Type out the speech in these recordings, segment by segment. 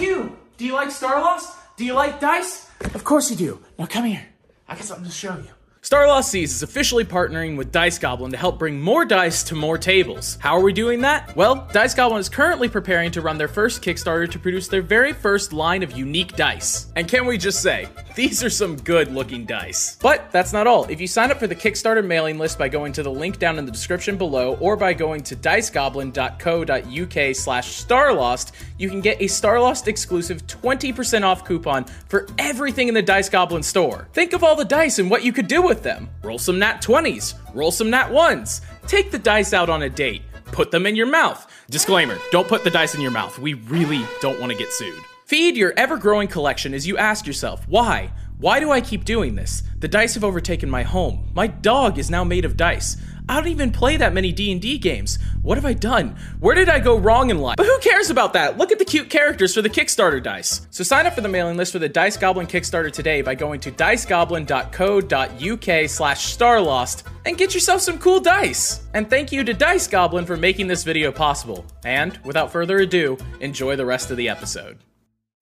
you? Do you like Starlost? Do you like dice? Of course you do. Now come here. I got something to show you. Starlost Seas is officially partnering with Dice Goblin to help bring more dice to more tables. How are we doing that? Well, Dice Goblin is currently preparing to run their first Kickstarter to produce their very first line of unique dice. And can we just say, these are some good looking dice. But that's not all. If you sign up for the Kickstarter mailing list by going to the link down in the description below or by going to dicegoblin.co.uk slash starlost, you can get a Starlost exclusive 20% off coupon for everything in the Dice Goblin store. Think of all the dice and what you could do with them. Roll some nat 20s, roll some nat 1s. Take the dice out on a date, put them in your mouth. Disclaimer don't put the dice in your mouth. We really don't want to get sued. Feed your ever growing collection as you ask yourself, why? Why do I keep doing this? The dice have overtaken my home. My dog is now made of dice. I don't even play that many D&D games. What have I done? Where did I go wrong in life? But who cares about that? Look at the cute characters for the Kickstarter dice. So sign up for the mailing list for the Dice Goblin Kickstarter today by going to dicegoblin.co.uk slash starlost and get yourself some cool dice. And thank you to Dice Goblin for making this video possible. And without further ado, enjoy the rest of the episode.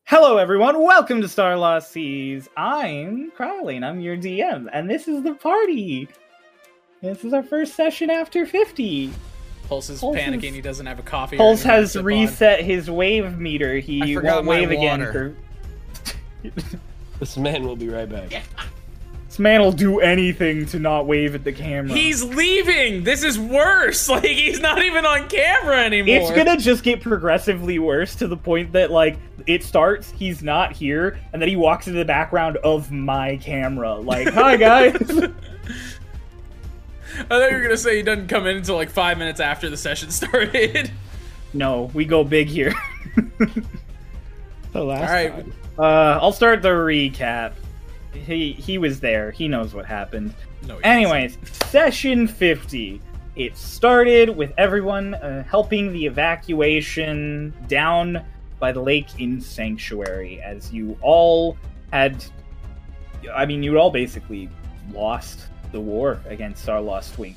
Hello, everyone. Welcome to Star Lost Seas. I'm Crowley, and I'm your DM, and this is the party. This is our first session after 50. Pulse is Pulse panicking. is- He doesn't have a coffee. or Pulse anything to has sip on. reset his wave meter. I He forgot won't my wave again. water. For... This man will be right back. This man will do anything to not wave at the camera. He's leaving. This is worse. Like he's not even on camera anymore. It's gonna just get progressively worse to the point that, like, it starts, he's not here, and then he walks into the background of my camera. Like, hi, guys. I thought you were gonna say he doesn't come in until like five minutes after the session started. no, we go big here. The last All right. time. Uh, I'll start the recap. He he was there. He knows what happened. No. he Anyways, session 50. It started with everyone uh, helping the evacuation down by the lake in Sanctuary, as you all had. I mean, you all basically lost the war against our lost Twink.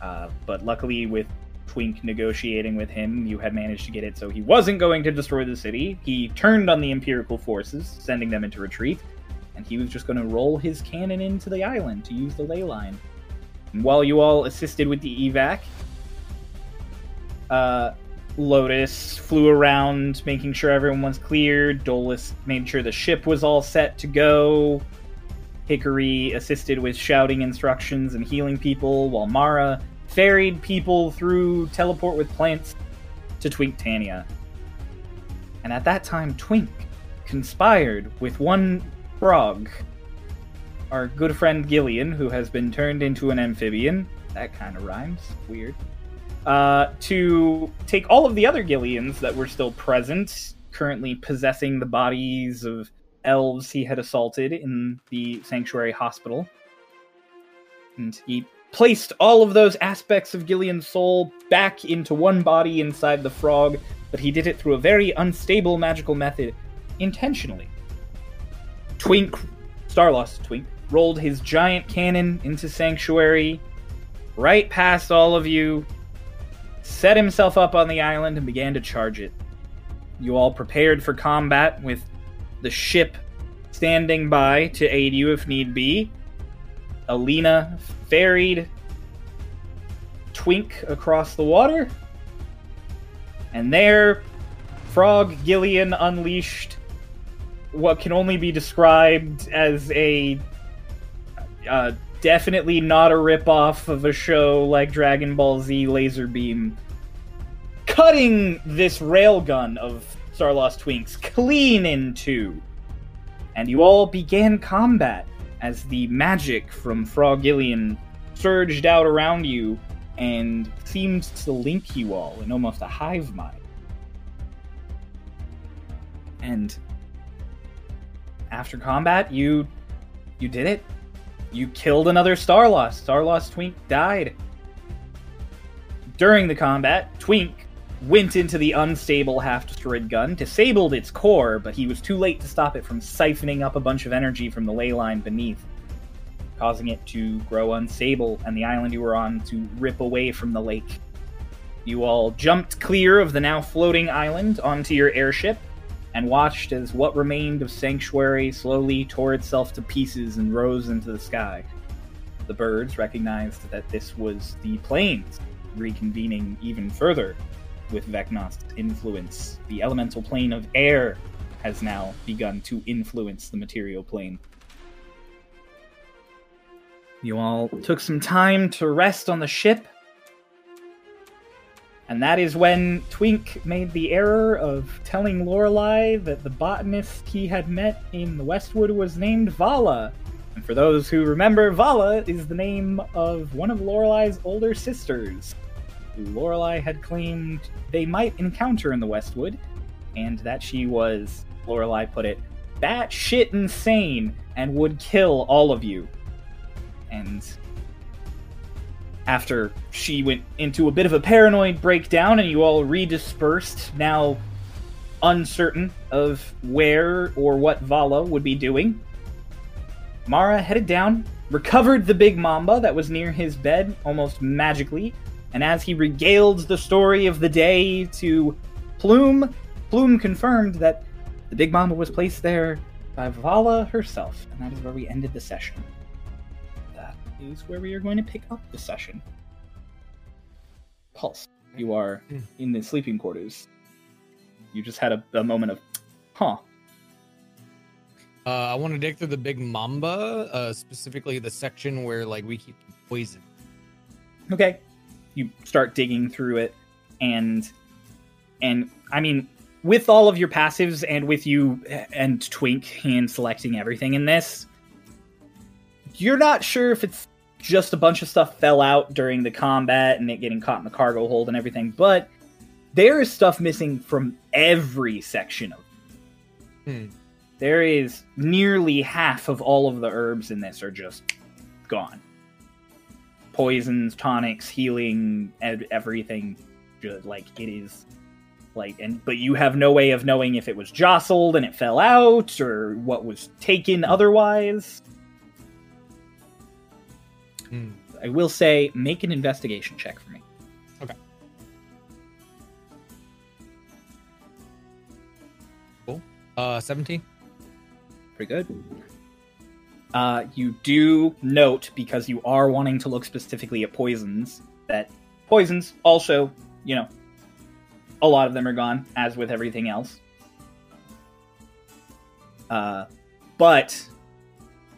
Uh, but luckily, with Twink negotiating with him, you had managed to get it so he wasn't going to destroy the city. He turned on the Imperial forces, sending them into retreat and he was just going to roll his cannon into the island to use the ley line. And while you all assisted with the evac, uh, Lotus flew around making sure everyone was cleared. Dolus made sure the ship was all set to go. Hickory assisted with shouting instructions and healing people, while Mara ferried people through teleport with plants to Twink Tania. And at that time, Twink conspired with one Frog, our good friend Gillian, who has been turned into an amphibian. That kind of rhymes. Weird. Uh, to take all of the other Gillians that were still present, currently possessing the bodies of elves he had assaulted in the sanctuary hospital. And he placed all of those aspects of Gillian's soul back into one body inside the frog, but he did it through a very unstable magical method, intentionally. Twink, Starlost Twink, rolled his giant cannon into Sanctuary, right past all of you, set himself up on the island, and began to charge it. You all prepared for combat with the ship standing by to aid you if need be. Alina ferried Twink across the water, and there, Frog Gillian unleashed what can only be described as a uh, definitely not a ripoff of a show like Dragon Ball Z Laser Beam, cutting this railgun of Starlost Twinks clean in two. And you all began combat as the magic from Frogillion surged out around you and seemed to link you all in almost a hive mind. And after combat, you you did it. You killed another Starlost. Starlost Twink died. During the combat, Twink went into the unstable half-destroyed gun, disabled its core, but he was too late to stop it from siphoning up a bunch of energy from the ley line beneath, causing it to grow unstable and the island you were on to rip away from the lake. You all jumped clear of the now floating island onto your airship and watched as what remained of Sanctuary slowly tore itself to pieces and rose into the sky. The birds recognized that this was the planes reconvening even further with Vecna's influence. The elemental plane of air has now begun to influence the material plane. You all took some time to rest on the ship. And that is when Twink made the error of telling Lorelei that the botanist he had met in the Westwood was named Vala. And for those who remember, Vala is the name of one of Lorelei's older sisters, who Lorelei had claimed they might encounter in the Westwood, and that she was, Lorelei put it, that shit insane and would kill all of you. And after she went into a bit of a paranoid breakdown and you all redispersed, now uncertain of where or what Vala would be doing, Mara headed down, recovered the big mamba that was near his bed almost magically, and as he regaled the story of the day to Plume, Plume confirmed that the big mamba was placed there by Vala herself, and that is where we ended the session is where we are going to pick up the session. Pulse, you are in the sleeping quarters. You just had a, a moment of, huh? Uh, I want to dig through the big mamba, uh, specifically the section where like we keep poison. Okay, you start digging through it, and and I mean, with all of your passives and with you and Twink hand selecting everything in this, you're not sure if it's just a bunch of stuff fell out during the combat and it getting caught in the cargo hold and everything, but there is stuff missing from every section of. Hmm. There is nearly half of all of the herbs in this are just gone. Poisons, tonics, healing, ev- everything. Good, like it is, like and but you have no way of knowing if it was jostled and it fell out or what was taken otherwise. Hmm. I will say, make an investigation check for me. Okay. Cool. Uh, seventeen. Pretty good. Uh, you do note, because you are wanting to look specifically at poisons, that poisons also, you know, a lot of them are gone, as with everything else. Uh, but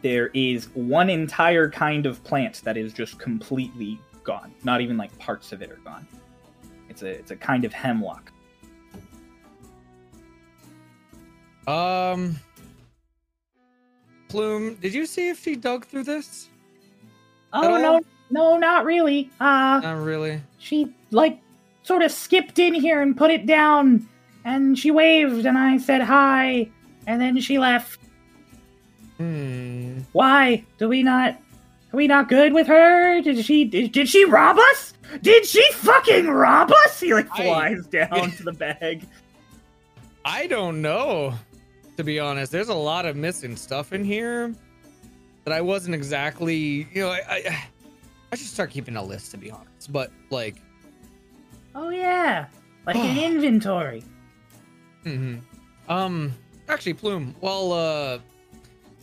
there is one entire kind of plant that is just completely gone. Not even like parts of it are gone. It's a it's a kind of hemlock. Um, Plume, did you see if she dug through this? Oh no, no, not really. Uh Not really. she like sort of skipped in here and put it down and she waved and I said hi and then she left. Hmm. Why? Do we not are we not good with her? Did she did, did she rob us? Did she fucking rob us? He like I- flies down to the bag. I don't know. To be honest, there's a lot of missing stuff in here that I wasn't exactly. You know, I I, I should start keeping a list to be honest. But like, Oh yeah, like an inventory. hmm um, actually, Plume, while uh,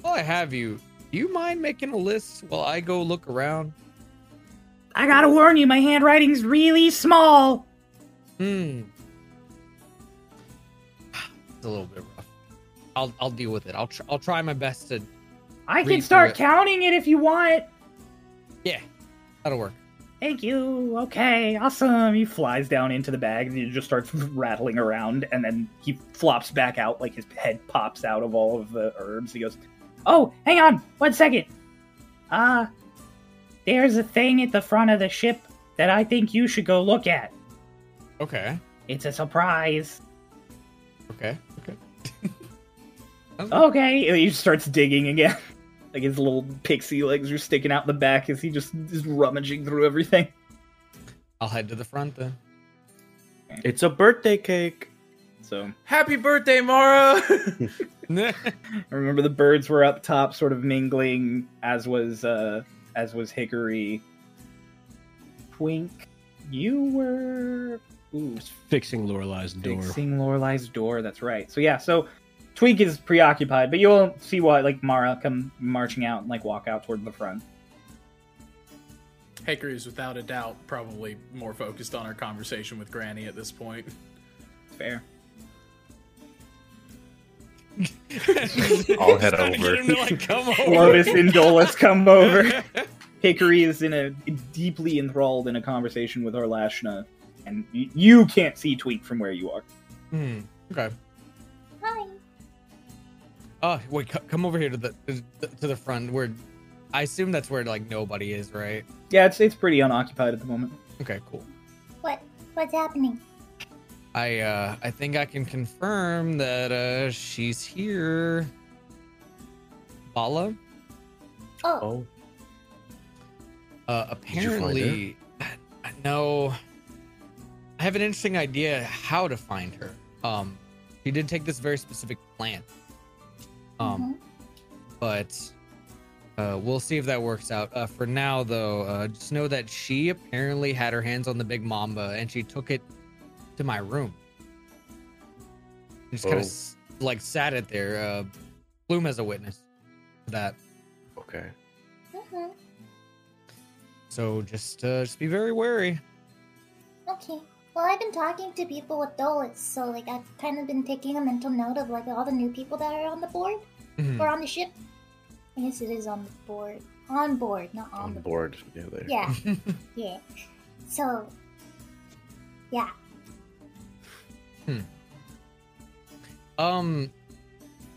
while I have you, do you mind making a list while I go look around? I gotta warn you, my handwriting's really small. Hmm. It's a little bit rough. I'll I'll deal with it. I'll tr- I'll try my best to. I Read can through start it. counting it if you want. Yeah, that'll work. Thank you. Okay, awesome. He flies down into the bag and he just starts rattling around, and then he flops back out like his head pops out of all of the herbs. He goes, "Oh, hang on, one second. Uh, there's a thing at the front of the ship that I think you should go look at. Okay. It's a surprise." Okay. Okay. Okay, and he just starts digging again. Like his little pixie legs are sticking out the back as he just is rummaging through everything. I'll head to the front then. It's a birthday cake. So Happy birthday, Mara! I remember the birds were up top, sort of mingling, as was uh, as was Hickory. Twink, you were Ooh, Fixing Lorelai's door. fixing Lorelai's door. That's right. So yeah, so Tweak is preoccupied, but you'll see why like Mara come marching out and like walk out toward the front. Hickory is without a doubt probably more focused on our conversation with Granny at this point. Fair. I'll head Trying to get over. him to, like, come over. Lotus and Dolus come over. Hickory is in a deeply enthralled in a conversation with Arlashna, and y- you can't see Tweak from where you are. Hmm, okay. Hi. Oh wait, c- come over here to the to the front where I assume that's where like nobody is, right? Yeah, it's it's pretty unoccupied at the moment. Okay, cool. What? What's happening? I uh I think I can confirm that uh she's here. Bala? Oh, Oh, Uh you find her? apparently I, I know I have an interesting idea how to find her. Um she did take this very specific plan. Um but uh, we'll see if that works out. Uh, for now, though, uh, just know that she apparently had her hands on the big mamba and she took it to my room. And just kind Oh. of s- like sat it there. Uh, Bloom as a witness to that. Okay. mhm, mhm. So just uh, just be very wary. okay. Well, I've been talking to people with Dolits, so like I've kind of been taking a mental note of like all the new people that are on the board or on the ship. I guess it is on the board, on board, not on, On the board. Yeah, there. Yeah, yeah. So, yeah. Um,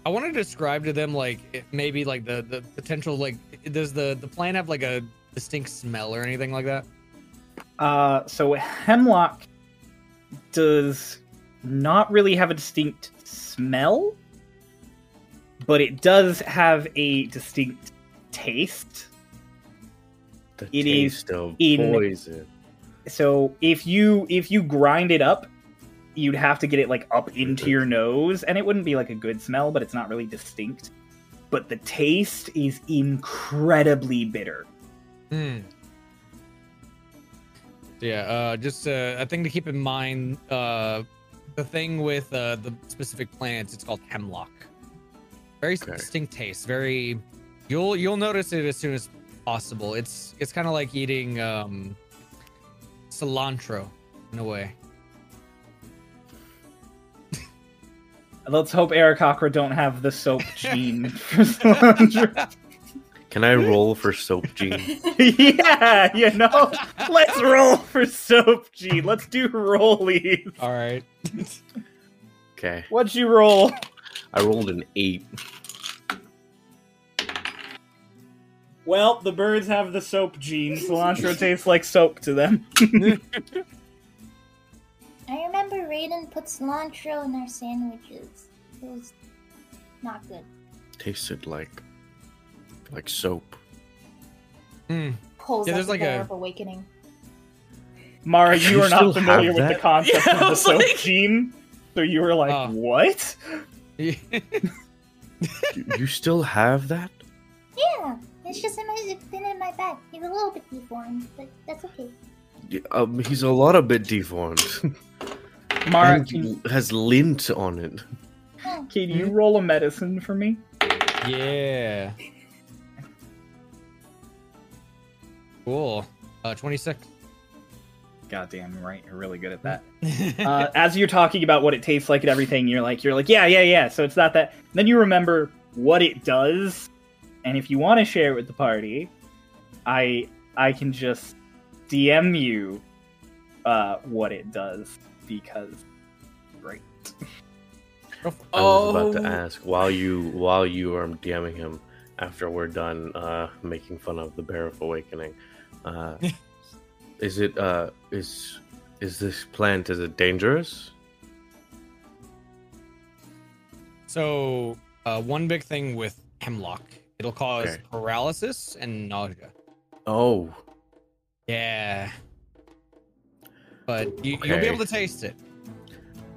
I want to describe to them like it- maybe like the the potential like does the the plant have like a distinct smell or anything like that? Uh, so hemlock does not really have a distinct smell, but it does have a distinct taste. The It taste of in- poison. So if you if you grind it up, you'd have to get it like up into your nose, and it wouldn't be like a good smell, but it's not really distinct. But the taste is incredibly bitter. Hmm. Yeah, uh, just uh, I think to keep in mind uh, the thing with uh, the specific plants. It's called hemlock. Very Okay. distinct taste. Very, you'll you'll notice it as soon as possible. It's it's kind of like eating um, cilantro in a way. Let's hope Eric Akra don't have the soap gene for cilantro. Can I roll for soap gene? yeah, you know, let's roll for soap, G. Let's do rollies. All right. Okay. What'd you roll? I rolled an eight. Well, the birds have the soap gene. Cilantro tastes like soap to them. I remember Raiden put cilantro in our sandwiches. It was not good. Tasted like like soap. Hmm. Pulls Yeah, yeah, there's there's like the Bell a- of awakening. Mara, you You are not still familiar have with the that? concept Yeah, of I the was soap like- gene, so you were like, Oh. "What?" You, you still have that? Yeah, it's just in my, it's been in my bag. He's a little bit deformed, but that's okay. Yeah, Um, he's a lot of bit deformed. Mara, And can, has lint on it. can Hmm? you roll a medicine for me? yeah. Cool. Uh, Twenty six. Goddamn right, you're really good at that. uh, as you're talking about what it tastes like and everything, you're like, you're like, yeah, yeah, yeah. So it's not that. Then you remember what it does, and if you want to share it with the party, I I can just DM you uh, what it does because great. I was about to ask while you while you are DMing him after we're done uh, making fun of the Bear of Awakening. Uh, is it uh, is is this plant is it dangerous? So, uh, one big thing with hemlock, it'll cause Okay. paralysis and nausea. Oh, Yeah. But you, you'll be Okay. able to taste it.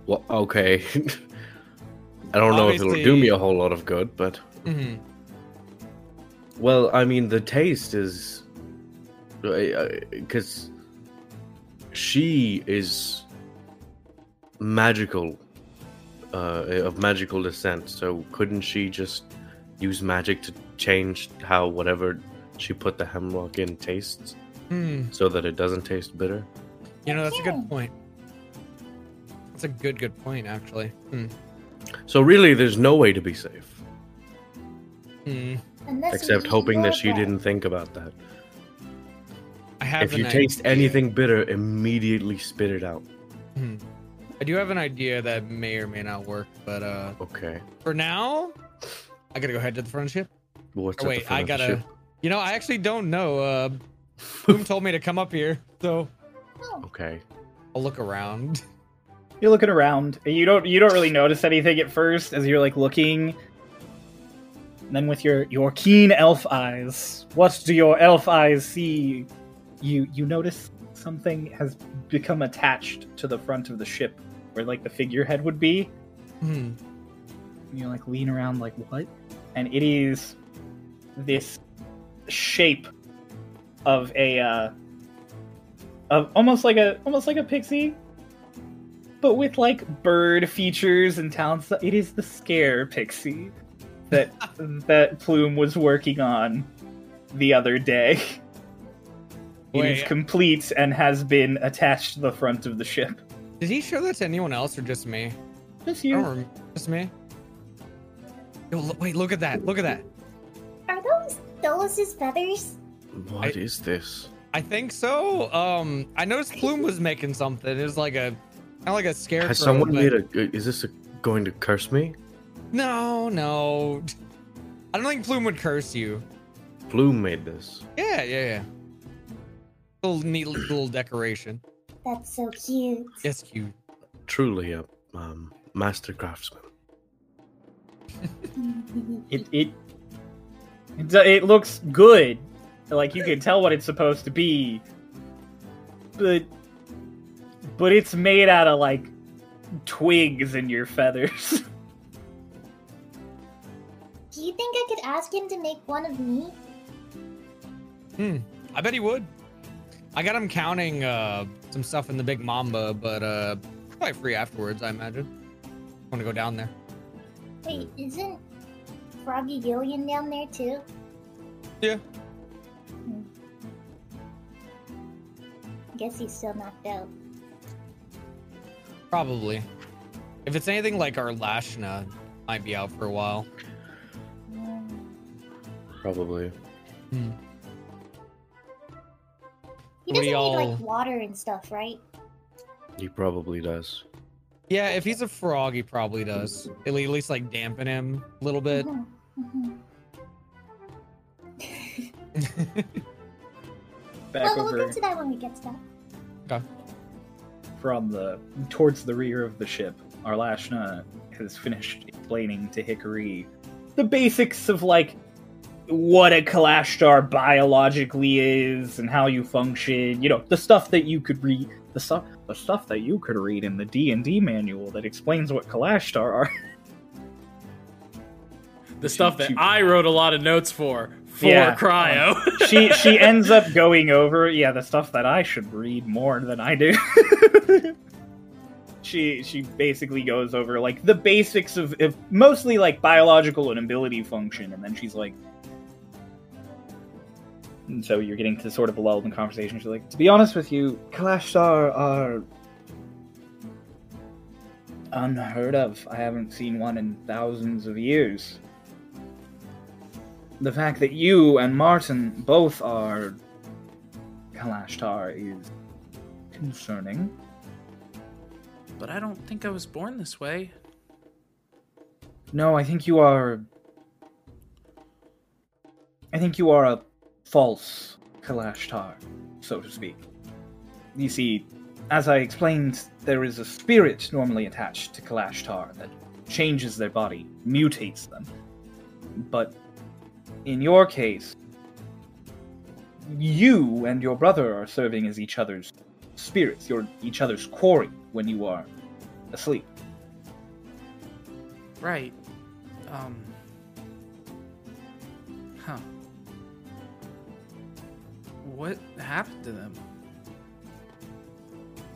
well, okay. I don't know if it'll do Obviously- me a whole lot of good, but hmm well, I mean the taste is because she is magical, uh, of magical descent. So couldn't she just use magic to change how whatever she put the hemlock in tastes, Hmm. so that it doesn't taste bitter? You know, that's a Okay. good point. That's a good, good point, actually. Hmm. So really, there's no way to be safe Hmm. Unless we except eat hoping your that she breath. didn't think about that. I have if you an taste idea. anything bitter, immediately spit it out. Hmm. I do have an idea that may or may not work, but uh Okay. for now, I gotta go head to the front ship. What's Or at the Oh, wait, front I of the gotta. ship? You know, I actually don't know. Uh, Boom told me to come up here, so Oh, Okay. I'll look around. You're looking around. and You don't you don't really notice anything at first as you're like looking. And then with your your keen elf eyes, what do your elf eyes see? You you notice something has become attached to the front of the ship where like the figurehead would be. Hmm. And you like lean around like what? And it is this shape of a uh of almost like a almost like a pixie but with like bird features and talents. It is the scare pixie that that Plume was working on the other day. It is Wait. complete and has been attached to the front of the ship. Did he show that to anyone else or just me? Just I you. don't rem- just me. Yo, lo- wait, look at that! Look at that! are those Dolus's feathers? What is this? I think so. Um, I noticed Plume was making something. It was like a, kind of like a scarecrow. Has someone but- made a? Is this a, going to curse me? No, no. I don't think Plume would curse you. Bloom made this. Yeah, yeah, yeah. Little neat little decoration. That's so cute. Yes, cute. Truly a um, master craftsman. It it it, do- it looks good. Like you can tell what it's supposed to be. But but it's made out of like twigs and your feathers. Do you think I could ask him to make one of me? Hmm. I bet he would. I got him counting uh, some stuff in the Big Mamba, but uh, probably free afterwards. I imagine. Want to go down there? Wait, isn't Froggy Gillian down there too? Yeah. Hmm. Guess he's still knocked out. Probably. If it's anything like our Lashna, might be out for a while. Hmm. Probably. He What do doesn't need y'all- like water and stuff, right? He probably does. Yeah, if he's a frog, he probably does. At le- at least like dampen him a little bit. Mhm, mhm. Back Well, we'll over get to that when we get to that. from the towards the rear of the ship, Arlashna has finished explaining to Hickory the basics of like what a Kalashtar biologically is and how you function. You know, the stuff that you could read, the stuff, the stuff that you could read in the D and D manual that explains what Kalashtar are. The stuff that she- I wrote a lot of notes for for Yeah. Um, cryo. she she ends up going over yeah the stuff that I should read more than I do. she she basically goes over like the basics of, of mostly like biological and ability function, and then she's like. And so you're getting to sort of a lull in the conversation. She's like, to be honest with you, Kalashtar are unheard of. I haven't seen one in thousands of years the fact that you and Martin both are Kalashtar is concerning. but I don't think I was born this way. No, I think you are. I think you are a false Kalashtar, so to speak. You see, as I explained, there is a spirit normally attached to Kalashtar that changes their body, mutates them. But in your case, you and your brother are serving as each other's spirits, you're each other's quarry when you are asleep. Right. Um. Huh. What happened to them?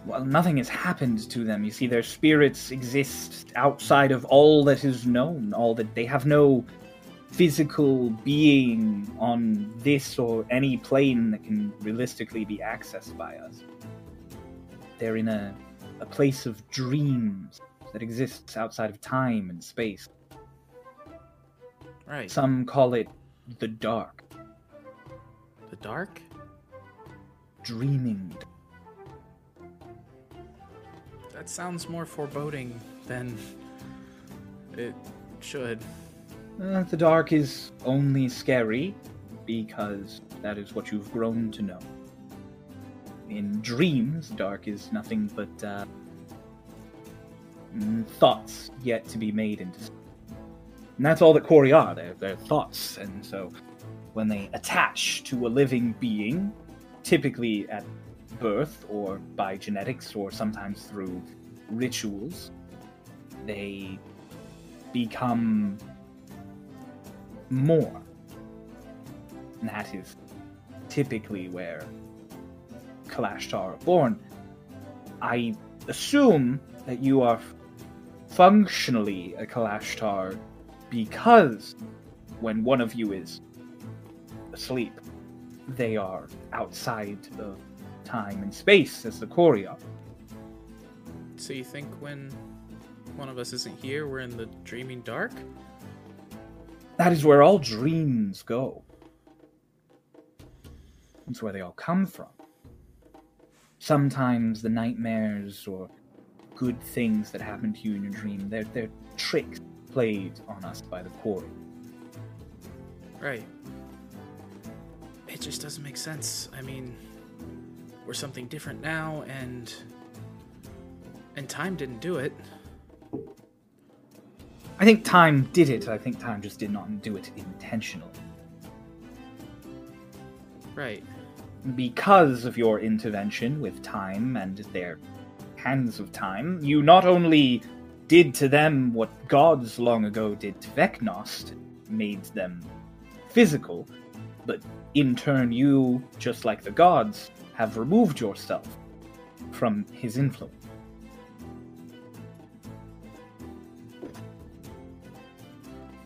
well, nothing has happened to them. You see, their spirits exist outside of all that is known, all that they have no physical being on this or any plane that can realistically be accessed by us. They're in a, a place of dreams that exists outside of time and space. Right. Some call it the dark, the dark? dreaming. That sounds more foreboding than it should. Uh, the dark is only scary because that is what you've grown to know. In dreams, dark is nothing but uh, mm, thoughts yet to be made into. And that's all that Quarry are. They're, they're thoughts. And so when they attach to a living being, typically at birth or by genetics or sometimes through rituals, they become more. And that is typically where Kalash Tar are born. I assume that you are functionally a Kalash Tar because when one of you is asleep, they are outside of time and space as the Quarry are. So you think when one of us isn't here, we're in the dreaming dark? That is where all dreams go. It's where they all come from. Sometimes the nightmares or good things that happen to you in your dream, they're, they're tricks played on us by the quarry. Right. It just doesn't make sense. I mean, we're something different now, and and time didn't do it. I think time did it, I think time just did not do it intentionally. Right. because of your intervention with time and their hands of time, you not only did to them what gods long ago did to Vecnost, made them physical, but in turn, you, just like the gods, have removed yourself from his influence.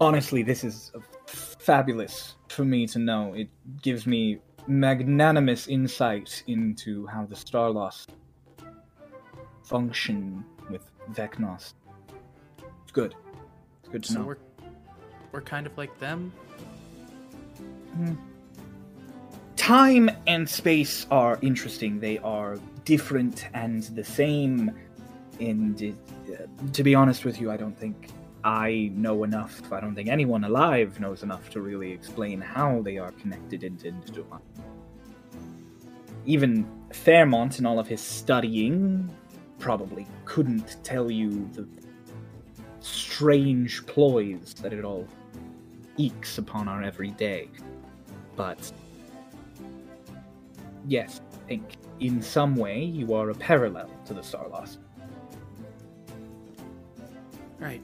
honestly, this is fabulous for me to know. It gives me magnanimous insight into how the Starlos function with Vecnos. It's good. It's good to So know. we're we're kind of like them. time and space are interesting. They are different and the same. And it, uh, to be honest with you, I don't think I know enough. I don't think anyone alive knows enough to really explain how they are connected into into one. Even Fairmont, in all of his studying, probably couldn't tell you the strange ploys that it all ekes upon our everyday. But yes, I think in some way you are a parallel to the Sarlos. Right.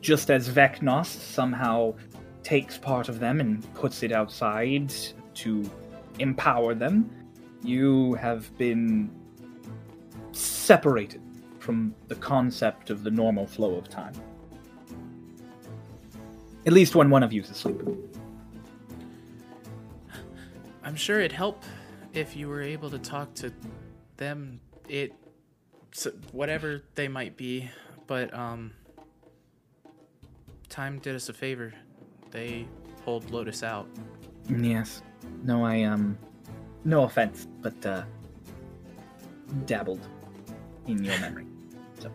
Just as Vecnos somehow takes part of them and puts it outside to empower them, you have been separated from the concept of the normal flow of time. At least when one of you is asleep. I'm sure it'd help if you were able to talk to them. It, s whatever they might be, but um, time did us a favor. They pulled Lotus out. Yes. No, I um, no offense, but uh, dabbled in your memory. So,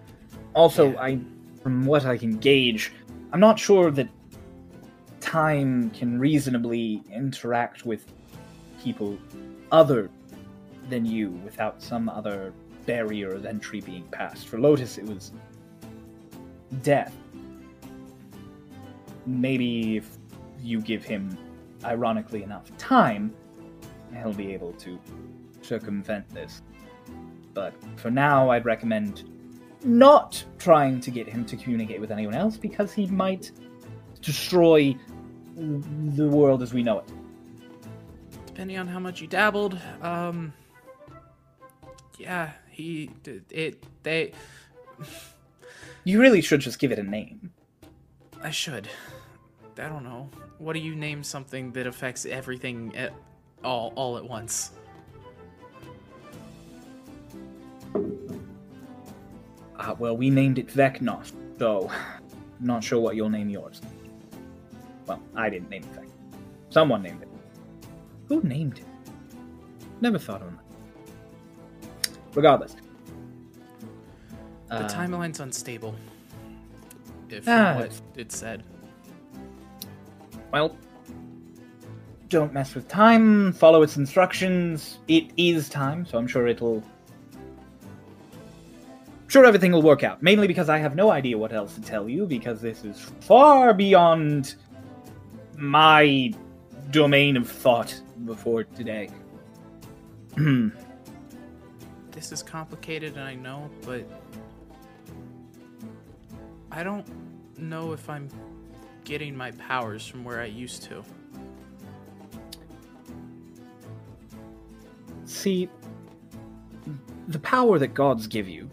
also, Yeah. I, from what I can gauge, I'm not sure that time can reasonably interact with people other than you without some other barrier of entry being passed. For Lotus, it was death. Maybe if you give him, ironically enough, time, he'll be able to circumvent this. But for now, I'd recommend not trying to get him to communicate with anyone else because he might destroy the world as we know it. Depending on how much you dabbled, um, yeah, he it they You really should just give it a name. I should. I don't know. What do you name something that affects everything at all all at once? Uh, well, we named it Vecnos, so not sure what you'll name yours. Well, I didn't name it Vecnos. Someone named it. Who named it? Never thought on that. Regardless. The Uh, timeline's unstable. If from Ah. what it said. Well, don't mess with time. Follow its instructions. It is time, so I'm sure it'll. Sure, everything will work out. Mainly because I have no idea what else to tell you, because this is far beyond my domain of thought before today. This is complicated, and I know, but I don't know if I'm getting my powers from where I used to. See, the power that gods give you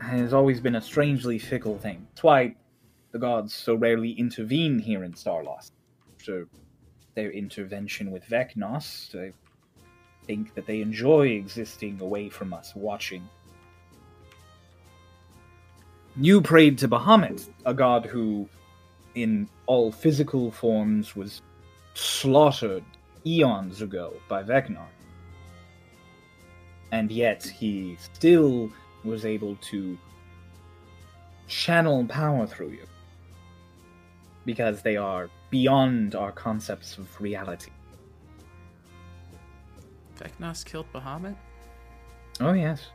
has always been a strangely fickle thing. That's why the gods so rarely intervene here in Starlost. After their intervention with Vecnos, I think that they enjoy existing away from us, watching. You prayed to Bahamut, a god who, in all physical forms, was slaughtered eons ago by Vecnar. And yet he still was able to channel power through you. Because they are beyond our concepts of reality. Vecnos killed Bahamut? Oh, yes.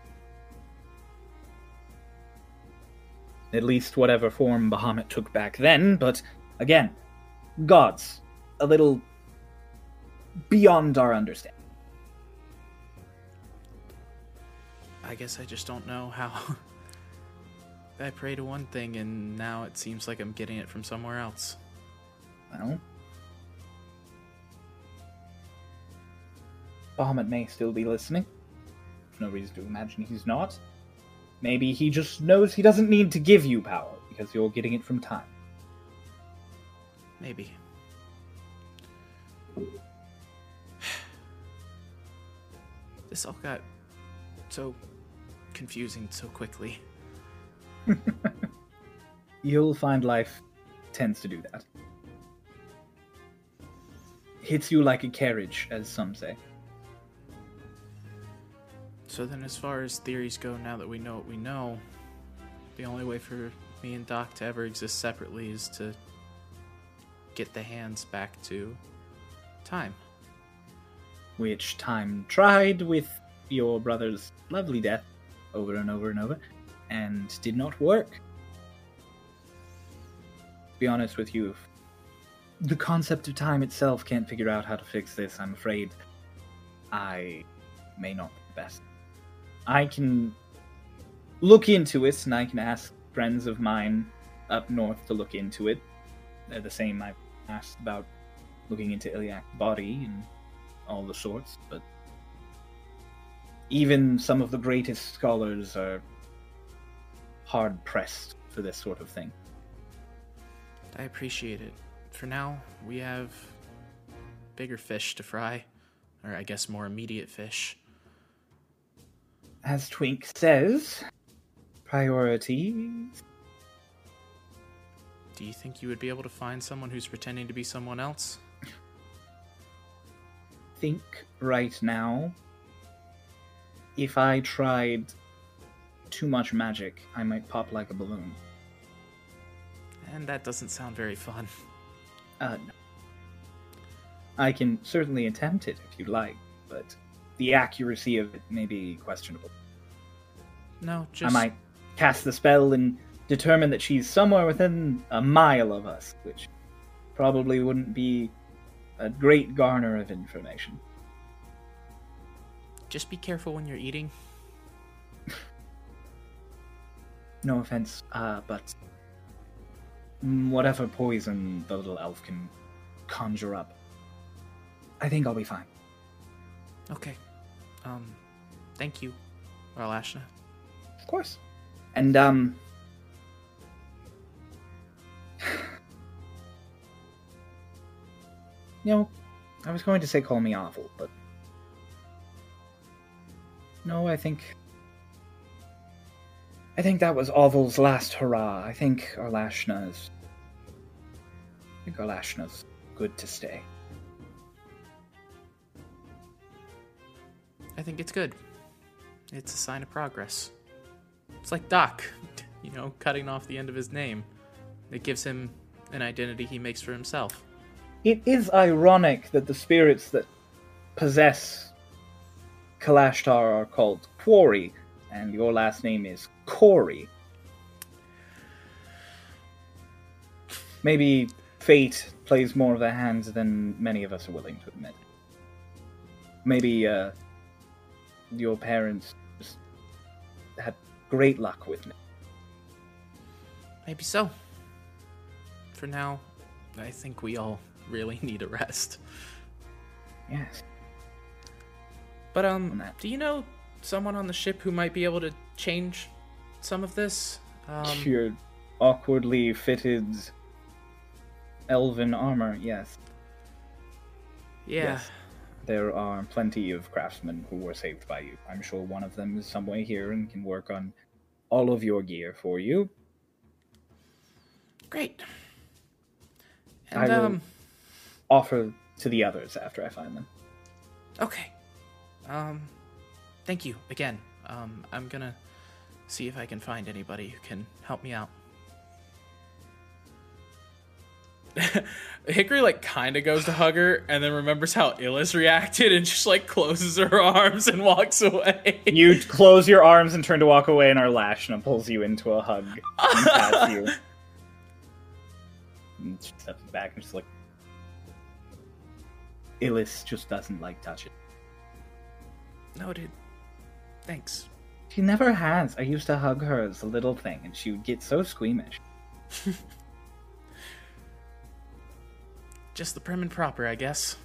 At least whatever form Bahamut took back then, but again, gods. A little beyond our understanding. I guess I just don't know how. I pray to one thing, and now it seems like I'm getting it from somewhere else. Well. Bahamut may still be listening. There's no reason to imagine he's not. Maybe he just knows he doesn't need to give you power because you're getting it from time. Maybe. This all got so confusing so quickly. You'll find life tends to do that. Hits you like a carriage, as some say. So then, as far as theories go, now that we know what we know, the only way for me and Doc to ever exist separately is to get the hands back to time. which time tried with your brother's lovely death over and over and over and did not work. To be honest with you, if the concept of time itself can't figure out how to fix this, I'm afraid I may not be the best. I can look into it and I can ask friends of mine up north to look into it. They're the same I've asked about looking into Iliac body and all the sorts, but even some of the greatest scholars are hard pressed for this sort of thing. I appreciate it. For now, we have bigger fish to fry, or I guess more immediate fish. As Twink says, priorities. Do you think you would be able to find someone who's pretending to be someone else? Think right now. If I tried too much magic, I might pop like a balloon. And that doesn't sound very fun. Uh, no. I can certainly attempt it if you like, but the accuracy of it may be questionable. No, just I might cast the spell and determine that she's somewhere within a mile of us, which probably wouldn't be a great garner of information. just be careful when you're eating. No offense, uh, but mm, whatever poison the little elf can conjure up, I think I'll be fine. Okay. Um, thank you. Well, Ashna. Of course. And um You know, I was going to say call me Avil, but No, I think I think that was Avil's last hurrah. I think Arlashna's I think Arlashna's good to stay. I think it's good. It's a sign of progress. It's like Doc, you know, cutting off the end of his name. It gives him an identity he makes for himself. It is ironic that the spirits that possess Kalashtar are called Quarry, and your last name is Corey. Maybe fate plays more of a hand than many of us are willing to admit. Maybe uh, your parents just had great luck with me. Maybe so. For now, I think we all really need a rest. Yes. But um, Nah. do you know someone on the ship who might be able to change some of this? Um, your awkwardly fitted elven armor, yes. yeah. Yes. There are plenty of craftsmen who were saved by you. I'm sure one of them is somewhere here and can work on all of your gear for you. Great. I And will- um, Offer to the others after I find them. okay. Um, thank you again. Um, I'm gonna see if I can find anybody who can help me out. Hickory like kind of goes to hug her and then remembers how Illis reacted and just like closes her arms and walks away. You close your arms and turn to walk away, and our Arlashna pulls you into a hug and pats you. And she steps back and she's like, Illis just doesn't like touching. Noted. Thanks. She never has. I used to hug her as a little thing, and she would get so squeamish. Just the prim and proper, I guess.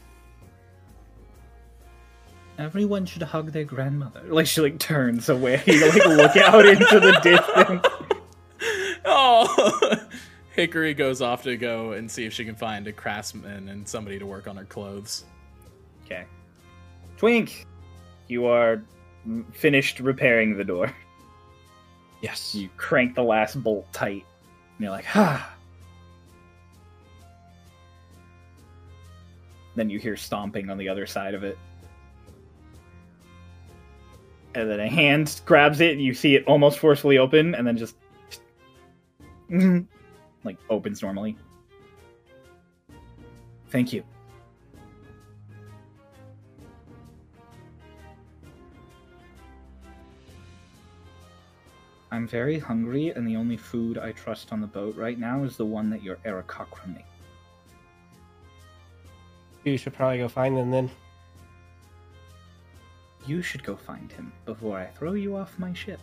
Everyone should hug their grandmother. Like she like turns away, to, like look out into the distance. Oh! Hickory goes off to go and see if she can find a craftsman and somebody to work on her clothes. Okay, Twink, you are finished repairing the door. Yes. You crank the last bolt tight, and you're like, "Ah." Then you hear stomping on the other side of it. And then a hand grabs it, and you see it almost forcefully open, and then just. like, opens normally. Thank you. I'm very hungry, and the only food I trust on the boat right now is the one that your Arakakra made. You should probably go find them then. You should go find him before I throw you off my ship.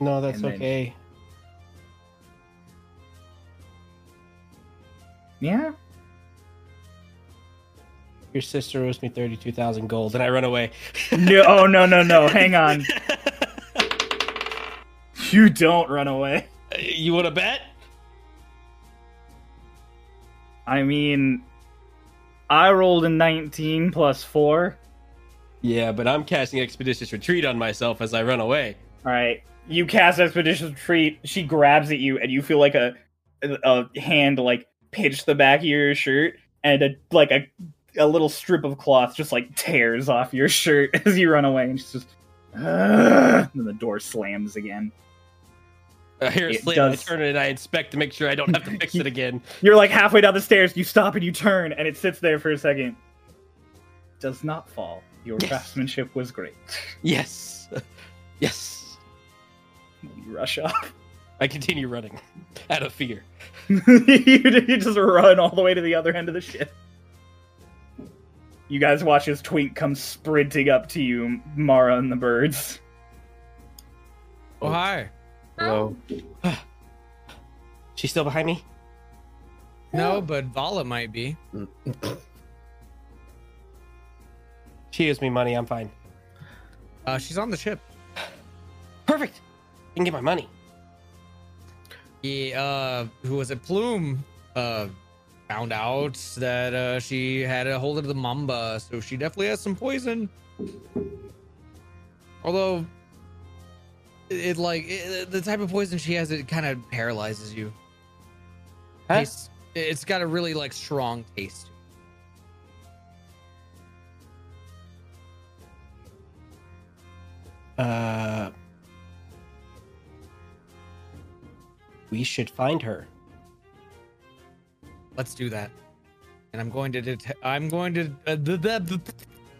No, that's And then- okay. Yeah? Your sister owes me thirty-two thousand gold, and I run away. No, oh, no, no, no. Hang on. You don't run away. you want to bet? I mean, I rolled a 19 plus 4. Yeah, but I'm casting expeditious retreat on myself as I run away. All right. You cast Expeditious Retreat. She grabs at you, and you feel like a a hand like pinch the back of your shirt, and a like a a little strip of cloth just like tears off your shirt as you run away, and she's just. "Ugh," and the door slams again. I hear a It slam. and Uh, I does- turn it and I inspect to make sure I don't have to fix it again. You're like halfway down the stairs. You stop and you turn, and it sits there for a second. Does not fall. Your Yes. craftsmanship was great. Yes, yes. You rush off. I continue running out of fear. you, you just run all the way to the other end of the ship. You guys watch as Twink comes sprinting up to you, Mara and the birds. Oh, hi. Hello. She's still behind me. No, but Vala might be. She owes me money. I'm fine. Uh, she's on the ship. Perfect. I can get my money. Yeah, uh, who was it? Plume uh, found out that uh, she had a hold of the mamba, so she definitely has some poison. Although, it, it like it, the type of poison she has, it kind of paralyzes you. Huh? Tastes- it's got a really like strong taste. Uh, we should find her. Let's do that. And I'm going to. Det- I'm going to. Uh, the, the,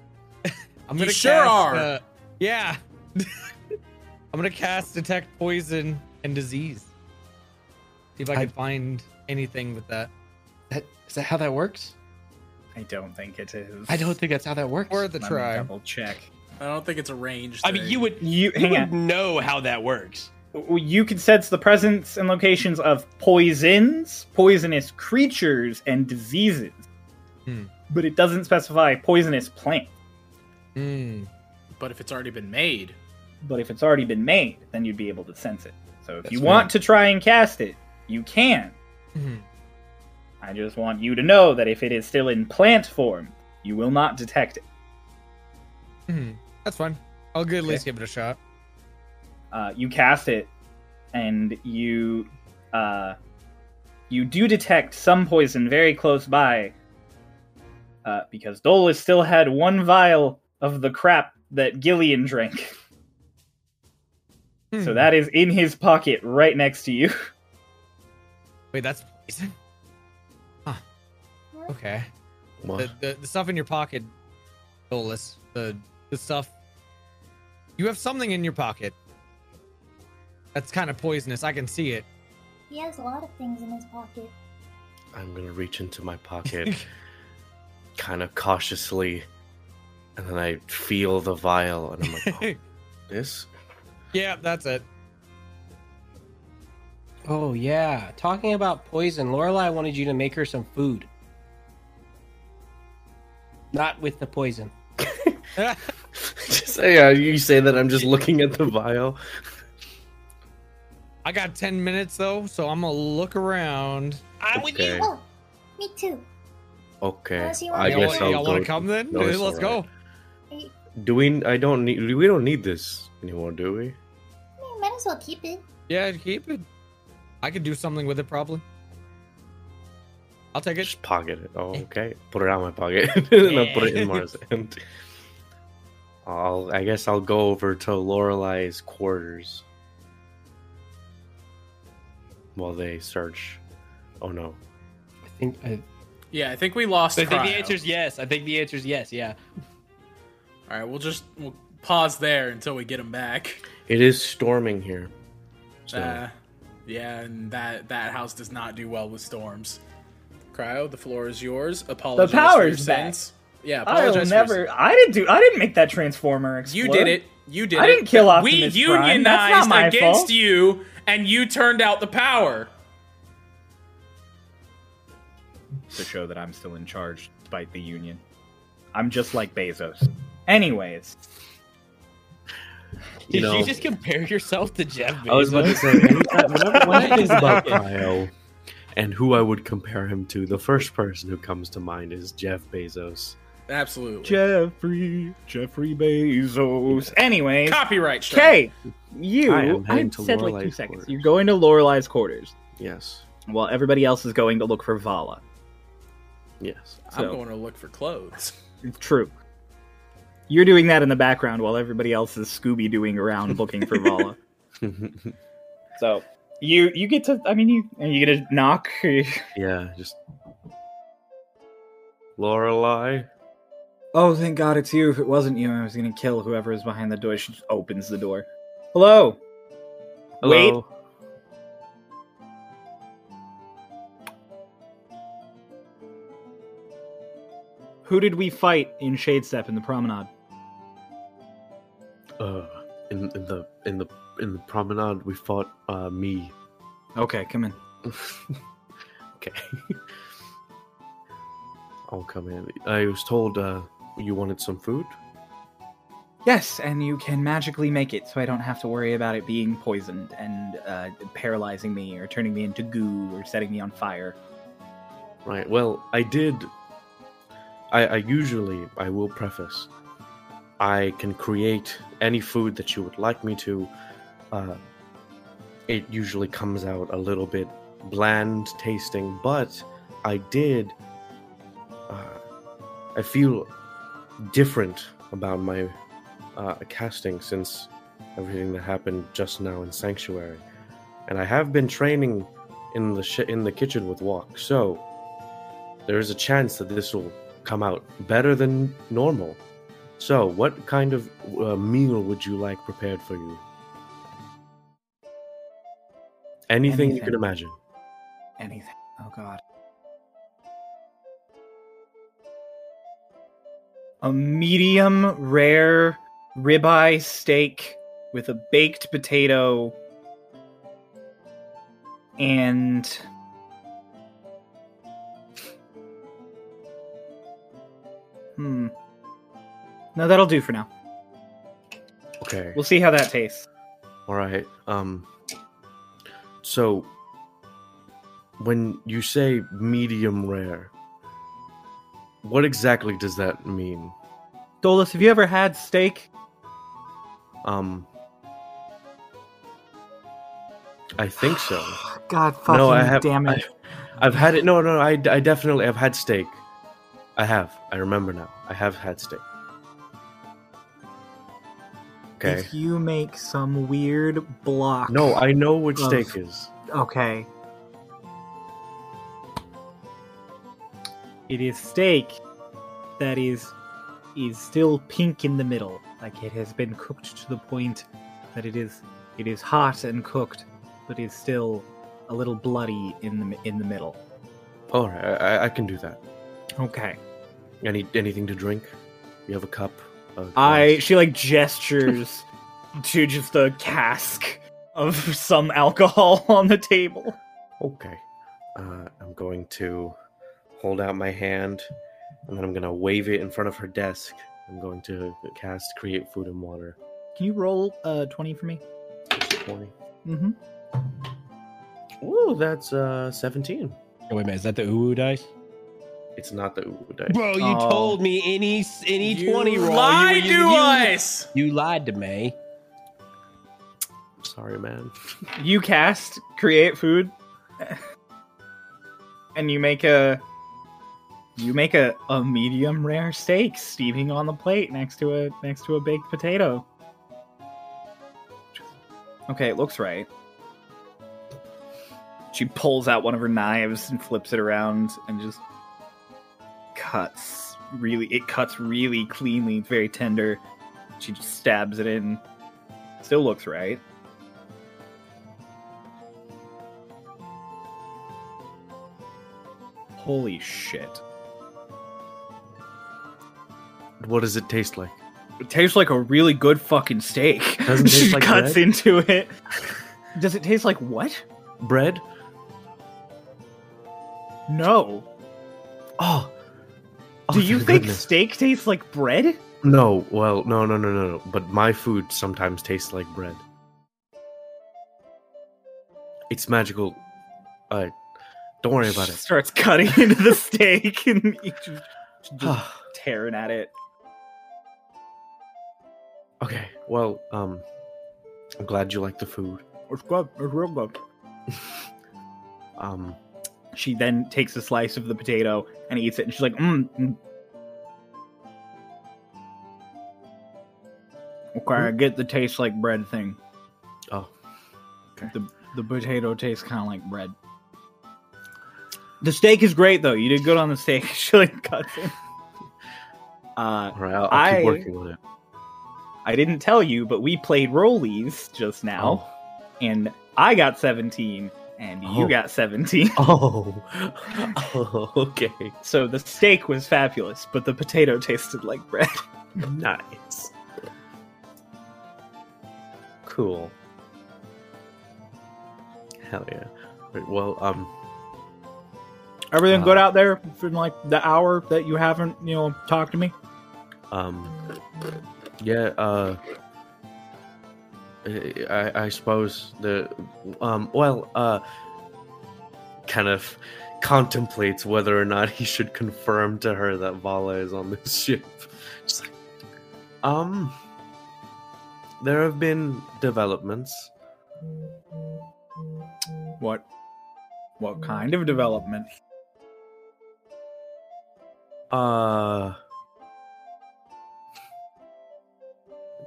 I'm You gonna sure cast, are. uh, yeah. I'm gonna cast detect poison and disease. See if I I- can find anything with that. That is that how that works? I don't think it is. I don't think that's how that works. Worth a Let me try. Double check. I don't think it's a range. I mean, thing. you would You you hang would on. know how that works. W- You can sense the presence and locations of poisons, poisonous creatures, and diseases. Hmm. But it doesn't specify poisonous plant. Hmm. but if it's already been made, But if it's already been made, then you'd be able to sense it. So if That's you fair. want to try and cast it, you can. Hmm. I just want you to know that if it is still in plant form, you will not detect it. Hmm. That's fine. I'll at least give it a shot. Uh, you cast it, and you uh, you do detect some poison very close by, uh, because Dolus still had one vial of the crap that Gillian drank. Hmm. So that is in his pocket, right next to you. Wait, that's poison. Huh. Okay. What? The, the, the stuff in your pocket, Dolus. The the stuff. You have something in your pocket. That's kind of poisonous. I can see it. He has a lot of things in his pocket. I'm gonna reach into my pocket, kind of cautiously, and then I feel the vial, and I'm like, oh, this. yeah, that's it. Oh yeah. Talking about poison, Lorelai wanted you to make her some food. Not with the poison. just yeah, you say that I'm just looking at the vial. I got 10 minutes though, so I'm gonna look around. I'm Okay. Oh, me too. Okay, Unless you want I to- y'all guess y'all I'll wanna go. come then? No, it's Let's all go. Hey, Do we? I don't need. We don't need this anymore, do we? you might as well keep it. Yeah, keep it. I could do something with it probably. I'll take it. Just pocket it. Oh, okay. Put it out of my pocket, and I'll put it in Mars. And I'll. I guess I'll go over to Lorelai's quarters while they search. Oh no. I think I, yeah, I think we lost. I think the Cryo. answer is yes. I think the answer is yes. Yeah. All right, we'll just we'll pause there until we get him back. It is storming here. So Uh, yeah, and that that house does not do well with storms. Cryo, the floor is yours. Apologize. for your power's back. sins. Yeah, apologize. I'll for your never. I didn't do. I didn't make that transformer sins. explode. You did it. You did it. I didn't kill We Optimus Prime. That's not unionized my against fault. you, and you turned out the power. to show that I'm still in charge despite the union. I'm just like Bezos. Anyways, Did you, know- just compare yourself to Jeff? Bezos? I was about to say anytime, whenever, when I think about Cryo and who I would compare him to, the first person who comes to mind is Jeff Bezos. Absolutely. Jeffrey, Jeffrey Bezos. Anyways, Copyright. strike. okay, you. I am heading I to said like two Lorelai's seconds. quarters. You're going to Lorelai's quarters Yes. while everybody else is going to look for Vala. Yes. I'm So- going to look for clothes. It's true. You're doing that in the background while everybody else is Scooby doing around looking for Vala. So you you get to. I mean, you and you get to knock. yeah, just Lorelai. Oh, thank God it's you. If it wasn't you, I was gonna kill whoever is behind the door. She just opens the door. Hello. Hello. Wait. Who did we fight in Shadestep in the promenade? Uh, in, in the in the in the promenade, we fought uh, me. Okay, come in. okay. I'll come in. I was told uh, you wanted some food. Yes, and you can magically make it so I don't have to worry about it being poisoned and uh, paralyzing me or turning me into goo or setting me on fire. Right. Well, I did. I, I usually, I will preface, I can create any food that you would like me to. Uh, it usually comes out a little bit bland tasting, but I did. Uh, I feel different about my uh, casting since everything that happened just now in Sanctuary, and I have been training in the sh- in the kitchen with Walk, so there is a chance that this will come out better than normal. So, what kind of uh, meal would you like prepared for you? Anything, you Anything. can imagine. Anything. Oh god. A medium rare ribeye steak with a baked potato and Hmm. No, that'll do for now. Okay. We'll see how that tastes. All right. Um. So, when you say medium rare, what exactly does that mean? Dolus, have you ever had steak? Um. I think so. God fucking no, I have. damn it. I, have had it. No, no, I, I definitely have had steak. I have. I remember now. I have had steak. Okay. If you make some weird block. No, I know what Love. steak is. Okay. It is steak that is is still pink in the middle, like it has been cooked to the point that it is it is hot and cooked, but is still a little bloody in the in the middle. All right, I, I- I can do that. Okay. Any anything to drink? You have a cup. a I glass? she like gestures to just a cask of some alcohol on the table. Okay. Uh, I'm going to hold out my hand, and then I'm gonna wave it in front of her desk. I'm going to cast create food and water. Can you roll uh, 20 for me? Twenty. Mm-hmm. Ooh, that's uh seventeen. Oh, wait a minute, is that the uwu dice? It's not the ooh dice. Bro, you Oh. told me any any twenty roll. Lie, you, do were- you, ice. You lied to me. Sorry, man. You cast create food, and you make a you make a, a medium rare steak steaming on the plate next to a next to a baked potato. Okay, it looks right. She pulls out one of her knives and flips it around and just cuts really it cuts really cleanly, it's very tender. She just stabs it in. Still looks right. Holy shit. What does it taste like? It tastes like a really good fucking steak. Doesn't it taste she like cuts bread? into it. Does it taste like what? Bread? No. Oh. oh, Do you thank think goodness. steak tastes like bread? No. Well, no, no, no, no, no. But my food sometimes tastes like bread. It's magical. Uh, don't worry about She it. Starts cutting into the steak and you just, just tearing at it. Okay. Well, um, I'm glad you like the food. It's good. It's real good. Um, She then takes a slice of the potato and eats it, and she's like, "Mmm." mm." Okay, I get the taste like bread thing. oh, The the potato tastes kind of like bread. The steak is great though. You did good on the steak. she like cuts it. Uh, all right. I'll, I'll I- keep working on it. I didn't tell you, but we played rollies just now, and I got seventeen, and Oh. you got seventeen. Oh. oh. Okay. So the steak was fabulous, but the potato tasted like bread. Nice. Cool. Hell yeah. Wait, well, um, Everything Uh. good out there from like the hour that you haven't, you know, talked to me? um, Yeah, uh, I- I, I suppose the um, well, uh, kind of contemplates whether or not he should confirm to her that Vala is on this ship. Just like, um, there have been developments. What? What kind of development? Uh,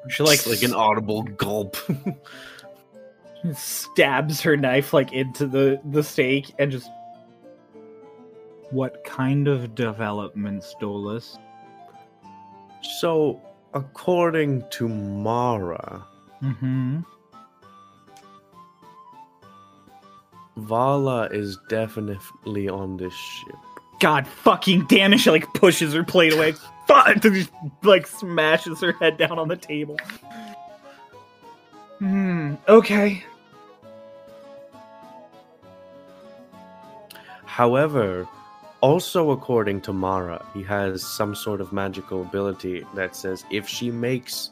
She like, it's like an audible gulp. stabs her knife like into the the stake and just. What kind of developments, Dolus? so, according to Mara, Mm-hmm. Vala is definitely on this ship. God fucking damn it! She like pushes her plate away. Fuck! Just, like smashes her head down on the table. Hmm. Okay. However, also according to Mara, he has some sort of magical ability that says if she makes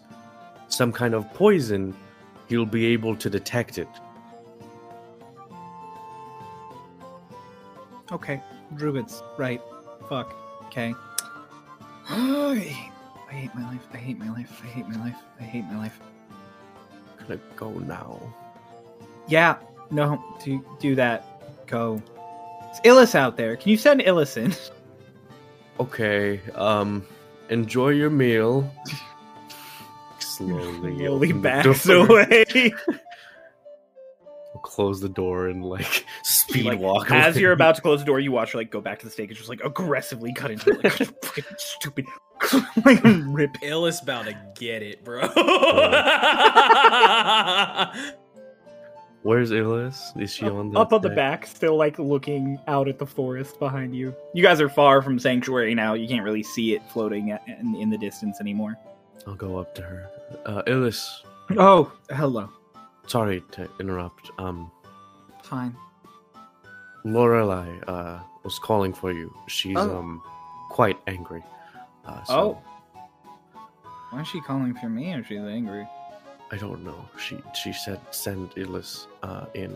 some kind of poison, he'll be able to detect it. Okay. Druids. Right. Fuck. Okay. I hate- I hate my life. I hate my life. I hate my life. I hate my life. I'm gonna go now. Yeah. No. Do do that. Go. It's Illis out there. Can you send Illis in? Okay, um, enjoy your meal. Slowly, Slowly open the backs door. away. Close the door and like speed Like, walk. As away. you're about to close the door, you watch her like go back to the stake and just like aggressively cut into it. Like, fucking stupid. like rip. Illis about to get it, bro. Where's Illis? Is she on the up on the thing? back, still like looking out at the forest behind you. You guys are far from sanctuary now. You can't really see it floating a- in, in the distance anymore. I'll go up to her. Uh, Illis, Oh, hello. sorry to interrupt. Um, Fine. Lorelai uh, was calling for you. She's Oh. um quite angry. Uh, so Why is she calling for me if she's angry? I don't know. She she said send Illis uh, in.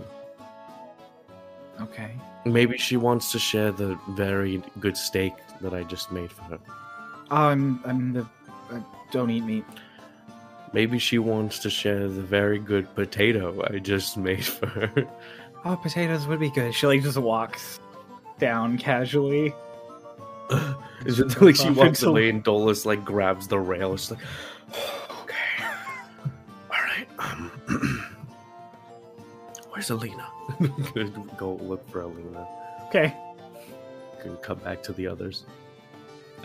Okay. Maybe she wants to share the very good steak that I just made for her. I'm I'm the uh, don't eat meat. Maybe she wants to share the very good potato I just made for her. Oh, potatoes would be good. She like just walks down casually. It's just like she Perfect. walks away and Dolus like grabs the rail. She's like, okay, all right. Um, where's Alina? Go look for Alina. Okay. can cut back to the others.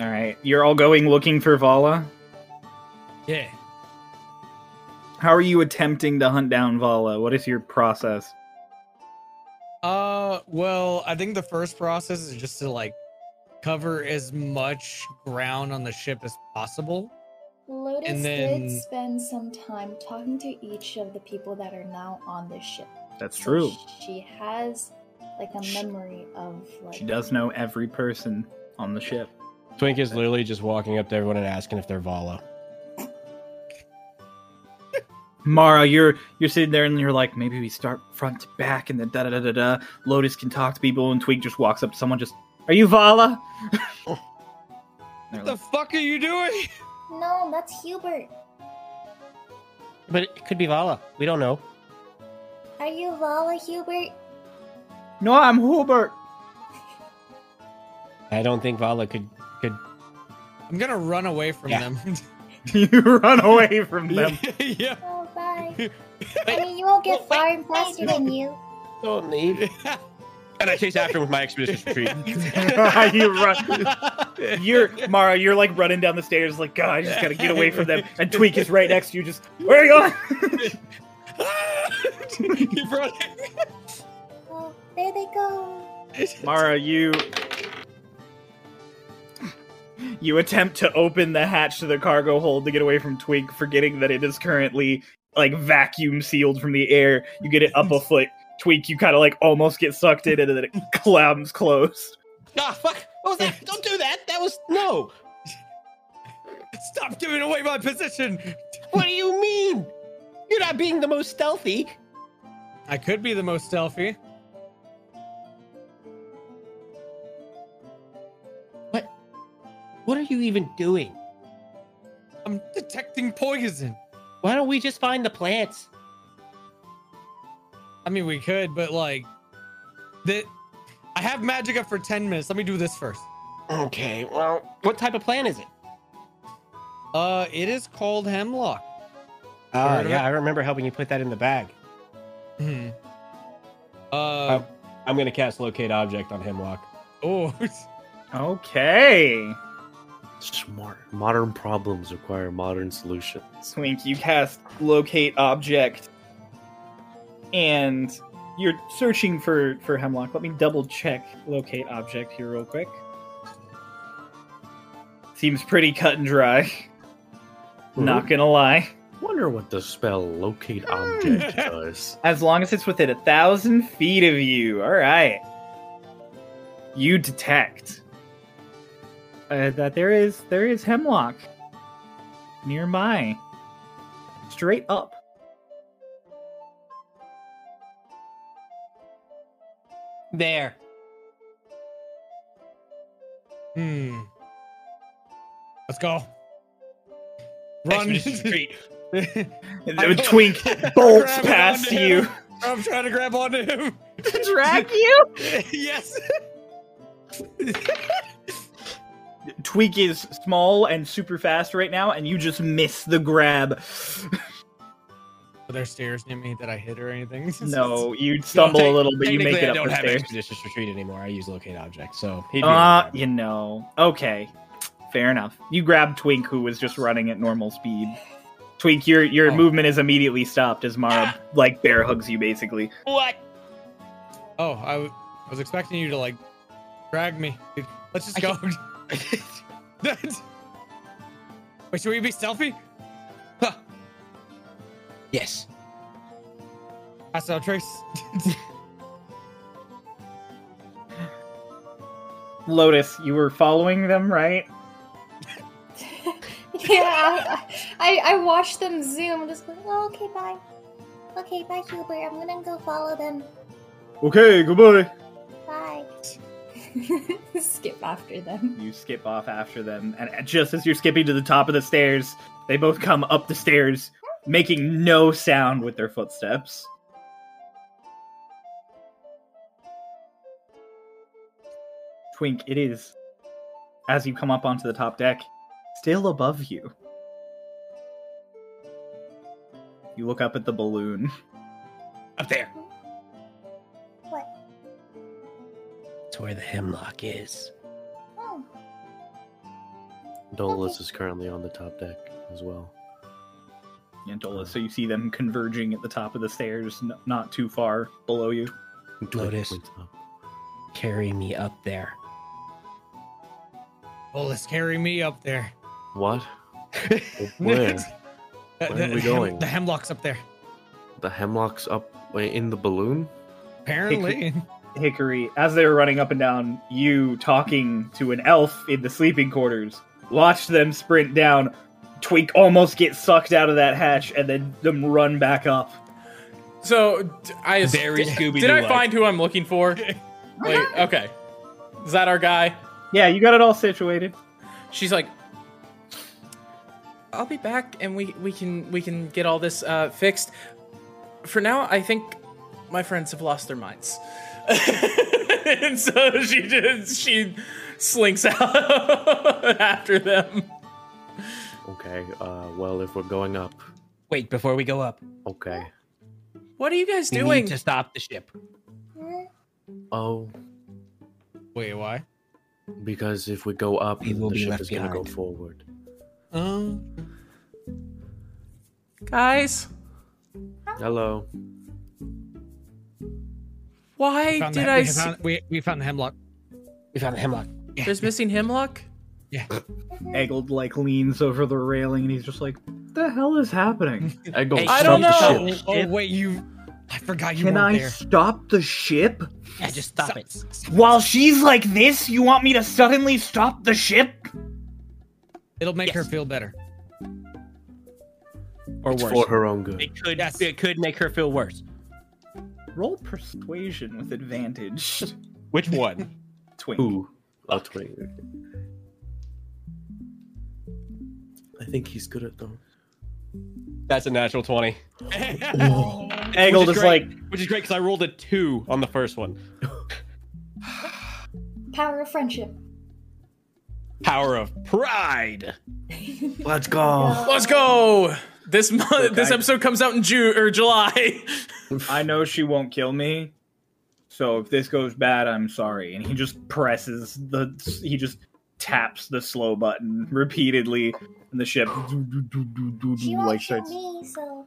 All right. You're all going looking for Vala. Yeah. How are you attempting to hunt down Vala? What is your process? Uh, well, I think the first process is just to like cover as much ground on the ship as possible. Lotus And then- did spend some time talking to each of the people that are now on the ship. That's So She has like a She- memory of like She does know every person on the ship. Twink is literally just walking up to everyone and asking if they're Vala. Mara, you're you're sitting there and you're like, maybe we start front to back and then da da da da da. Lotus can talk to people and Twig just walks up to someone just Are you Vala? They're What like, the fuck are you doing? No, that's Hubert. But it could be Vala. We don't know. Are you Vala Hubert? no, I'm Hubert. I don't think Vala could could. I'm gonna run away from Yeah. them. you run away from them. yeah. Oh bye. I mean you won't get far and faster than you. Don't leave. And I chase after him with my expedition retreat. you run You're Mara, you're like running down the stairs like, God, I just gotta get away from them. And Tweak is right next to you, just where are you going? Keep running. Oh, there they go. Mara, you you attempt to open the hatch to the cargo hold to get away from Twig, forgetting that it is currently like vacuum sealed from the air. You get it up a foot. Tweak, you kind of like almost get sucked in, and then it clams closed. Ah, fuck! What was that? Don't do that. That was no. Stop giving away my position. What do you mean? You're not being the most stealthy. I could be the most stealthy. What are you even doing? I'm detecting poison. Why don't we just find the plants? I mean, we could, but like, that. I have magic up for ten minutes. Let me do this first. Okay, well, what type of plant is it? Uh, it is called hemlock. Oh, Heard of yeah, it? I remember helping you put that in the bag. Hmm. Uh, I'm gonna cast locate object on hemlock. oh, Okay. Smart. Modern problems require modern solutions. Swink, you cast locate object, and you're searching for for hemlock. Let me double check locate object here real quick. Seems pretty cut and dry. Not gonna lie. Wonder what the spell locate object does. As long as it's within a thousand feet of you. All right. You detect uh, that there is there is hemlock nearby, straight up. There. hmm. Let's go. Run. I- Twink bolts Grab it past onto you. him. I'm trying to grab onto him. Drag you. yes. Twink is small and super fast right now, and you just miss the grab. Are there stairs near me that I hit or anything? No, you stumble a tec- little, but you make Technically, it I up don't the have stairs. expeditious retreat anymore. I use locate object, so he'd be Uh, able to you know. Okay. Fair enough. You grab Twink, who was just running at normal speed. Twink, your your Oh. movement is immediately stopped as Mara like bear hugs you basically. Oh, I, w- I was expecting you to like drag me. Let's just go. That's- Wait, should we be stealthy? Huh, grab it. Yes. I saw a trace. Lotus, you were following them, right? yeah, I, I, I watched them zoom. Just like, oh, okay, bye. Okay, bye, Hubert. I'm gonna go follow them. Okay, goodbye. Bye. Skip after them. You skip off after them, and just as you're skipping to the top of the stairs, they both come up the stairs, making no sound with their footsteps. Twink, it is, as you come up onto the top deck, still above you. You look up at the balloon. Up there. What? It's where the hemlock is. Oh, Dolus is currently on the top deck as well. And Dola, so you see them converging at the top of the stairs, n- not too far below you. Lotus. Twink points up. Carry me up there. Well, let's carry me up there. What? Where? Where Uh, are the- we the going? Hem- the hemlock's up there. the hemlock's up wait, in the balloon? Apparently. Hickory, as they were running up and down, you talking to an elf in the sleeping quarters, watch them sprint down, Twink almost get sucked out of that hatch, and then them run back up. So d- I Very Scooby-Doo did I like. find who I'm looking for? Wait, okay. Is that our guy? Yeah, you got it all situated. She's like, I'll be back, and we we can we can get all this uh, fixed. For now, I think my friends have lost their minds, and so she just she slinks out after them. Okay, uh, well, if we're going up, Wait, before we go up, okay. What are you guys we doing? need to stop the ship. hmm? Oh, Wait, why? because if we go up, We will the be ship left is going to go behind. forward. Um, Guys, Hello. why found the- did I? we, s- found, we, we found the hemlock. We found the hemlock. There's missing hemlock. Eggled like leans over the railing, and he's just like, "The hell is happening? I, go I stop don't know. the ship. Oh, wait, you. I forgot you Can weren't I there. stop the ship?" Yeah, just stop Stop. it. While she's like this, you want me to suddenly stop the ship? It'll make her Yes. feel better. or It's worse. for her own good. It could Yes. it could make her feel worse. Roll persuasion with advantage. Which one? Twink. Ooh, I'll twink. I think he's good at those. That's a natural twenty. Eggle Which is just great. like Which is great because I rolled a two on the first one. Power of friendship. Power of pride. Let's go. Let's go. Oh, This month, this I- episode comes out in June or July. I know she won't kill me. So if this goes bad, I'm sorry. And he just presses the he just taps the slow button repeatedly and the ship She won't like kill starts. me, so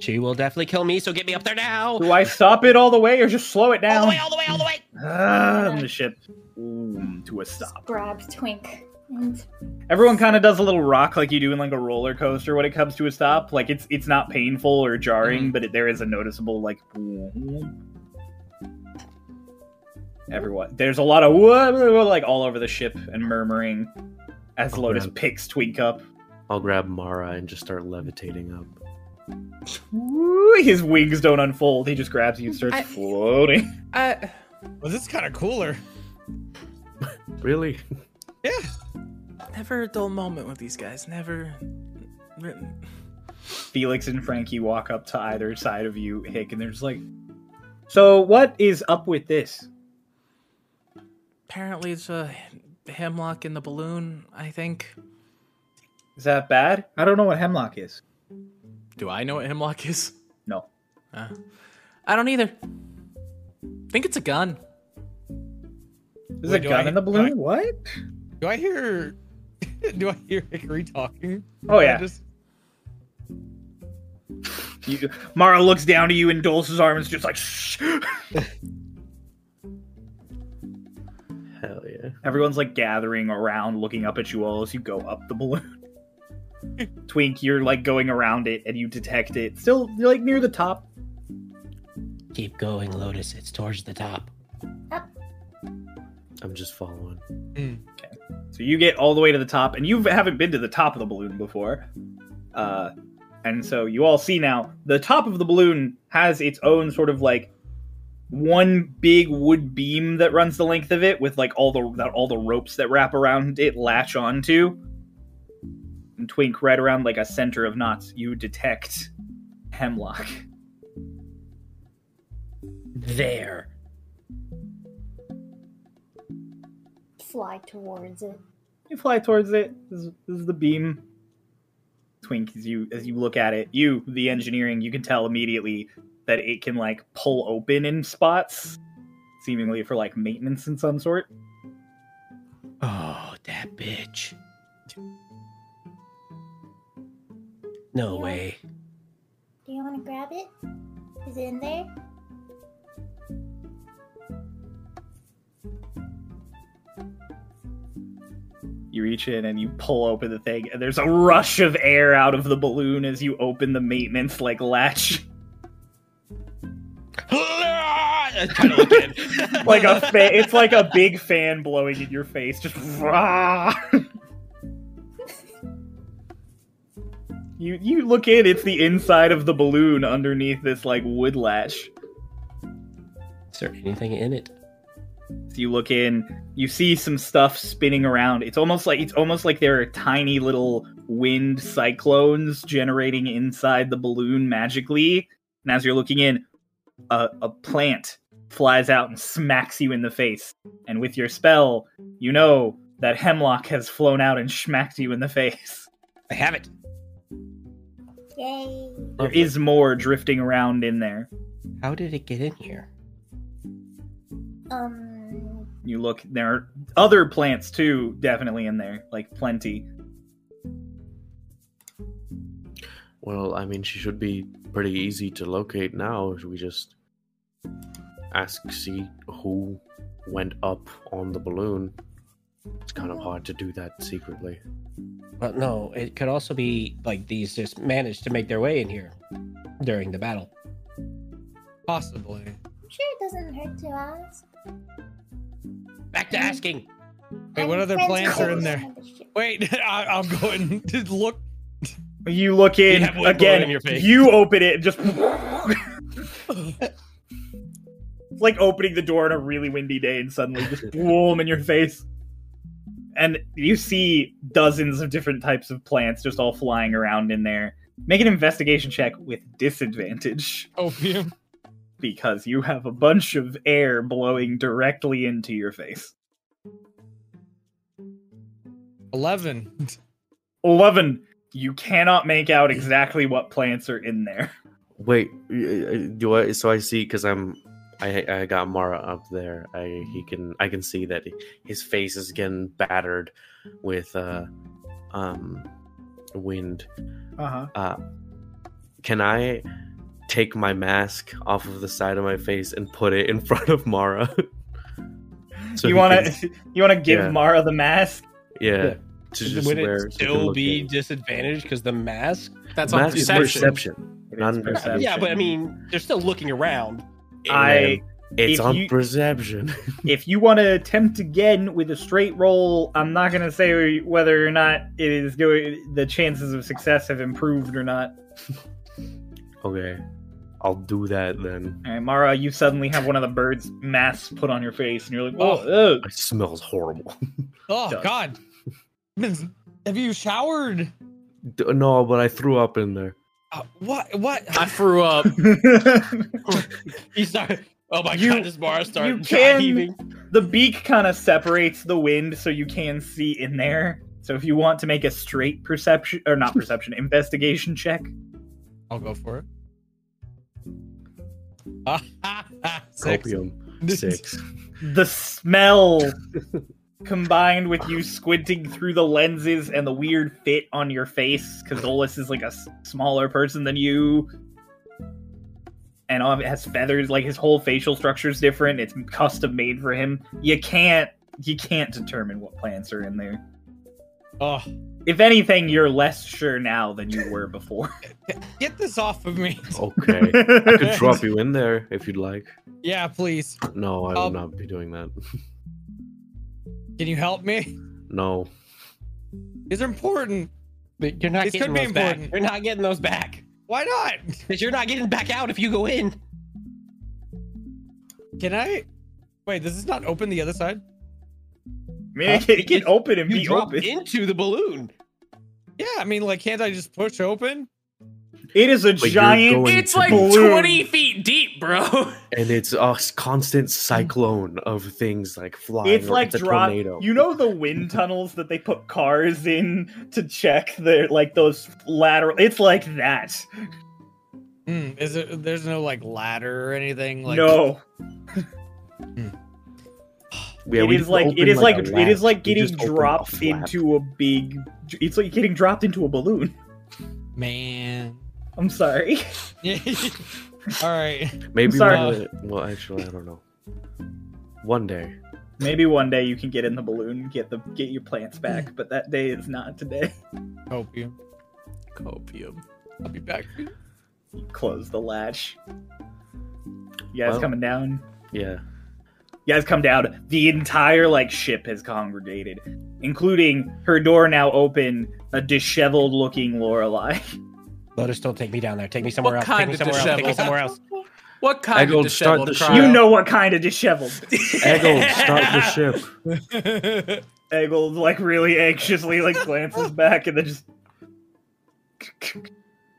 She will definitely kill me, so get me up there now. Do I stop it all the way or just slow it All the down? way, all the way, all the way. Ah, and the ship boom, to a just stop. grab Twink and Everyone kind of does a little rock like you do in like a roller coaster when it comes to a stop. Like it's it's not painful or jarring, Mm-hmm. but it, there is a noticeable like. Everyone, there's a lot of "Whoa," blah, blah, like all over the ship and murmuring as Lotus man. picks Twink up. I'll grab Mara and just start levitating up. Woo, His wings don't unfold; he just grabs you and starts I- floating. I, Well, this is kind of cooler. Really? Yeah. never a dull moment with these guys. Never. Felix and Frankie walk up to either side of you, Hick, and they're just like, "So what is up with this?" Apparently, it's a hemlock in the balloon. I think. Is that bad? I don't know what hemlock is. Do I know what hemlock is? Uh, No. I don't either. think it's a gun. There's Wait, a do gun I- in the balloon? do I- What? Do I hear? Do I hear Hickory talking? Oh I yeah. just- You, Mara looks down to you in Dulce's arms, just like shh. Hell yeah. Everyone's like gathering around, looking up at you all as you go up the balloon. Twink, you're like going around it, and you detect it. Still, you're like near the top. Keep going, Lotus. It's towards the top. I'm just following. So you get all the way to the top, and you haven't been to the top of the balloon before. Uh, and so you all see now the top of the balloon has its own sort of like one big wood beam that runs the length of it, with like all the that all the ropes that wrap around it latch onto. And twink right around like a center of knots, you detect hemlock. There. fly towards it. You fly towards it. This is, this is the beam. Twink, as you as you look at it, you the engineering, you can tell immediately that it can like pull open in spots, seemingly for like maintenance in some sort. Oh, that bitch. No way. Do you want to grab it? Is it in there? You reach in and you pull open the thing, and there's a rush of air out of the balloon as you open the maintenance like latch, I try to look in. like a fa- it's like a big fan blowing in your face, just rah. You you look in, it's the inside of the balloon underneath this like wood latch. Is there anything in it? So you look in, you see some stuff spinning around. It's almost like it's almost like there are tiny little wind cyclones generating inside the balloon magically. And as you're looking in, a, a plant flies out and smacks you in the face. And with your spell, you know that hemlock has flown out and smacked you in the face. I have it. Yay! There is more drifting around in there. How did it get in here? Um, You look, there are other plants too, definitely in there, like plenty. Well, I mean, she should be pretty easy to locate now. If we just ask, see who went up on the balloon. It's kind of hard to do that secretly. Well, Uh, no, it could also be like these just managed to make their way in here during the battle. Possibly. sure, it doesn't hurt to ask. Back to asking. Wait, I'm what other friends plants with are in the there? son of the ship. Wait, I, I'm going to look. You look in You have one again. blow in your face. you open it, just It's like opening the door on a really windy day, and suddenly just boom in your face. And you see dozens of different types of plants just all flying around in there. Make an investigation check with disadvantage Oh, Opium. because you have a bunch of air blowing directly into your face. 11. Eleven. You cannot make out exactly what plants are in there. Wait, y- y- do I? So I see because I'm, I I got Mara up there. I he can I can see that his face is getting battered with uh, um, wind. Uh huh. Uh, can I take my mask off of the side of my face and put it in front of Mara? So he you want can- to you want to give Yeah. Mara the mask? yeah. Yeah. To just Would it wear, so she can Still look be in. Disadvantage because the mask. That's on mask is perception. perception. Not It's an perception. Yeah, Yeah, but I mean, they're still looking around. I It's if on you- perception. if you want to attempt again with a straight roll, I'm not going to say whether or not it is going. The chances of success have improved or not. okay, I'll do that then. All right, Mara, you suddenly have one of the birds' masks put on your face, and you're like, oh, ugh. It smells horrible. Oh, Does. God. Have you showered? D- No, but I threw up in there. Uh, what? What? I threw up. He started. Oh my You- god, this bar started you can- heaving. the beak kind of separates the wind, so you can see in there. So if you want to make a straight perception or not perception investigation check, I'll go for it. Six. Copium. Six. the smell combined with you squinting through the lenses and the weird fit on your face because Dolus is like a s- smaller person than you and um, it has feathers like his whole facial structure is different it's custom made for him you can't you can't determine what plants are in there Oh, if anything you're less sure now than you were before get this off of me. Okay. I could drop you in there if you'd like. Yeah, please. No, I Um, will not be doing that. Can you help me? No. These are important. But you're not This getting could be those back. important. You're not getting those back Why not? because you're not getting back out if you go in. Can I? Wait, does this not open the other side? i mean it can, it can open and Uh, You be drop open into the balloon. Yeah, I mean, like, can't I just push open? it is a you're giant going- It's like Balloon. 20 feet deep, bro. And it's a s- constant cyclone of things like flying. It's or like a drop. tornado. You know the wind tunnels that they put cars in to check their like those lateral. It's like that. Hmm, is it? There's no like ladder or anything. Like, no, Yeah, it we is just like it open is like, a it is latch. like We getting just open a dropped flap. into a big. It's like getting dropped into a balloon. man. I'm sorry. All right. Maybe sorry. one of the- well, actually, I don't know. One day. Maybe one day you can get in the balloon, and get the get your plants back, but that day is not today. Help you. Copium. I'll be back. Close the latch. You guys Well. coming down? Yeah. You guys come down. The entire like ship has congregated, including her door now open. A disheveled-looking Lorelai. Lotus, don't take me down there. Take me somewhere else. Take kind me of somewhere else. Take me disheveled? somewhere else. What kind of Eggold, start disheveled the crowd? show. You know what kind of disheveled. Eggle, start the ship. Eggle like really anxiously like glances back and then just.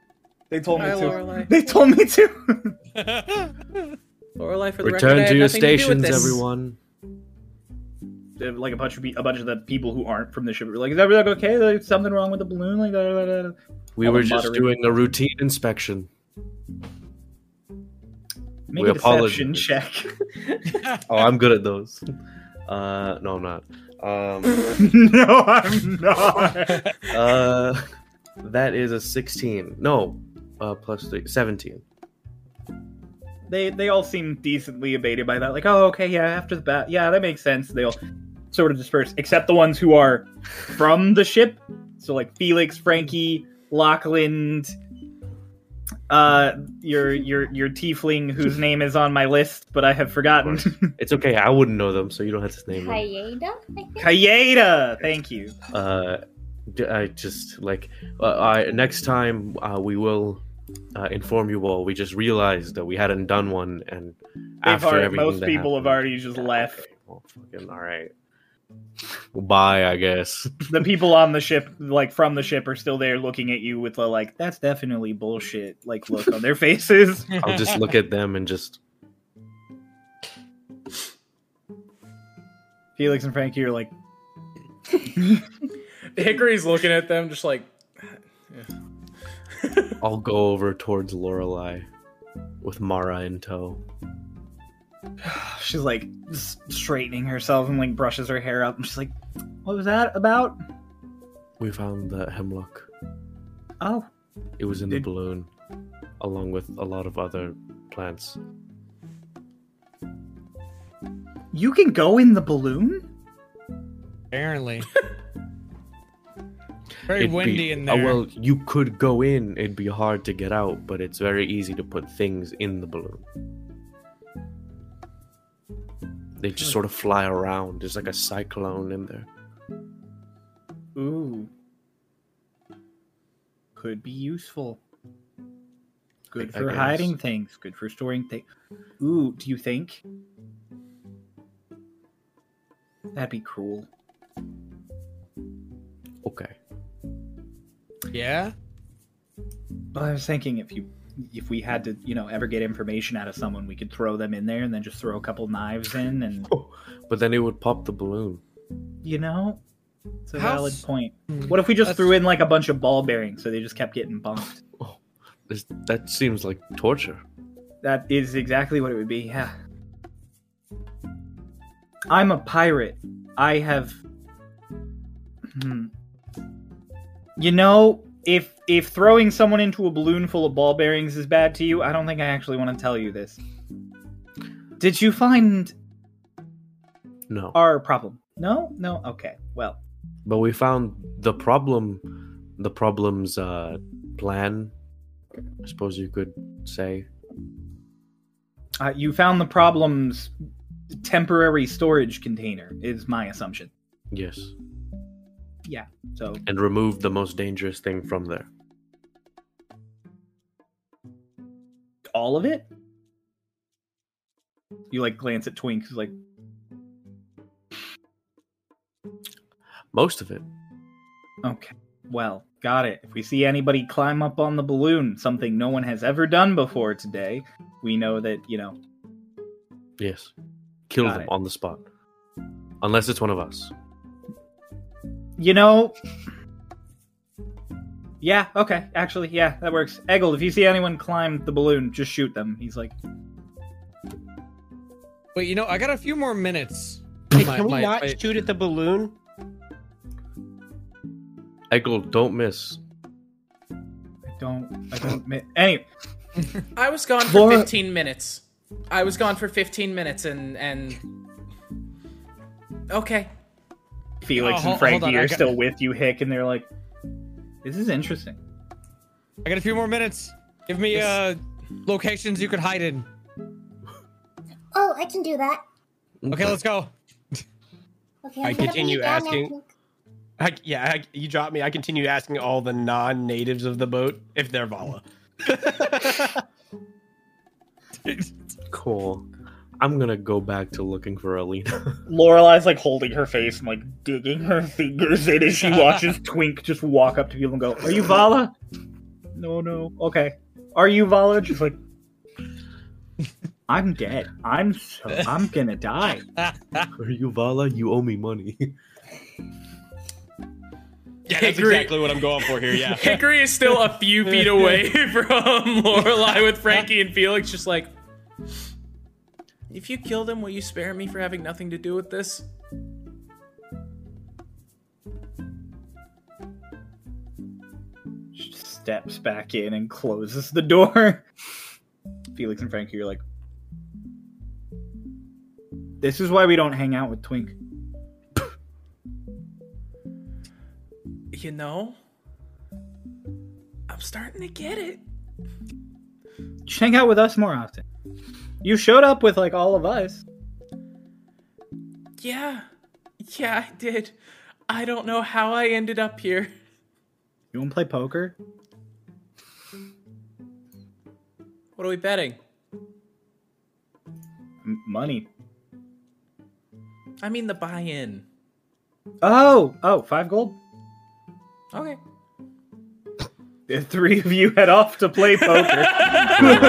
They told me to. They told me to. Lorelai for the record, I Return had to your nothing do with stations, this. everyone. like a bunch of pe- a bunch of the people who aren't from the ship were like, "Is everything okay? Like, something wrong with the balloon?" Like, da, da, da, da. We All were the just moderators. doing a routine inspection. make We a deception apologize. check. Oh, I'm good at those. Uh, no, I'm not. Um, no, I'm not. uh, that is a 16. No, uh, plus three, 17. they they all seem decently abated by that. Like, oh, okay, yeah, after the bat, yeah, that makes sense. They all sort of disperse, except the ones who are from the ship. So like Felix, Frankie, Lachlan, uh, your your your tiefling whose name is on my list, but I have forgotten. It's okay. I wouldn't know them, so you don't have to name them. Hayeda, I think. Kayeda, thank you. Uh, d- I just like uh, I, next time uh, we will uh, inform you all. We just realized that we hadn't done one, and after already- everything most that people have happened- already just Yeah, left. okay. Well, fucking all right. Well, bye, I guess. The people on the ship, like from the ship, are still there looking at you with the like, that's definitely bullshit. Like look on their faces. I'll just look at them and just Felix and Frankie are like, Hickory's looking at them, just like I'll go over towards Lorelei with Mara in tow. she's like s- straightening herself and like brushes her hair up, and she's like, what was that about? We found the hemlock. Oh, It was in the Did- balloon, along with a lot of other plants. you can go in the balloon. Apparently. Very It'd be- windy in uh, there. well, you could go in. It'd be hard to get out, but it's very easy to put things in the balloon. They just sort of fly around. There's like a cyclone in there. Ooh, could be useful. Good I for guess. hiding things. Good for storing things. Ooh, do you think? That'd be cruel. Okay. yeah. Well, I was thinking if you if we had to, you know, ever get information out of someone, we could throw them in there and then just throw a couple knives in and But then it would pop the balloon. you know, it's a How valid s- hmm. point. What if we just That's- threw in like a bunch of ball bearings so they just kept getting bumped? This, that seems like torture. That is exactly what it would be. Yeah. I'm a pirate. I have. Hmm. You know, if if throwing someone into a balloon full of ball bearings is bad to you, I don't think I actually want to tell you this. Did you find No. our problem? No, no. Okay. Well, But we found the problem, the problem's uh, plan. I suppose you could say. uh, you found the problem's temporary storage container. Is my assumption. Yes. So And remove the most dangerous thing from there. all of it? You like glance at Twink, who's like, Most of it. okay, well, got it. If we see anybody climb up on the balloon, something no one has ever done before today, we know that, you know, Yes. Kill Got them it. on the spot. Unless it's one of us. you know. Yeah, okay, actually, yeah, that works. Eggle, if you see anyone climb the balloon, just shoot them. He's like, But you know, I got a few more minutes. Hey, My- can we my- not my- shoot at the balloon? Eggle, don't miss. I don't, I don't, mi- anyway, I was gone for Laura- 15 minutes. I was gone for 15 minutes and and Okay. Oh, hol- Felix and hold Frankie on, I are got- still with you, Hick, and they're like, this is interesting. I got a few more minutes. Give me uh locations you could hide in. Oh, I can do that. Okay, let's go. Okay, I'm I gonna put continue it down asking. at Twink. I, yeah, I, you dropped me. I continue asking all the non-natives of the boat if they're Vala. Cool. I'm gonna go back to looking for Alina. Lorelai's like holding her face and like digging her fingers in as she watches Twink just walk up to people and go, "Are you Vala?" No, no. Okay. Are you Vala? She's like, I'm dead. I'm so I'm gonna die. Are you Vala? You owe me money. Yeah, that's Hickory. exactly what I'm going for here. Yeah. Hickory is still a few feet away from Lorelai with Frankie and Felix just like If you kill them, will you spare me for having nothing to do with this? She steps back in and closes the door. Felix and Frankie are like, "This is why we don't hang out with Twink." You know? I'm starting to get it. Just hang out with us more often. You showed up with like all of us. Yeah. Yeah, I did. I don't know how I ended up here. You want to play poker? What are we betting? M- money. I mean the buy-in. Oh, oh, five gold. Okay. The three of you head off to play poker. Wait a minute,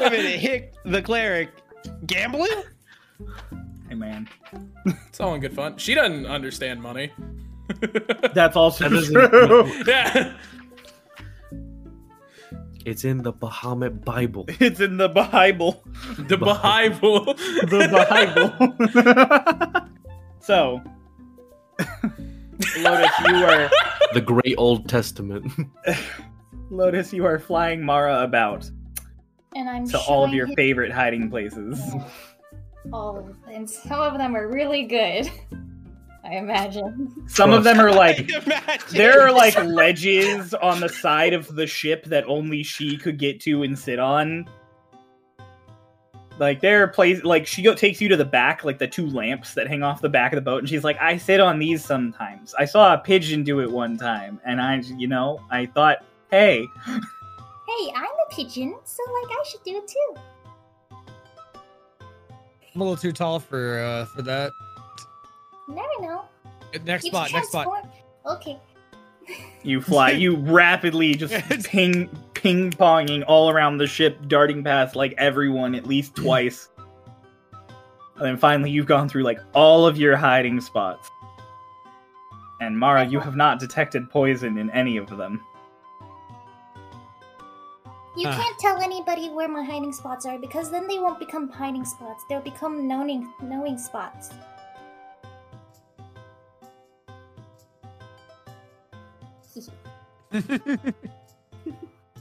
wait a minute. Hick, the cleric, gambling? hey man, It's all in good fun. She doesn't understand money. that's also doesn't- true. yeah. It's in the Bahamut Bible. it's in the Bible. The Bible. The Bible. so, Lotus, you are the Great Old Testament. Lotus, you are flying Mara about And I'm to all of showing your him favorite hiding places. all of them. And some of them are really good. I imagine. Some of them are like Imagine. there are like ledges on the side of the ship that only she could get to and sit on. Like there are places like she go- takes you to the back, like the two lamps that hang off the back of the boat, and she's like, "I sit on these sometimes. I saw a pigeon do it one time, and I, you know, I thought, hey, Hey, I'm a pigeon, so like I should do it too. I'm a little too tall for uh, for that. You never know. Next You spot. can Next spot. transform- Okay. you fly, you rapidly just ping ping ponging all around the ship, darting past like everyone at least twice, and then finally you've gone through like all of your hiding spots. And Mara, you have not detected poison in any of them. You Ah. can't tell anybody where my hiding spots are because then they won't become hiding spots. They'll become knowing knowing spots.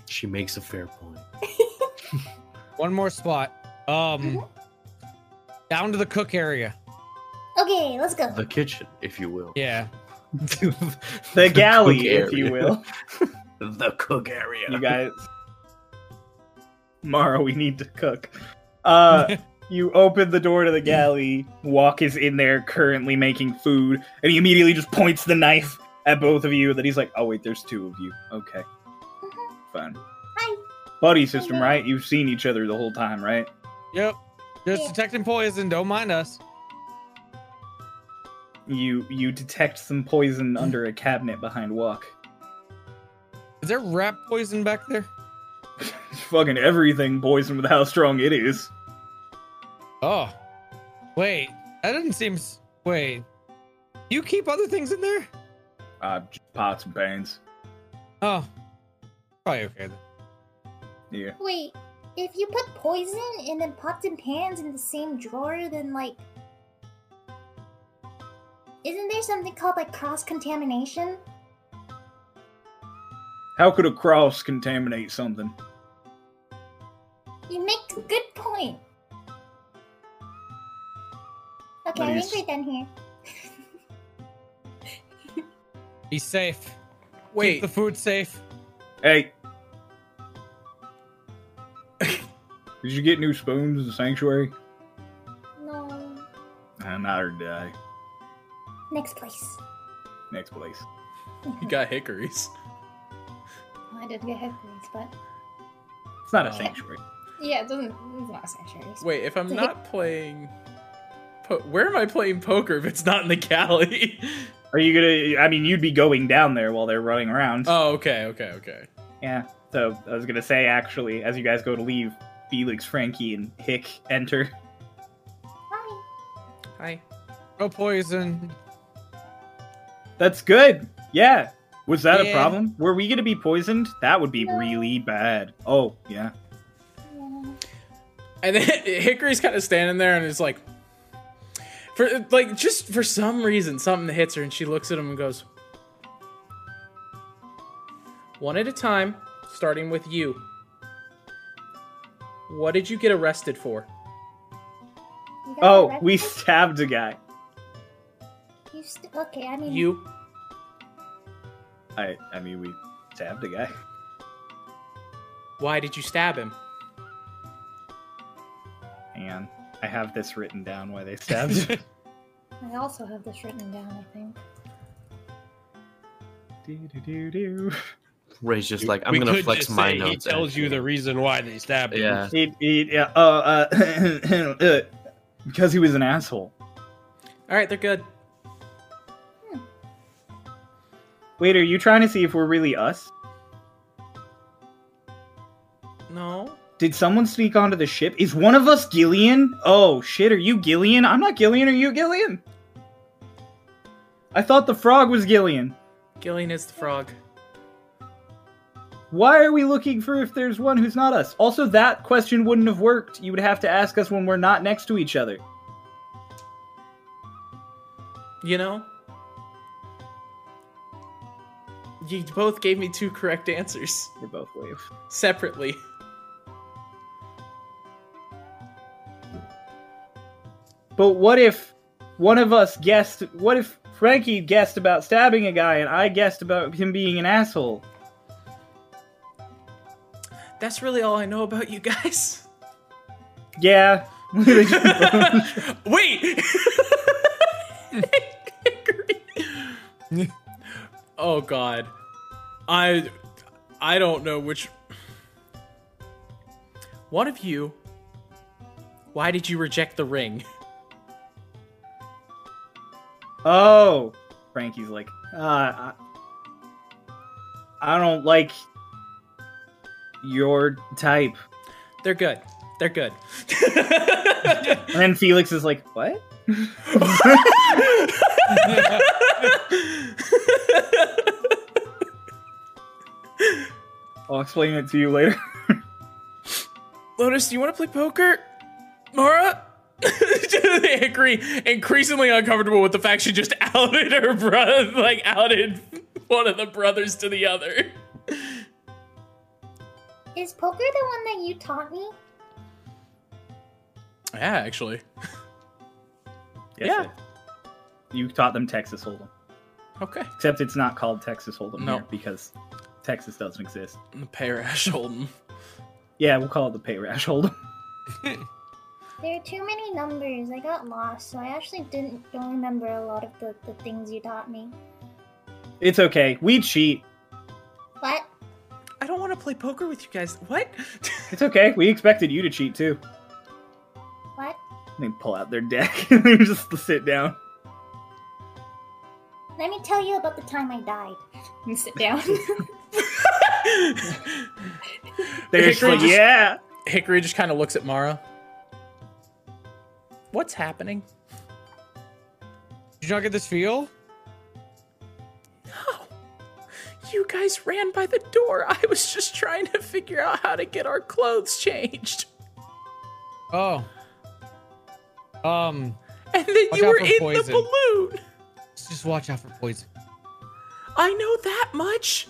She makes a fair point. One more spot. Um, down to the cook area. Okay, let's go. The kitchen, if you will. Yeah. the, The cook galley, if you area. will. The cook area. You guys. Mara, we need to cook. Uh, you open the door to the galley. Walk is in there currently making food, and he immediately just points the knife at both of you. That he's like, "Oh wait, there's two of you. Okay, Mhm. fine. Hi. Buddy system, right? You've seen each other the whole time, right? Yep. Just Yeah. detecting poison. Don't mind us. You you detect some poison under a cabinet behind Walk. Is there rat poison back there? Fucking everything poison with how strong it is. Oh. Wait. That doesn't seem. s- Wait. You keep other things in there? Uh, just pots and pans. Oh. Probably okay then. Yeah. Wait, if you put poison and then pots and pans in the same drawer, then like, isn't there something called like cross contamination? How could a cross contaminate something? You make a good point. Okay, I Nice. think we're done here. Be safe. Keep Wait. the food safe. Hey. Did you get new spoons in the sanctuary? No, I'm out or die. next place. Next place. You got hickories. I did get headphones, but It's not Oh. a sanctuary. yeah, it doesn't. It's not sanctuary. Wait, if I'm Hick- not playing po- where am I playing poker if it's not in the galley? Are you gonna? I mean, you'd be going down there while they're running around. oh, okay, okay, okay. yeah. So I was gonna say, actually, as you guys go to leave, Felix, Frankie, and Hick enter. Hi. Hi. No poison. That's good. Yeah. Was that a Yeah. problem? Were we gonna be poisoned? That would be No. really bad. Oh yeah. Yeah. And then Hickory's kind of standing there and is like, for like just for some reason something hits her and she looks at him and goes, one at a time, starting with you. What did you get arrested for? You got Oh, arrested? we stabbed a guy. You st- okay, I mean, You. I. I mean, we stabbed a guy. Why did you stab him? Hang on. I have this written down why they stabbed. I also have this written down, I think. do, do, do, do. Ray's just like, I'm We gonna could flex just my say notes. He tells you actually. the reason why they stabbed him. Yeah. It, it, yeah, oh, uh, uh, because he was an asshole. All right, they're good. Wait, are you trying to see if we're really us? No. Did someone sneak onto the ship? Is one of us Gillian? Oh shit, are you Gillian? I'm not Gillian, are you Gillian? I thought the frog was Gillian. Gillian is the frog. Why are we looking for if there's one who's not us? Also, that question wouldn't have worked. You would have to ask us when we're not next to each other. You know? You both gave me two correct answers You're both wave. separately. But what if one of us guessed? What if Frankie guessed about stabbing a guy and I guessed about him being an asshole? That's really all I know about you guys. Yeah. Wait! oh god. I I don't know which One of you Why did you reject the ring? oh, Frankie's like, uh, I, I don't like your type. They're good. They're good. And then Felix is like, what? I'll explain it to you later. Lotus, do you want to play poker? Mara? they agree, increasingly uncomfortable with the fact she just outed her brother, like outed one of the brothers to the other. Is poker the one that you taught me? Yeah, actually. Yes, I- You taught them Texas Hold'em. Okay. Except it's not called Texas Hold'em No. here because Texas doesn't exist. The Parash Holden. Yeah, we'll call it the pay rash Hold'em. There are too many numbers. I got lost, so I actually didn't don't remember a lot of the, the things you taught me. It's okay. We cheat. But I don't want to play poker with you guys. What? It's okay. We expected you to cheat too. what? They pull out their deck and they just sit down. Let me tell you about the time I died. And sit down. They're just Hickory like, just- yeah. Hickory just kind of looks at Mara. What's happening? Did you not get this feel? You guys ran by the door. I was just trying to figure out how to get our clothes changed. Oh. Um, And then Watch you out were for in poison. the balloon. just watch out for poison. I know that much.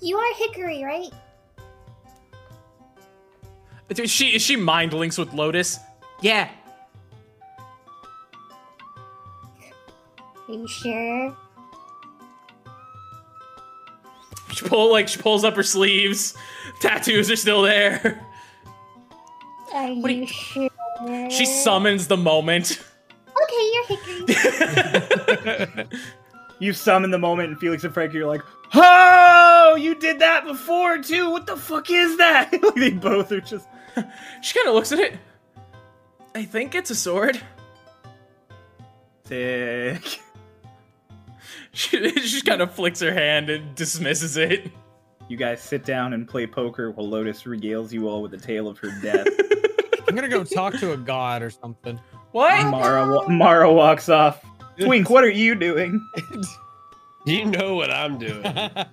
you are Hickory, right? Dude, she is she mind links with Lotus? Yeah. Are you sure? She pull like she pulls up her sleeves. Tattoos are still there. Are do you sure? She Oh. summons the moment. Okay, you're Hickory. You summon the moment, and Felix and Frankie are like, "Oh, you did that before too. What the fuck is that?" Like, they both are just. She kind of looks at it. I think it's a sword. Sick. She, she just kind of flicks her hand and dismisses it. You guys sit down and play poker while Lotus regales you all with the tale of her death. I'm gonna go talk to a god or something. What? Mara, wa- Mara walks off. Twink, what are you doing? You know what I'm doing. I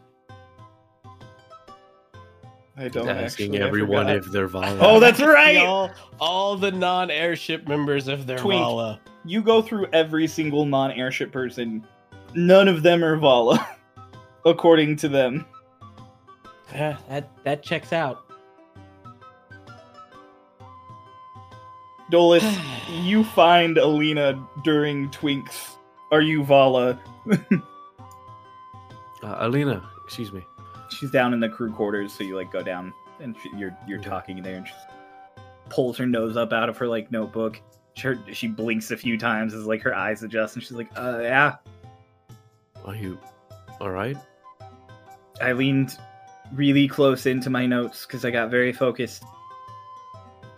don't asking everyone if they're violent. Oh, that's right. all, all the non-airship members of their Tweet. Vala. You go through every single non-airship person. None of them are Vala, according to them. Yeah, Uh, that that checks out. Dolis, you find Alina during Twink's Are You Vala? Uh, Alina, excuse me. She's down in the crew quarters, so you like go down and she, you're you're talking there, and she pulls her nose up out of her like notebook. She, her, she blinks a few times as like her eyes adjust, and she's like, "Uh, yeah." Are you all right? I leaned really close into my notes because I got very focused.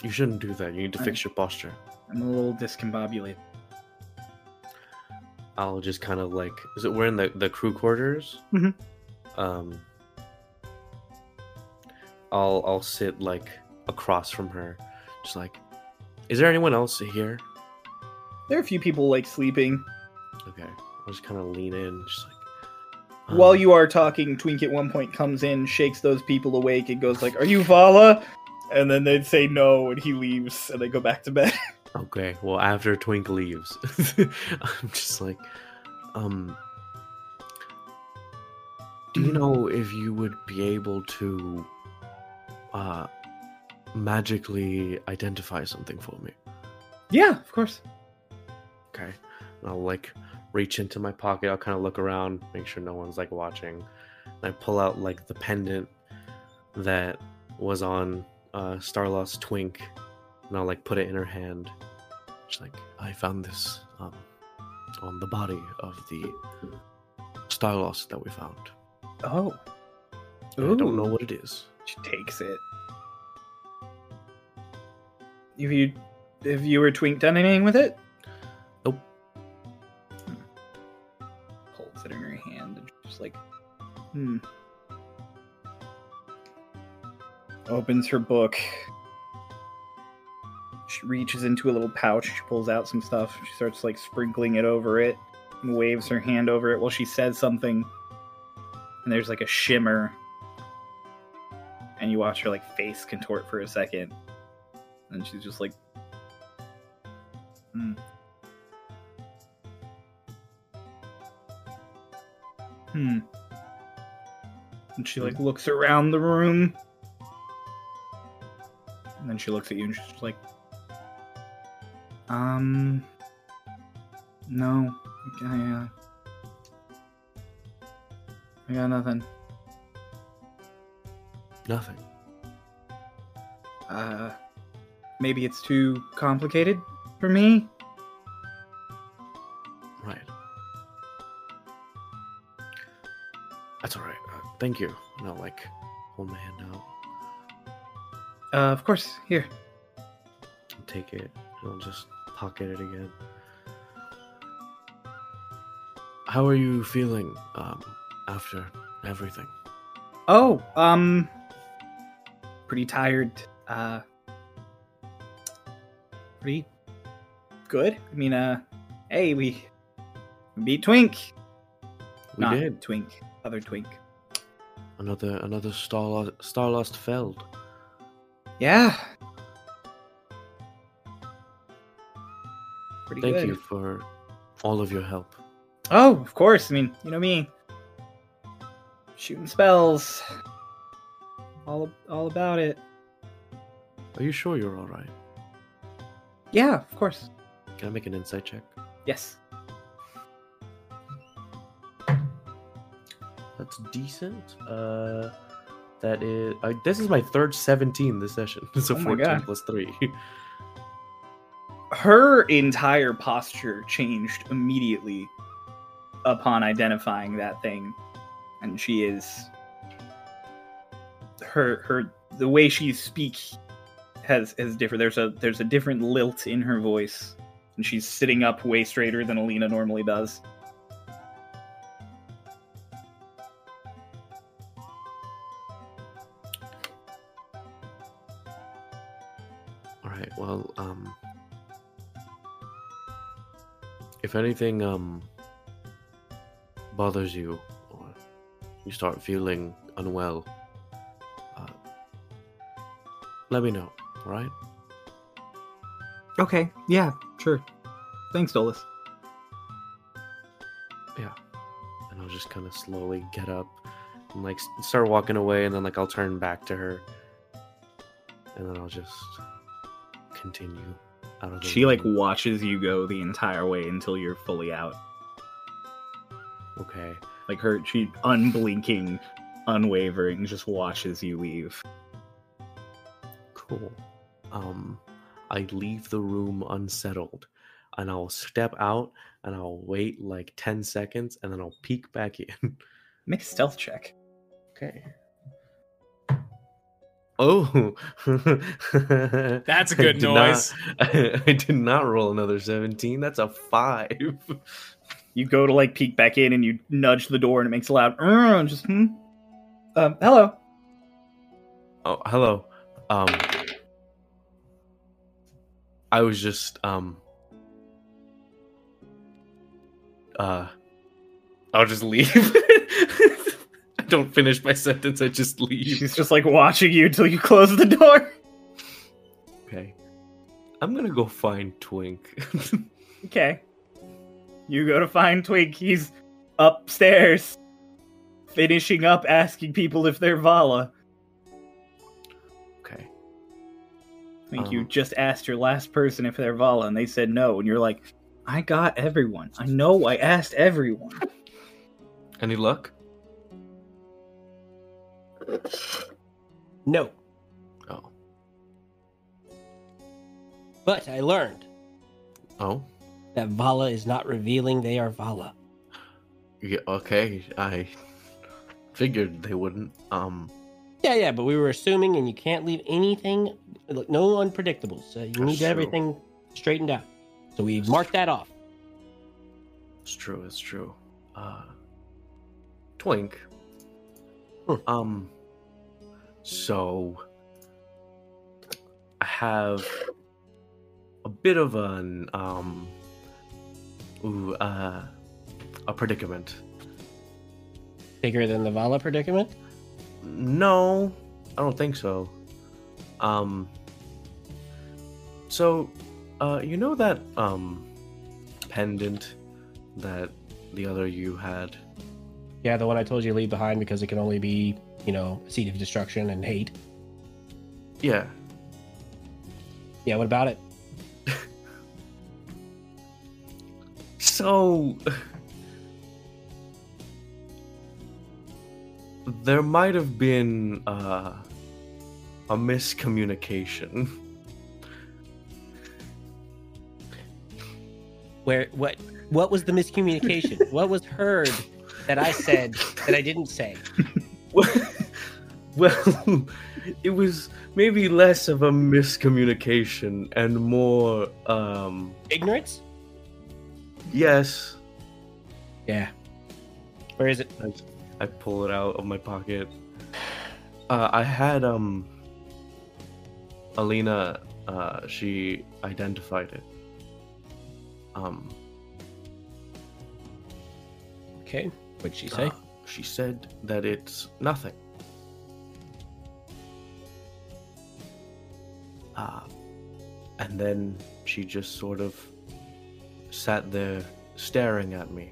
You shouldn't do that. You need to fix your posture. I'm a little discombobulated. I'll just kind of like, is it we're in the, the crew quarters? Mhm. Um, I'll I'll sit like across from her, just like, is there anyone else here? There are a few people like sleeping. Okay, I'll just kind of lean in, just like. While you are talking, Twink at one point comes in, shakes those people awake, and goes like, "Are you Vala?" And then they'd say no, and he leaves, and they go back to bed. Okay, well, after Twink leaves, I'm just like, um, do you know if you would be able to, uh, magically identify something for me? yeah, of course. Okay, and I'll like reach into my pocket. I'll kind of look around, make sure no one's like watching. And I pull out like the pendant that was on uh, Starlost Twink, and I'll like put it in her hand. She's like, I found this um, on the body of the Starlost that we found. Oh, And I don't know what it is. She takes it. Have you, have you or Twink done anything with it? Nope. Hmm. Holds it in her hand and just like, hmm. Opens her book. She reaches into a little pouch. She pulls out some stuff. She starts like sprinkling it over it and waves her hand over it while she says something. And there's like a shimmer and you watch her like face contort for a second and she's just like hmm hmm and she like looks around the room and then she looks at you and she's just like um no i, uh, I got nothing Nothing. Uh, maybe it's too complicated for me. Right. That's all right. Uh, thank you. And I'll like hold my hand out. Uh, of course, here. and take it and I'll just pocket it again. How are you feeling um, after everything? Oh, um, pretty tired. Uh, pretty good. I mean, uh, hey, we beat Twink. We Not did Twink, other Twink. another another star Starlost felled. Yeah. Pretty Thank good. you for all of your help. Oh, of course. I mean, you know me. Shooting spells. All all about it. Are you sure you're all right? Yeah, of course. Can I make an insight check? Yes. That's decent. Uh, that is. I, this is my third 17 this session. So Oh my 14 God. plus three. Her entire posture changed immediately upon identifying that thing. And she is her her the way she speaks has has different there's a there's a different lilt in her voice. And she's sitting up way straighter than Alina normally does. All right. Well, um, if anything um bothers you or you start feeling unwell, uh, let me know. All right. Okay. Yeah. Sure. Thanks, Dolus. And I'll just kind of slowly get up and like s- start walking away, and then like I'll turn back to her, and then I'll just continue out of the She like room. watches you go the entire way until you're fully out. okay. Like her, she unblinking, unwavering, just watches you leave. cool. Um, I leave the room unsettled, and I'll step out and I'll wait like ten seconds, and then I'll peek back in. Make a stealth check. Okay. Oh, That's I a good did not- noise. I, did not roll another seventeen. That's a five. You go to like peek back in and you nudge the door and it makes a loud "Urgh," and just hmm. Um, hello. Oh, hello. Um, I was just um, uh, I'll just leave. I don't finish my sentence. I just leave. She's just like watching you till you close the door. Okay, I'm gonna go find Twink. Okay. You go to find Twig. He's upstairs, finishing up asking people if they're Vala. okay. I think you Um. just asked your last person if they're Vala, and they said no, and you're like, I got everyone. I know I asked everyone. Any luck? No, Oh. but I learned Oh. that Vala is not revealing they are Vala. Yeah, okay. I figured they wouldn't. Um. Yeah, yeah, but we were assuming, and you can't leave anything, look, no unpredictables. So you need true. everything straightened out. So we marked that off. It's true. It's true. Uh, Twink. Hmm. Um. So I have a bit of an um. Ooh, uh, a predicament. Bigger than the Vala predicament. No, I don't think so. Um. So, uh, you know that um pendant that the other you had. Yeah, the one I told you to leave behind because it can only be, you know, seed of destruction and hate. Yeah, Yeah, what about it? So there might have been uh, a miscommunication. Where what what was the miscommunication? what was heard that I said that I didn't say? well, it was maybe less of a miscommunication and more um Ignorance? yes, Yeah. Where is it? I pull it out of my pocket. Uh, I had um Alina uh she identified it. Um Okay. What'd she say? Uh, she said that it's nothing. Uh, and then she just sort of sat there staring at me.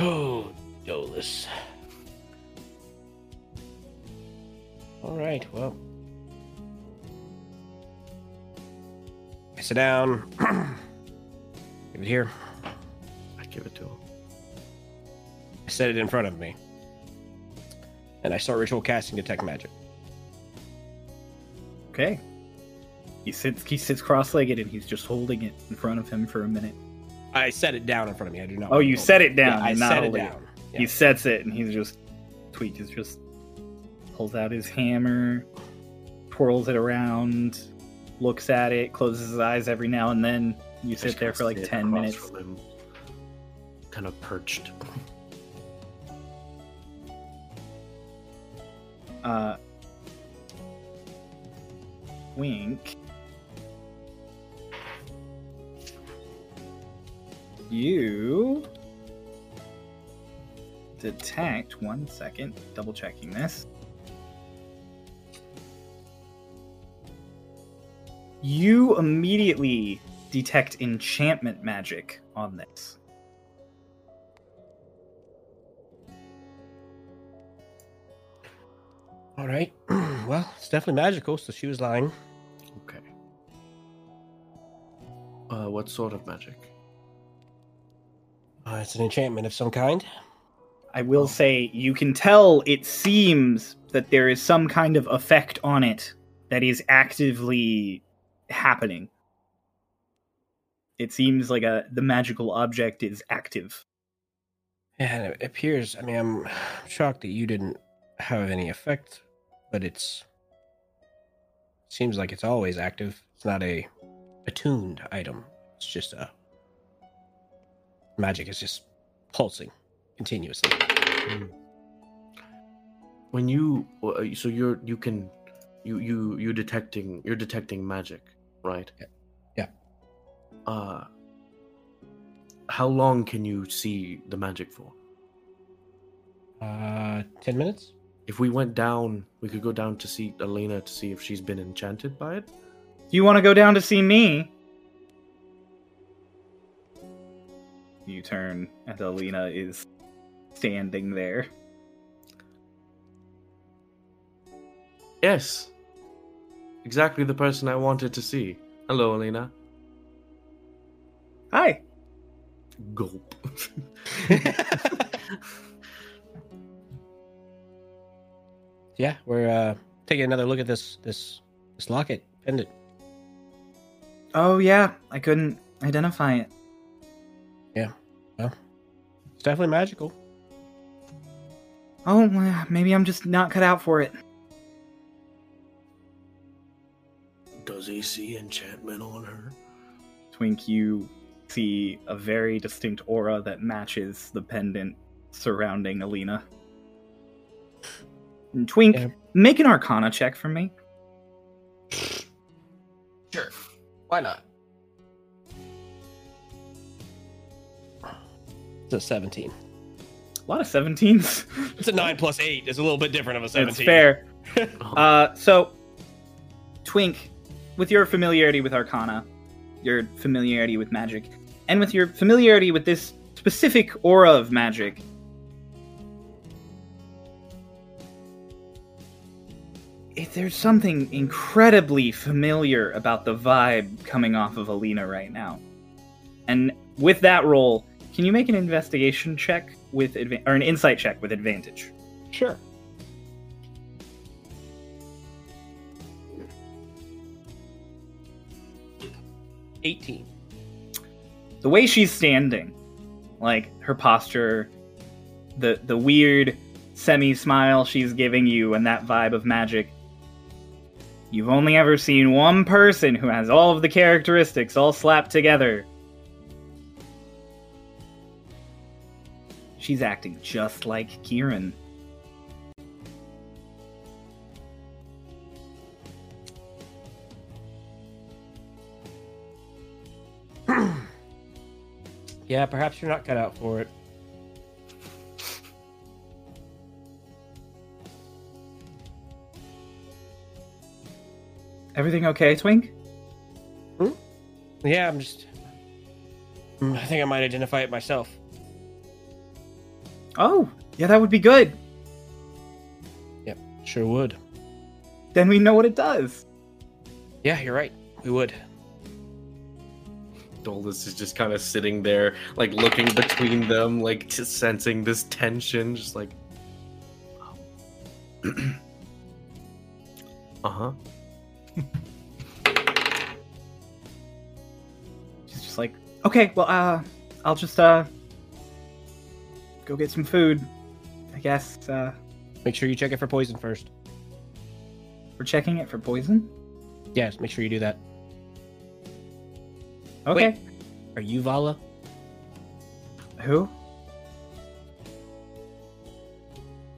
Oh, Dolus. All right, well. I Uh, sit down. Give it here. I give it to her. I set it in front of me. And I start ritual casting detect magic. Okay. He sits. He sits cross-legged, and he's just holding it in front of him for a minute. I set it down in front of me. I do not. Oh, you set it down. Yeah, I and not set it hold down. Yeah. He sets it, and he's just Tweak is just pulls out his hammer, twirls it around, looks at it, closes his eyes every now and then. You sit Just there for kinda like sit ten across minutes. from him, Kind of perched. Uh, wink. You detect one second. Double checking this. You immediately detect enchantment magic on this. All right. well, it's definitely magical. So she was lying. Okay. Uh, what sort of magic? Uh, it's an enchantment of some kind. I will say you can tell it seems that there is some kind of effect on it that is actively happening. It seems like a the magical object is active. And it appears, I mean, I'm shocked that you didn't have any effect, but it's seems like it's always active. It's not a attuned item. It's just a magic is just pulsing continuously. Hmm. When you uh, so you're you can you you you detecting you're detecting magic, right? Yeah. Yeah. Uh how long can you see the magic for? Uh 10 minutes? If we went down, we could go down to see Elena to see if she's been enchanted by it. You want to go down to see me? You turn, and Alina is standing there. Yes. Exactly the person I wanted to see. Hello, Elena. Hi. Gulp. Yeah, we're uh taking another look at this this this locket pendant. Oh yeah, I couldn't identify it. It's definitely magical. Oh, well, maybe I'm just not cut out for it. Does he see enchantment on her? Twink, you see a very distinct aura that matches the pendant surrounding Alina. And Twink, Yeah. make an arcana check for me. Sure. Why not? It's a 17. A lot of 17s. It's a nine plus eight. It's a little bit different of a It's seventeen. fair. Uh, so, Twink, with your familiarity with Arcana, your familiarity with magic, and with your familiarity with this specific aura of magic, if there's something incredibly familiar about the vibe coming off of Alina right now. And with that roll, can you make an investigation check with adva- or an insight check with advantage? Sure. Eighteen. the way she's standing, like her posture, the the weird semi smile she's giving you, and that vibe of magic. You've only ever seen one person who has all of the characteristics all slapped together. She's acting just like Kieran. Yeah, perhaps you're not cut out for it. Everything okay, Twink? Hmm? Yeah, I'm just. Mm, I think I might identify it myself. Oh, yeah, that would be good. Yep, sure would. Then we know what it does. Yeah, you're right. We would. Dolus is just kind of sitting there, like looking between them, like just sensing this tension, just like. uh huh. She's just like, okay, well, uh, I'll just, uh, go get some food. I guess, uh, Make sure you check it for poison first. we're checking it for poison? Yes, make sure you do that. Okay. Are you Vala? Who?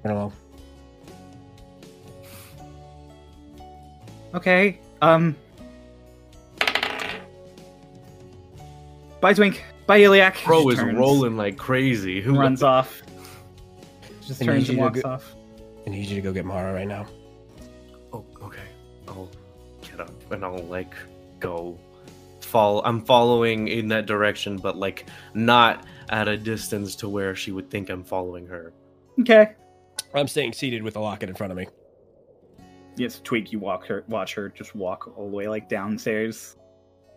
I don't know. Okay. Um. Bye, Twink. Bye, Iliac. Bro She is turns, rolling like crazy. Who Runs off. Just I turns need you and to walks go- off. I need you to go get Mara right now. Oh, okay. I'll get up and I'll like go. Fall. I'm following in that direction, but like not at a distance to where she would think I'm following her. Okay. I'm staying seated with the locket in front of me. Yes, Twink. You walk her. Watch her just walk all the way like downstairs.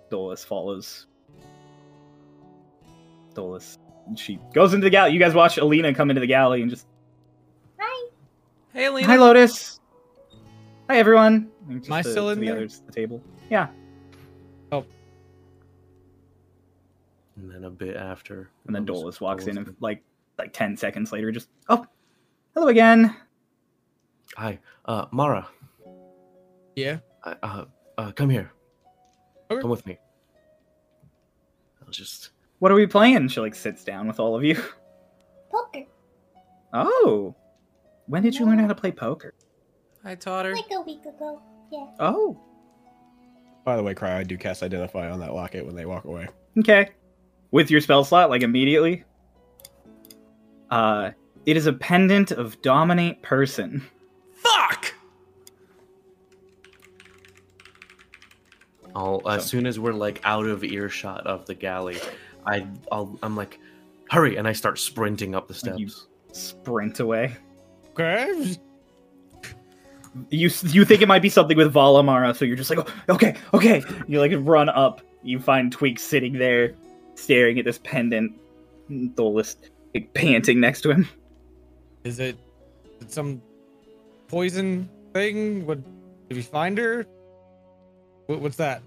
Dolus follows. Dolus And she goes into the galley. You guys watch Alina come into the galley and just Hi. Hey, Alina. hi Lotus. Hi everyone. And just Am I to- still to in the there? others at the table? Yeah. And then a bit after. And then Dolus walks in and and like like ten seconds later, just oh, hello again. Hi, uh, Mara. Yeah. I- Uh, uh, come here. Okay. Come with me. I'll just. What are we playing? She like sits down with all of you. Poker. Oh, when did you learn how to play poker? I taught her. Like a week ago. Yeah. Oh, By the way, Cry, I do cast Identify on that locket when they walk away. Okay. With your spell slot, like immediately. Uh, it is a pendant of dominate person. Fuck! I'll as soon as we're like out of earshot of the galley, I I'll I'm like, hurry, and I start sprinting up the Like, steps. you- Sprint away. Okay. You you think it might be something with Valamara, so you're just like, oh, okay, okay. You like run up. You find Tweak sitting there, staring at this pendant. Dolus like, panting next to him. Is it, is it some poison thing? Would did we find her? What, what's that?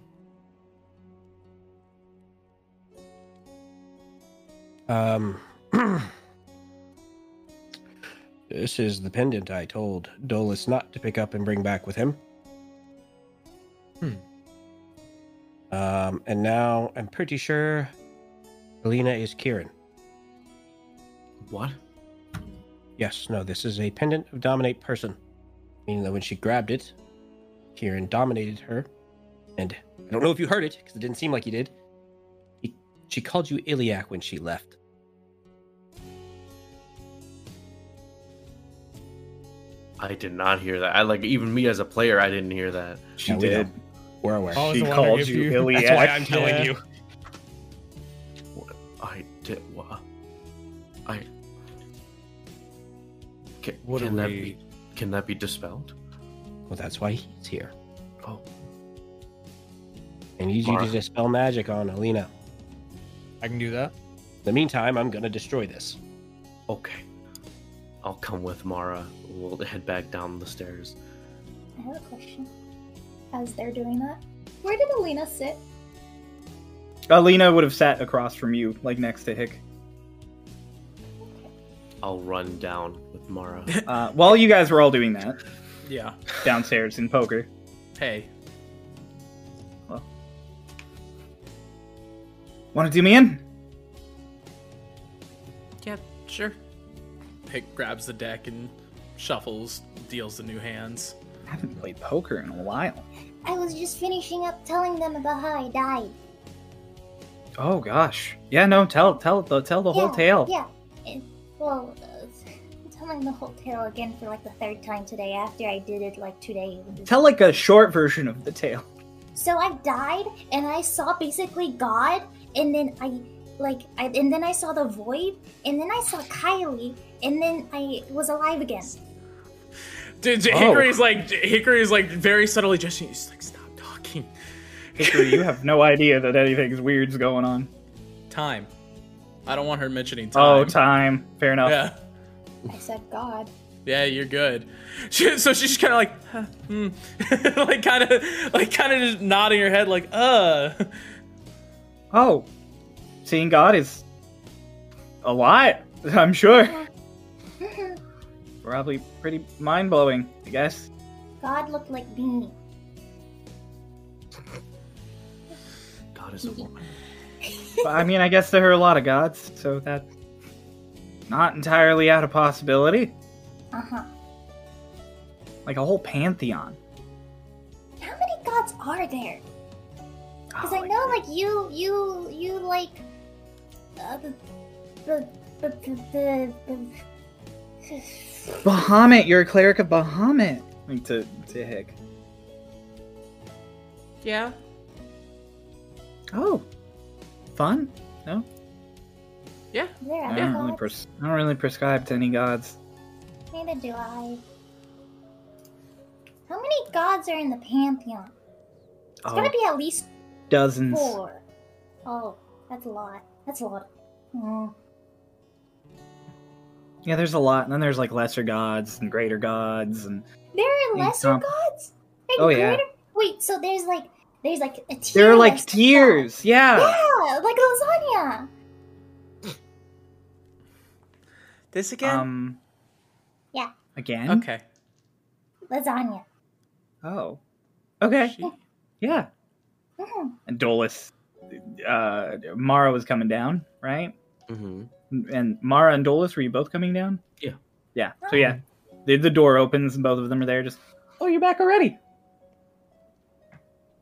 Um, this is the pendant I told Dolus not to pick up and bring back with him. Hmm. Um, and now I'm pretty sure Alina is Kieran. What? Yes, no, this is a pendant of dominate person. Meaning that when she grabbed it, Kieran dominated her. And I don't know if you heard it, because it didn't seem like you did. He, she called you Iliac when she left. I did not hear that. I like even me as a player, I didn't hear that. She Yeah, we did. know. We're aware. Oh. I was She wondering called if you you- Iliac. That's why I'm telling Yeah. you. I did what? I. Can, What can are that we- be? Can that be dispelled? Well, that's why he's here. Oh, I need you Mara. to dispel magic on Alina. I can do that. In the meantime, I'm gonna destroy this. okay. I'll come with Mara. We'll head back down the stairs. I have a question. As they're doing that, where did Alina sit? Alina would have sat across from you, like next to Hick. I'll run down with Mara. Uh, while you guys were all doing that Yeah. downstairs in poker, Hey. want to do me in? Yeah, sure. Pick grabs the deck and shuffles, deals the new hands. I haven't played poker in a while. I was just finishing up telling them about how I died. Oh gosh. Yeah, no, tell tell the tell the whole Yeah, tale. Yeah. It- well, uh, I'm telling the whole tale again for like the third time today after I did it like two days. Tell like a short version of the tale. So I died and I saw basically God and then I like I and then I saw the void and then I saw Kylie and then I was alive again. Dude, J- Oh. Hickory's like Hickory's like very subtly gesturing. He's like, stop talking. Hickory, you have no idea that anything's weird's going on. Time. I don't want her mentioning time. Oh, time. Fair enough. Yeah. I said God. Yeah, you're good. She, so she's just kind of like, huh, hmm. like kind of, like kind of just nodding her head, like, uh. Oh. Seeing God is a lot, I'm sure. Mm-hmm. Probably pretty mind blowing, I guess. God looked like me. God is a woman. But, I mean I guess there are a lot of gods, so that's not entirely out of possibility. Uh huh. Like a whole pantheon. How many gods are there? Because Oh, I know, like you, you, you like uh, the, the, the, the, the, the- Bahamut, you're a cleric of Bahamut. Like to to Hick. Yeah. Oh, fun. No, Yeah. there I are don't really gods. pres- I don't really prescribe to any gods. Neither do I. How many gods are in the pantheon? It's Oh, gotta be at least dozens. four. Oh, that's a lot. That's a lot. Mm. Yeah, there's a lot, and then there's like lesser gods and greater gods, and There are Think lesser some- gods? And Oh, yeah. Wait, so there's like there's like a tier. there are like list. tiers. Yeah. Yeah, like lasagna. This again? Um. Yeah. Again. okay. Lasagna. Oh. Okay. Yeah. Mhm. And Dolus, uh, Mara was coming down, right? Mm-hmm. and Mara and Dolus, were you both coming down? Yeah. Yeah. So yeah, the, the door opens and both of them are there. Just oh, you're back already.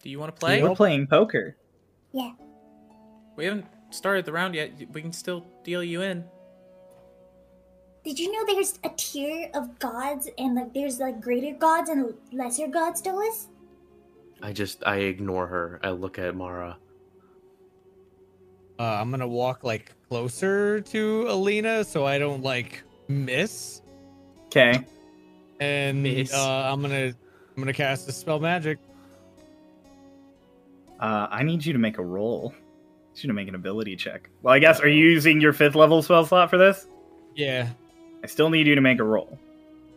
Do you want to play? We're playing poker. We haven't started the round yet. We can still deal you in. Did you know there's a tier of gods and like there's like greater gods and lesser gods, Dolis? I just I ignore her. I look at Mara. Uh, I'm gonna walk like closer to Alina so I don't like miss. Okay. And Miss. Uh, I'm gonna I'm gonna cast a spell magic. Uh, I need you to make a roll. I need you to make an ability check. Well, I guess are you using your fifth level spell slot for this? Yeah. I still need you to make a roll.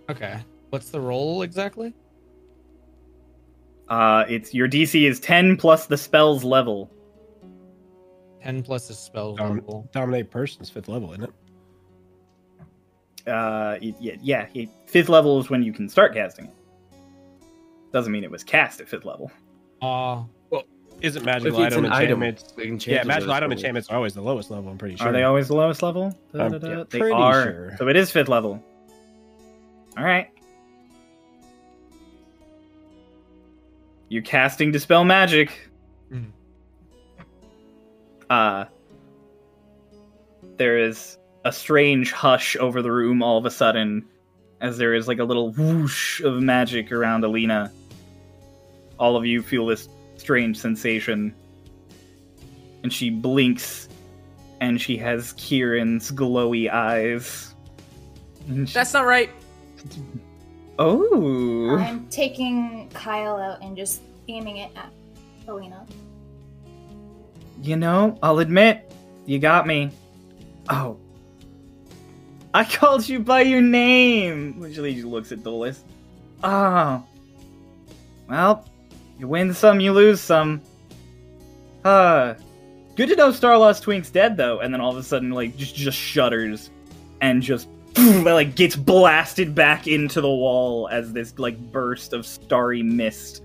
Okay. What's the roll exactly? Uh, it's your DC is ten plus the spell's level. Ten plus a spell Um, level. Dominate person's fifth level, isn't it? Uh, y- yeah, yeah. y- Fifth level is when you can start casting it. Doesn't mean it was cast at fifth level. Uh, Isn't If magical it's item an item, enchantments? enchanted Yeah, magical is item cool. enchantments are always the lowest level. I'm pretty sure. Are they always the lowest level? I'm Um, They pretty are. sure. So it is fifth level. All right. You're casting dispel magic. Mhm. Uh there is a strange hush over the room all of a sudden as there is like a little whoosh of magic around Alina. All of you feel this strange sensation. And she blinks and she has Kieran's glowy eyes. And she- That's not right. oh, I'm taking Kyle out and just aiming it at Alina. you know, I'll admit, you got me. Oh, I called you by your name. Literally, she looks at Dolus. Oh, well, you win some, you lose some. Uh, good to know Starlost Twink's dead though. And then all of a sudden, like, just just shudders and just like gets blasted back into the wall as this like burst of starry mist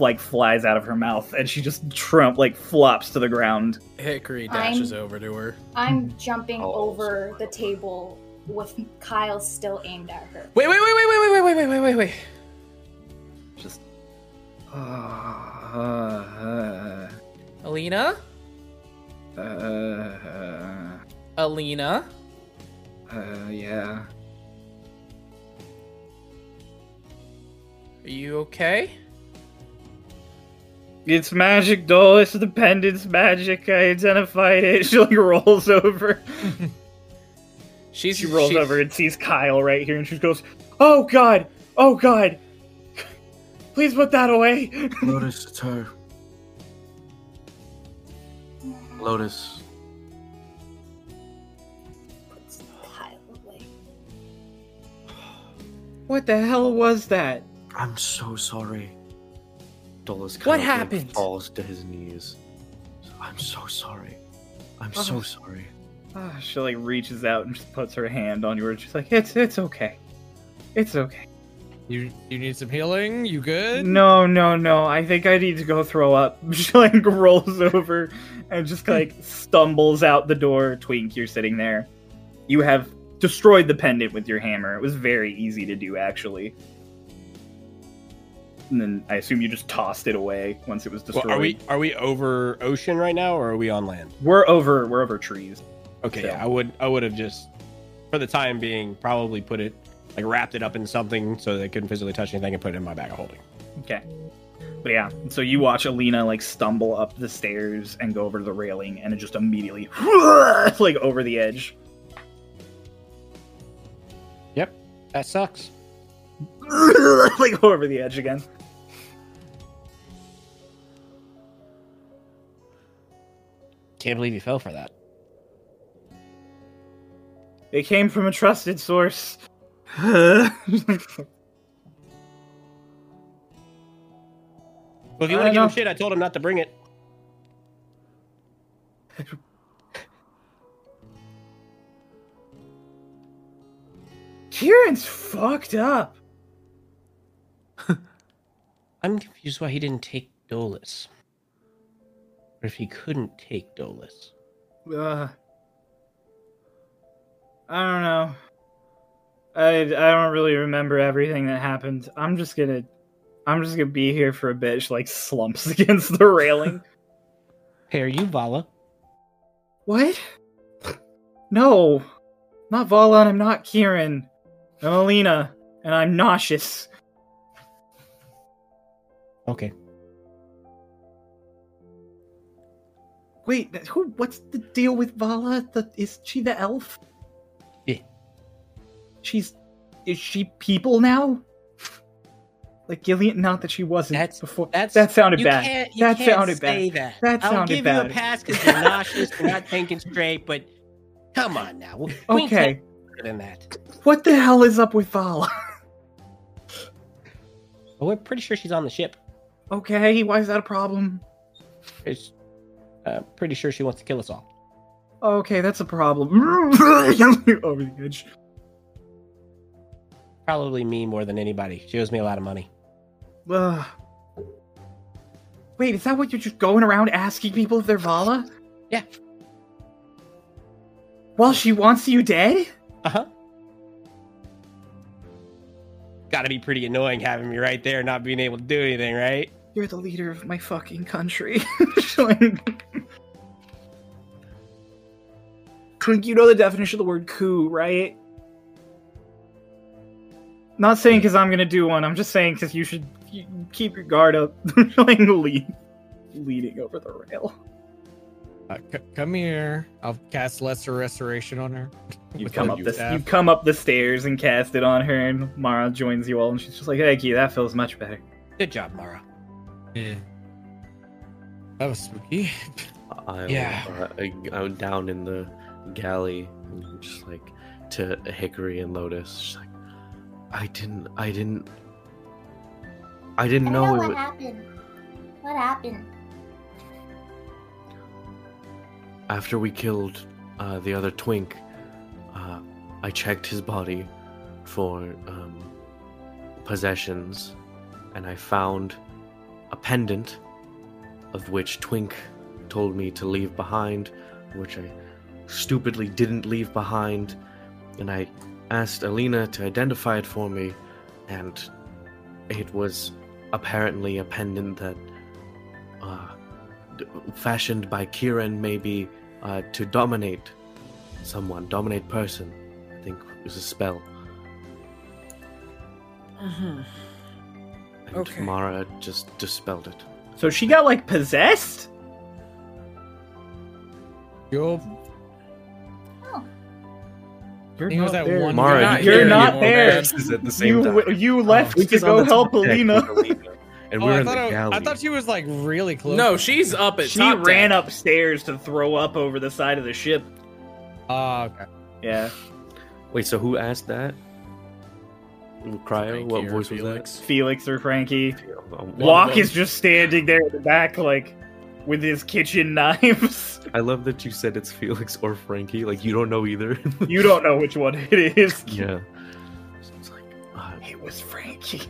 like flies out of her mouth and she just trump like flops to the ground Hickory dashes dashes over to her. Hmm. I'm jumping Oh, over the table with Kyle still aimed at her. Wait, wait, wait, wait, wait, wait, wait, wait, wait, wait, wait. just uh, Alina? uh, uh, Alina? uh, yeah Are you okay? it's magic doll it's the pendant's magic i identified it she like rolls over She's she rolls she's- over and sees Kyle right here, and she goes, "Oh God, oh God, please put that away." Lotus, it's her. Lotus. Puts Kyle away. What the hell was that? I'm so sorry. Dolores What kind of, happened? Like, falls to his knees. I'm so sorry. I'm so Oh. sorry. Ah, she like reaches out and just puts her hand on yours. She's like, "It's it's okay, it's okay." you you need some healing? You good? No, no, no. I think I need to go throw up. She like rolls over and just like stumbles out the door. Twink, you're sitting there. You have destroyed the pendant with your hammer. It was very easy to do, actually. And then I assume you just tossed it away once it was Well, destroyed. are we are we over ocean right now, or are we on land? We're over. We're over trees. Okay, So- yeah, I would I would have just for the time being probably put it like wrapped it up in something so they couldn't physically touch anything and put it in my bag of holding. Okay. But yeah, so you watch Alina like stumble up the stairs and go over to the railing, and it just immediately like over the edge. That sucks. like over the edge again. Can't believe you fell for that. They came from a trusted source. Alright, Well, if you want to I give know. him shit, I told him not to bring it. Kieran's fucked up. I'm confused why he didn't take Dolus. Or if he couldn't take Dolus. Uh, I don't know. I I don't really remember everything that happened. I'm just gonna, I'm just gonna be here for a bit. She like slumps against the railing. Hey, are you Vala? What? No. I'm Not Vala and I'm not Kieran. I'm Alina, and I'm nauseous. Okay. Wait, who what's the deal with Vala? The, is she the elf? Yeah. She's is she people now? Like Gillian not that she wasn't That's- before that's- that sounded you bad. Can't, you that can't sounded say bad. That. That I'll sounded give bad. you a pass because you're nauseous and not thinking straight, but come on now. We, we ain't Okay. better than that. What the hell is up with Vala? But we're pretty sure she's on the ship. Okay, why is that a problem? It's, uh, pretty sure she wants to kill us all. Okay, that's a problem. Over the edge. Probably me more than anybody. She owes me a lot of money. Ugh. Wait, is that what you're just going around asking people if they're Vala? Yeah. Well, she wants you dead? Uh huh. Gotta be pretty annoying having me right there, not being able to do anything, right? You're the leader of my fucking country. She's like- Clink, you know the definition of the word coup, right? Not saying because I'm gonna do one. I'm just saying because you should you keep your guard up. She's like lean, leading over the rail. Uh, c- come here. I'll cast Lesser Restoration on her. You With come the up the- this. staff. you come up the stairs and cast it on her, and Mara joins you all, and she's just like, "Thank you, that feels much better." Good job, Mara. Yeah. That was spooky. I, Yeah. Uh, I, am down in the galley, and just like to Hickory and Lotus. She's like, I didn't. I didn't. I I didn't don't know know. what it wa- happened. What happened? after we killed uh, the other twink, uh, I checked his body for um, possessions, and I found a pendant of which Twink told me to leave behind, which I stupidly didn't leave behind, and I asked Alina to identify it for me, and it was apparently a pendant that. Uh, d- fashioned by Kieran maybe uh, to dominate someone, dominate person. I think it was a spell. And Okay. Mara just dispelled it. So she got like possessed. Yo, You're He was not at there. one- Mara, not- you're here not anymore, there. man. This is at the same you time. w- Oh, you left Which to is on go the help top deck Alina. with Alina, And oh, we're in I the thought, I, galley. I thought she was like really close. No, she's up at She top deck. ran upstairs to throw up over the side of the ship. Ah, okay. Yeah, Wait, so who asked that? Cryo? Thank What you, voice was Felix. Felix or Frankie. that? Um, Locke is just standing there in the back, like with his kitchen knives. I love that you said it's Felix or Frankie. Like, you don't know either. you don't know which one it is. yeah. So it's like, uh, It was Frankie.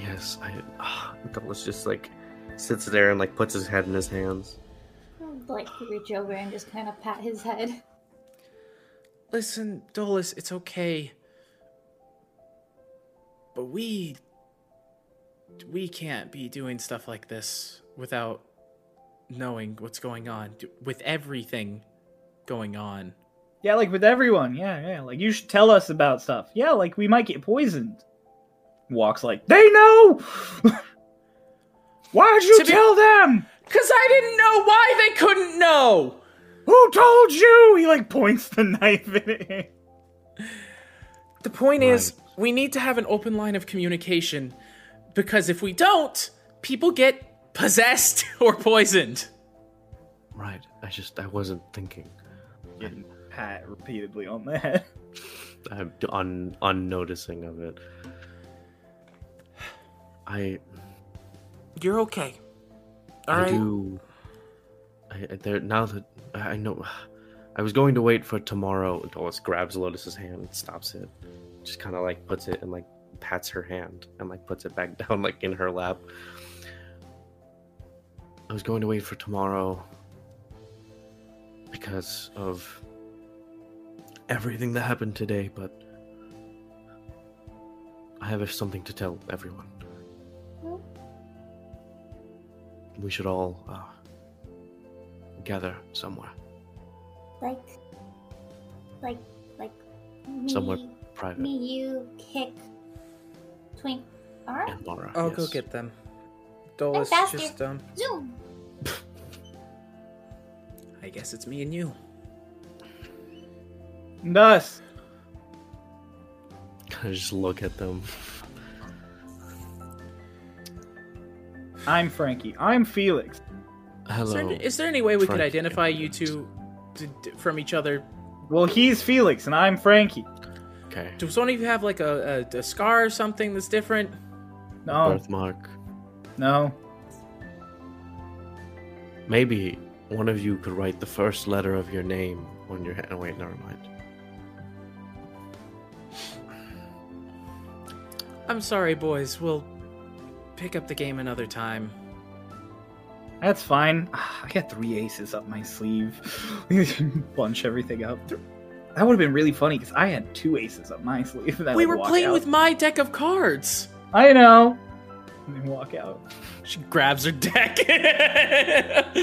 Yes, I. Uh, Dallas just like sits there and like puts his head in his hands. I'd like to reach over and just kind of pat his head. Listen, Dolus, it's okay. But we. We can't be doing stuff like this without knowing what's going on. d- With everything going on. Yeah, like with everyone. Yeah, yeah. Like you should tell us about stuff. Yeah, like we might get poisoned. Walks like they know. Why'd you To be- tell them? Because I didn't know why they couldn't know! Who told you? He like points the knife at it. The point is, we need to have an open line of communication because if we don't, people get possessed or poisoned. Right. I just I wasn't thinking. pat repeatedly on the head. I'm un- unnoticing of it. I You're okay. All I right. do. I, I- there now that I know, I was going to wait for tomorrow. Dolores grabs Lotus's hand, and stops it, just kind of like puts it and like pats her hand and like puts it back down like in her lap. I was going to wait for tomorrow because of everything that happened today, but I have something to tell everyone. Hmm? We should all uh, gather somewhere. Like, like, like me, Somewhat private. me, you, kick, twink. All right, And Laura. I'll go yes. get them. Dolus faster. just um zoom. I guess it's me and you. Thus, I just look at them. I'm Frankie. I'm Felix. Is there, Hello. is there any way we could Frankie identify and you Felix. two d- d- from each other? Well, he's Felix, and I'm Frankie. Okay. Does one of you have like a, a, a scar or something that's different? Oh. No, Birthmark. no. Maybe one of you could write the first letter of your name on your head. Oh, wait, never mind. I'm sorry, boys. We'll pick up the game another time. That's fine. Ah, I got three aces up my sleeve. Bunch everything up. That would have been really funny because I had two aces up my sleeve. and I, we like, were walk playing out. with my deck of cards. I know. And then walk out. She grabs her deck.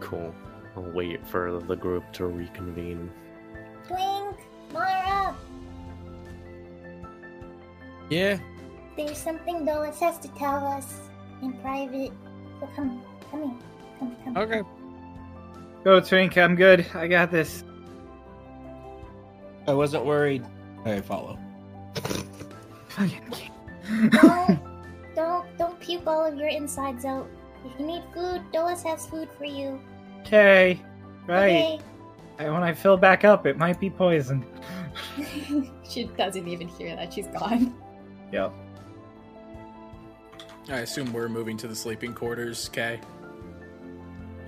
Cool. I'll wait for the group to reconvene. Twink, Mara, Yeah. there's something Dolores has to tell us in private. So come, come here, come, come. Okay. Go, Twink. I'm good. I got this. I wasn't worried. I follow. Fucking kid. Don't, don't, don't puke all of your insides out. If you need food, Dolores has food for you. Okay. Right. Okay. I, when I fill back up, it might be poisoned. she doesn't even hear that. She's gone. Yep. I assume we're moving to the sleeping quarters, okay?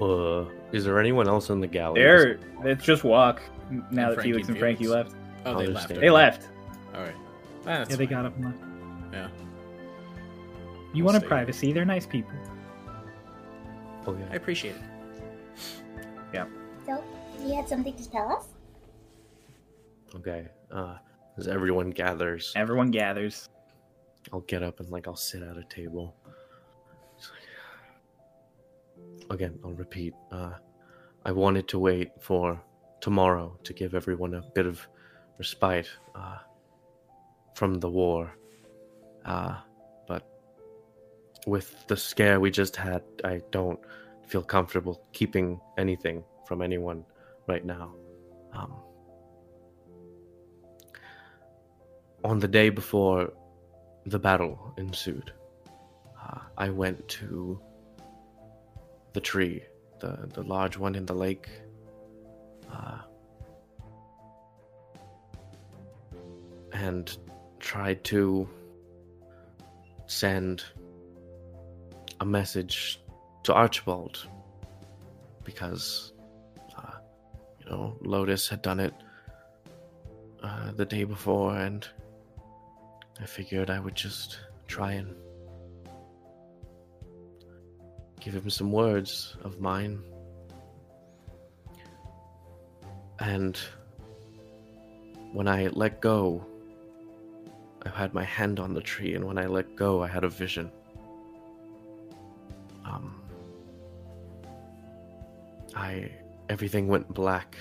Uh, is there anyone else in the gallery? There. Let's just walk. Now And that Frankie Felix and and Frankie Felix. left, Oh, they left. Understand. they left. All right. That's yeah, they got up and left. Yeah. You I'll wanted stay. privacy. They're nice people. Oh, I yeah. appreciate it. So, you had something to tell us? Okay. Uh, as everyone gathers, Everyone gathers. I'll get up and like I'll sit at a table. It's like- Again, I'll repeat. Uh, I wanted to wait for tomorrow to give everyone a bit of respite uh, from the war. Uh, but with the scare we just had, I don't feel comfortable keeping anything from anyone right now. Um, on the day before the battle ensued. Uh, I went to the tree, the, the large one in the lake. Uh, and tried to send a message to Archibald because, uh, you know, Lotus had done it uh, the day before, and I figured I would just try and give him some words of mine. And when I let go, I had my hand on the tree, and when I let go, I had a vision. Um, I everything went black,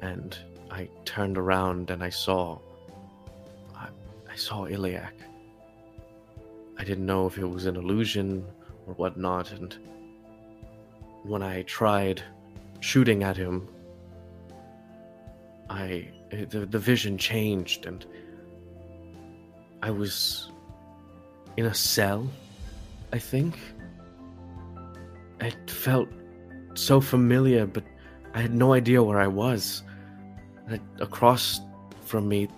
and I turned around and I saw I saw Iliac. I didn't know if it was an illusion or whatnot, and when I tried shooting at him, I the, the vision changed, and I was in a cell. I think it felt so familiar, but I I had no idea where I was. And across from me,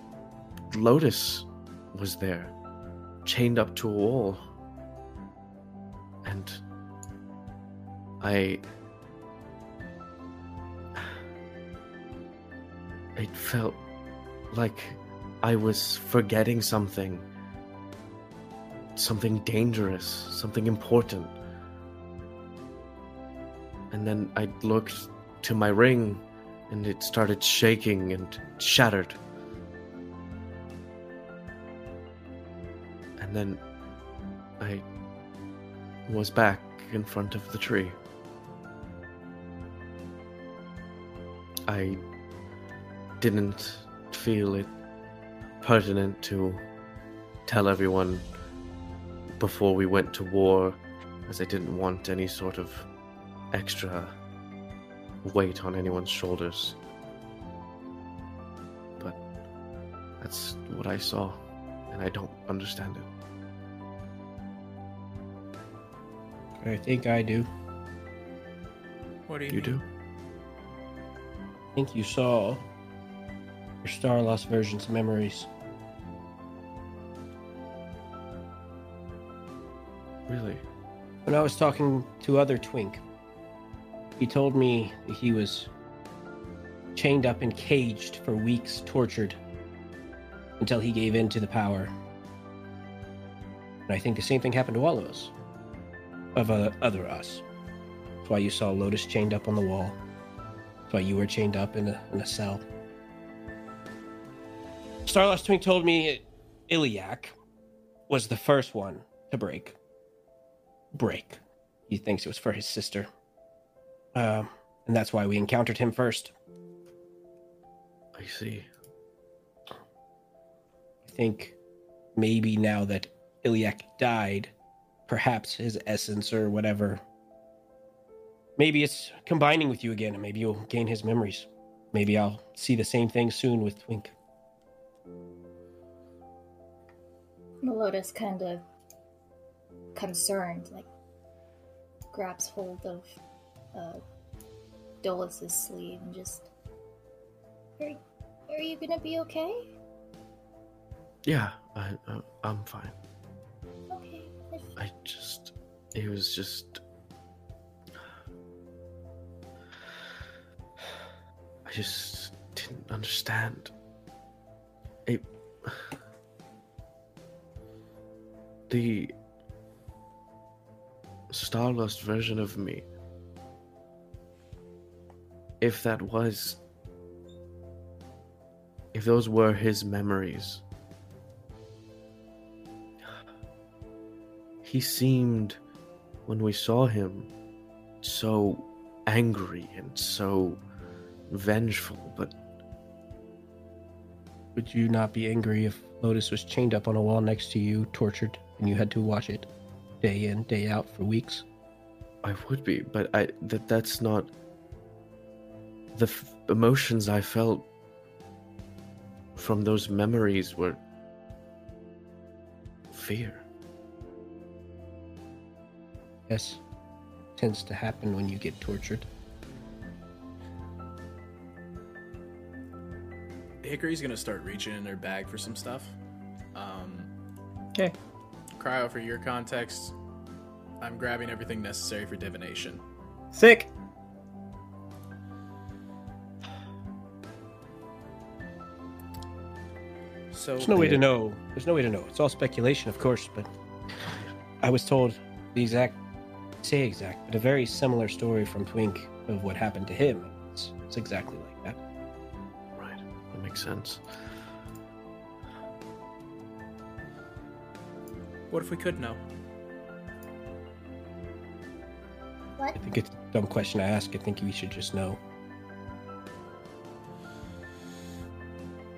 Lotus was there, chained up to a wall. And I. It felt like I was forgetting something. Something dangerous, something important. And then I looked to my ring and it started shaking and shattered. And then I was back in front of the tree. I didn't feel it pertinent to tell everyone before we went to war, as I didn't want any sort of extra weight on anyone's shoulders. But that's what I saw, and I don't understand it. I think I do. What do you, You mean? do? I think you saw your Star Lost version's memories. Really? When I was talking to other Twink, he told me that he was chained up and caged for weeks, tortured until he gave in to the power. And I think the same thing happened to all of us, of uh, other us. That's why you saw Lotus chained up on the wall. That's why you were chained up in a, in a cell. Starless Twink told me Iliac was the first one to break break. He thinks it was for his sister. Um, and that's why we encountered him first. I see. I think maybe now that Iliac died, perhaps his essence or whatever, maybe it's combining with you again, and maybe you'll gain his memories. Maybe I'll see the same thing soon with Twink. Melotus kind of concerned, like grabs hold of uh, Dolus's sleeve and just, Are, are you gonna be okay? Yeah, I, I, I'm fine. Okay. If- I just. It was just. I just didn't understand. It. The. Starlust version of me. If that was. If those were his memories. he seemed when we saw him so angry and so vengeful but Would you not be angry if Lotus was chained up on a wall next to you, tortured, and you had to watch it day in, day out for weeks? i would be but i that that's not the f- emotions i felt from those memories were fear Yes. Tends to happen when you get tortured. Hickory's gonna start reaching in their bag for some stuff. Um, Okay. Cryo, for your context, I'm grabbing everything necessary for divination. Sick. So There's no way to know. There's no way to know. It's all speculation, of course, but I was told the exact, say exact, but a very similar story from Twink of what happened to him. It's, it's exactly like that. right that makes sense What if we could know? What? I think it's a dumb question to ask. I think we should just know.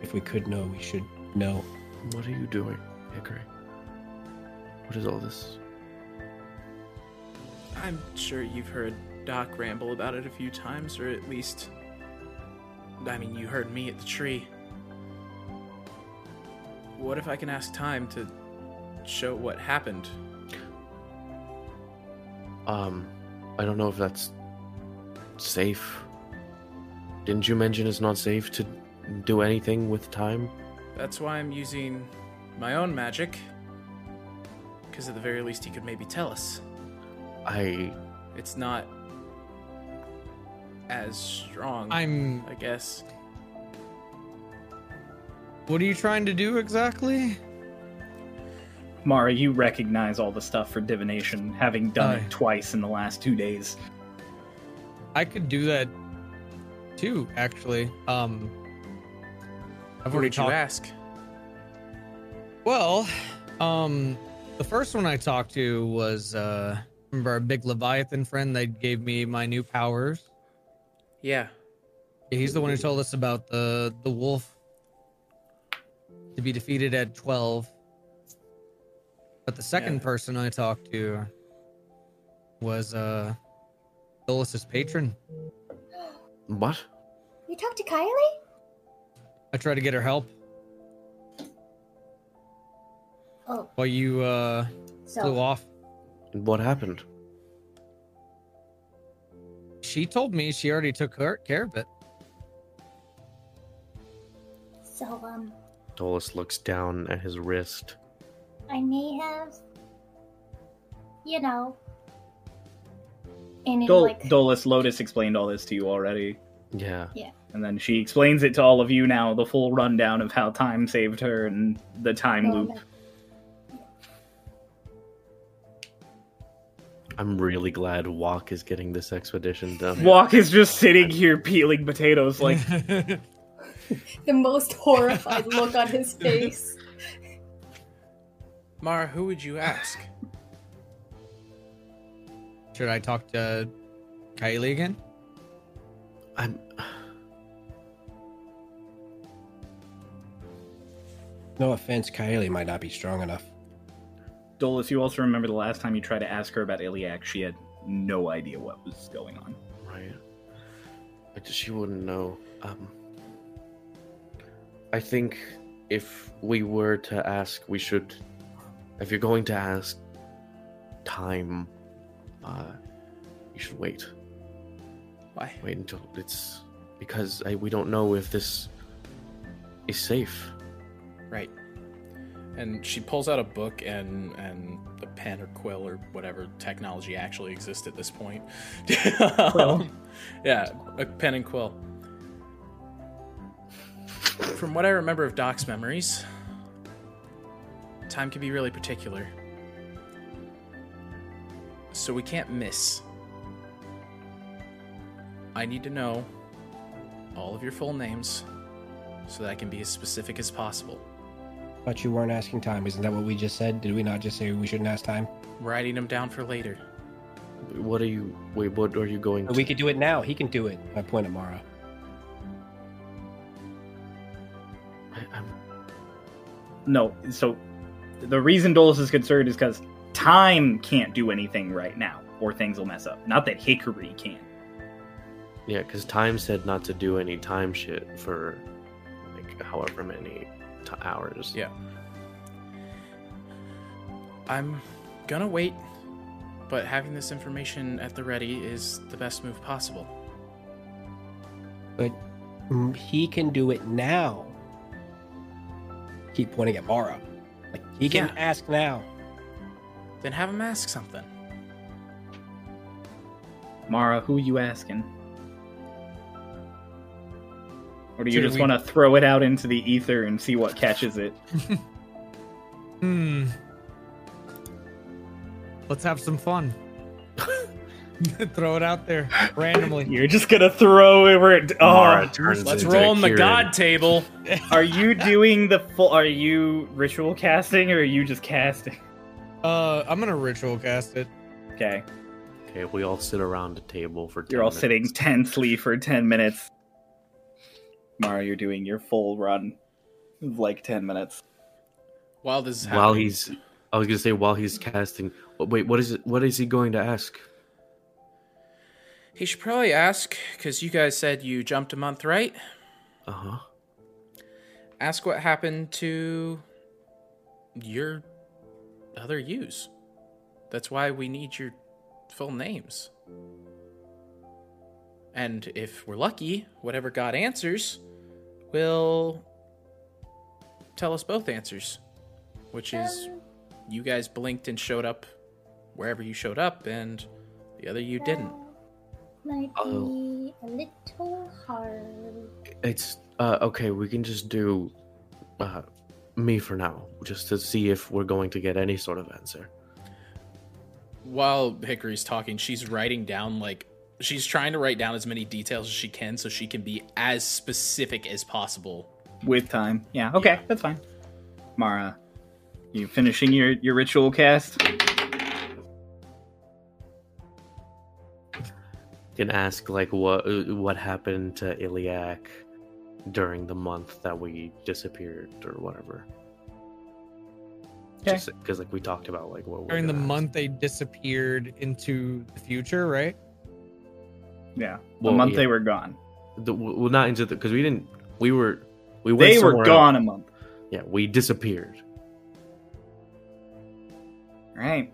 If we could know, we should know. what are you doing hickory what is all this I'm sure you've heard Doc ramble about it a few times, or at least. I mean, you heard me at the tree. What if I can ask time to show what happened? Um, I don't know if that's safe. Didn't you mention it's not safe to do anything with time? That's why I'm using my own magic. Because at the very least, he could maybe tell us. I It's not as strong, I'm. I guess. What are you trying to do exactly? Mara, you recognize all the stuff for divination, having done Aye. it twice in the last two days. I could do that too, actually. Um, I've What already did you talked. ask? Well, um, the first one I talked to was uh, remember our big Leviathan friend that gave me my new powers. Yeah. Yeah, he's the one who told us about the the wolf to be defeated at twelve. But the second Yeah. person I talked to was uh Dolus's patron. what? You talked to Kylie? I tried to get her help Oh, while you uh flew so off. What happened? She told me she already took her, care of it. so um, Dolus looks down at his wrist. I may have, you know, and in Dol- like Dolus Lotus explained all this to you already, Yeah. and then she explains it to all of you now, the full rundown of how time saved her and the time well, loop. no. I'm really glad Walk is getting this expedition done. Walk is just sitting here peeling potatoes like The most horrified look on his face. Mara, who would you ask? Should I talk to Kylie again? I'm No offense, Kylie might not be strong enough. Dolus, you also remember the last time you tried to ask her about Iliac, she had no idea what was going on. right. But she wouldn't know. Um I think if we were to ask, we should if you're going to ask time, uh you should wait. Why? Wait until it's because I, we don't know if this is safe. Right. And she pulls out a book and and a pen or quill or whatever technology actually exists at this point. Um, Quill? yeah, a pen and quill. From what I remember of Doc's memories, time can be really particular. So we can't miss. I need to know all of your full names so that I can be as specific as possible. But you weren't asking time. Isn't that what we just said? Did we not just say we shouldn't ask time? writing them down for later. What are you wait, what are you going to We could do it now. He can do it. I point at Mara. I, I'm No, so the reason Dolus is concerned is because time can't do anything right now, or things will mess up. Not that Hickory can. Yeah, because time said not to do any time shit for like however many t- hours. Yeah. I'm gonna wait, but having this information at the ready is the best move possible. But mm, he can do it now. Keep pointing at Mara. Like he can Yeah. ask now. Then have him ask something. Mara, who you asking? Or do you Dude, just we- want to throw it out into the ether and see what catches it? Hmm. Let's have some fun. Throw it out there randomly. You're just gonna throw it where it. Mara turns Let's into roll on the Kieran. god table. Are you doing the full? Are you ritual casting or are you just casting? Uh, I'm gonna ritual cast it. Okay, Okay, we all sit around a table for. 10 you're all minutes. sitting tensely for ten minutes. Mara, you're doing your full run, of like ten minutes. While this is happening, while he's. I was gonna say while he's casting. Wh- Wait, what is it? What is he going to ask? he should probably ask because you guys said you jumped a month, right? Uh Uh-huh. huh. Ask what happened to your other use. That's why we need your full names. And if we're lucky, whatever God answers will tell us both answers, which is Um, you guys blinked and showed up wherever you showed up, and the other you didn't. Might Oh. be a little hard. It's uh, okay. We can just do uh, me for now, just to see if we're going to get any sort of answer. While Hickory's talking, she's writing down like she's trying to write down as many details as she can so she can be as specific as possible. with time. Yeah, okay, that's fine. Mara, you finishing your your ritual cast? You can ask like what what happened to Iliac during the month that we disappeared or whatever. Okay. Just because like we talked about like what we're During the gonna ask. month they disappeared into the future, right? Yeah, Well, a month yeah. they were gone. The, well, not into the because we didn't. We were we went They were somewhere gone else. a month. Yeah, we disappeared. Right.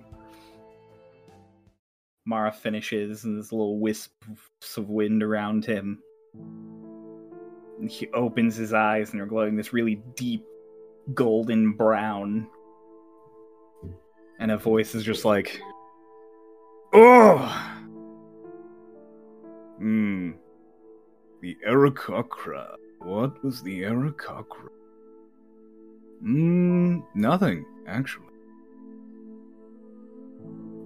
Mara finishes, and there's little wisps of wind around him. And he opens his eyes, and they're glowing this really deep golden brown. And a voice is just like, Oh! Hmm. The Arakakra. What was the Arakakra? Hmm, nothing, actually.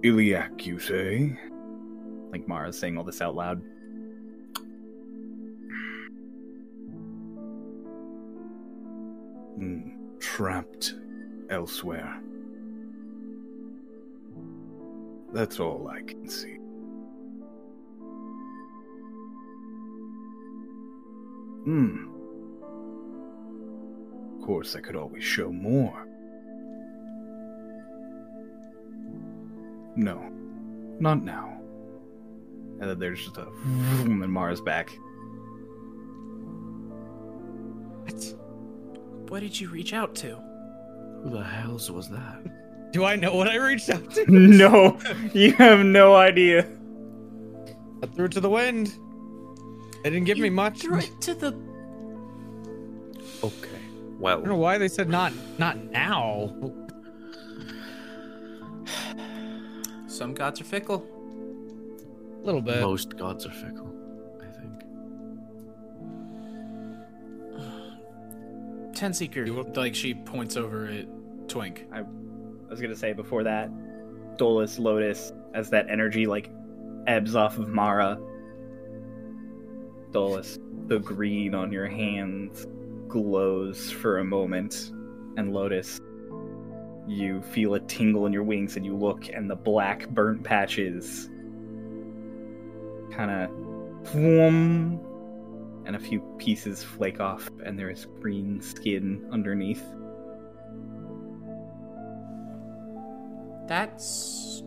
Iliac, you say? Like Mara's saying all this out loud. Hmm, trapped elsewhere. That's all I can see. Hmm. Of course, I could always show more. No, not now. And then there's just a vroom and Mara's back. What did you reach out to? Who the hell's was that? Do I know what I reached out to? no, you have no idea. I threw it to the wind. They didn't give me much. Threw it to the. Okay. I don't know Well, why they said not not now. Some gods are fickle. A little bit. most gods are fickle. I think. Ten seeker. Like she points over at Twink. I was gonna say before that, Dolus Lotus, as that energy like ebbs off of Mara. Dolus, the green on your hands glows for a moment, and Lotus, you feel a tingle in your wings, and you look, and the black burnt patches kind of whoom, and a few pieces flake off, and there is green skin underneath. That's.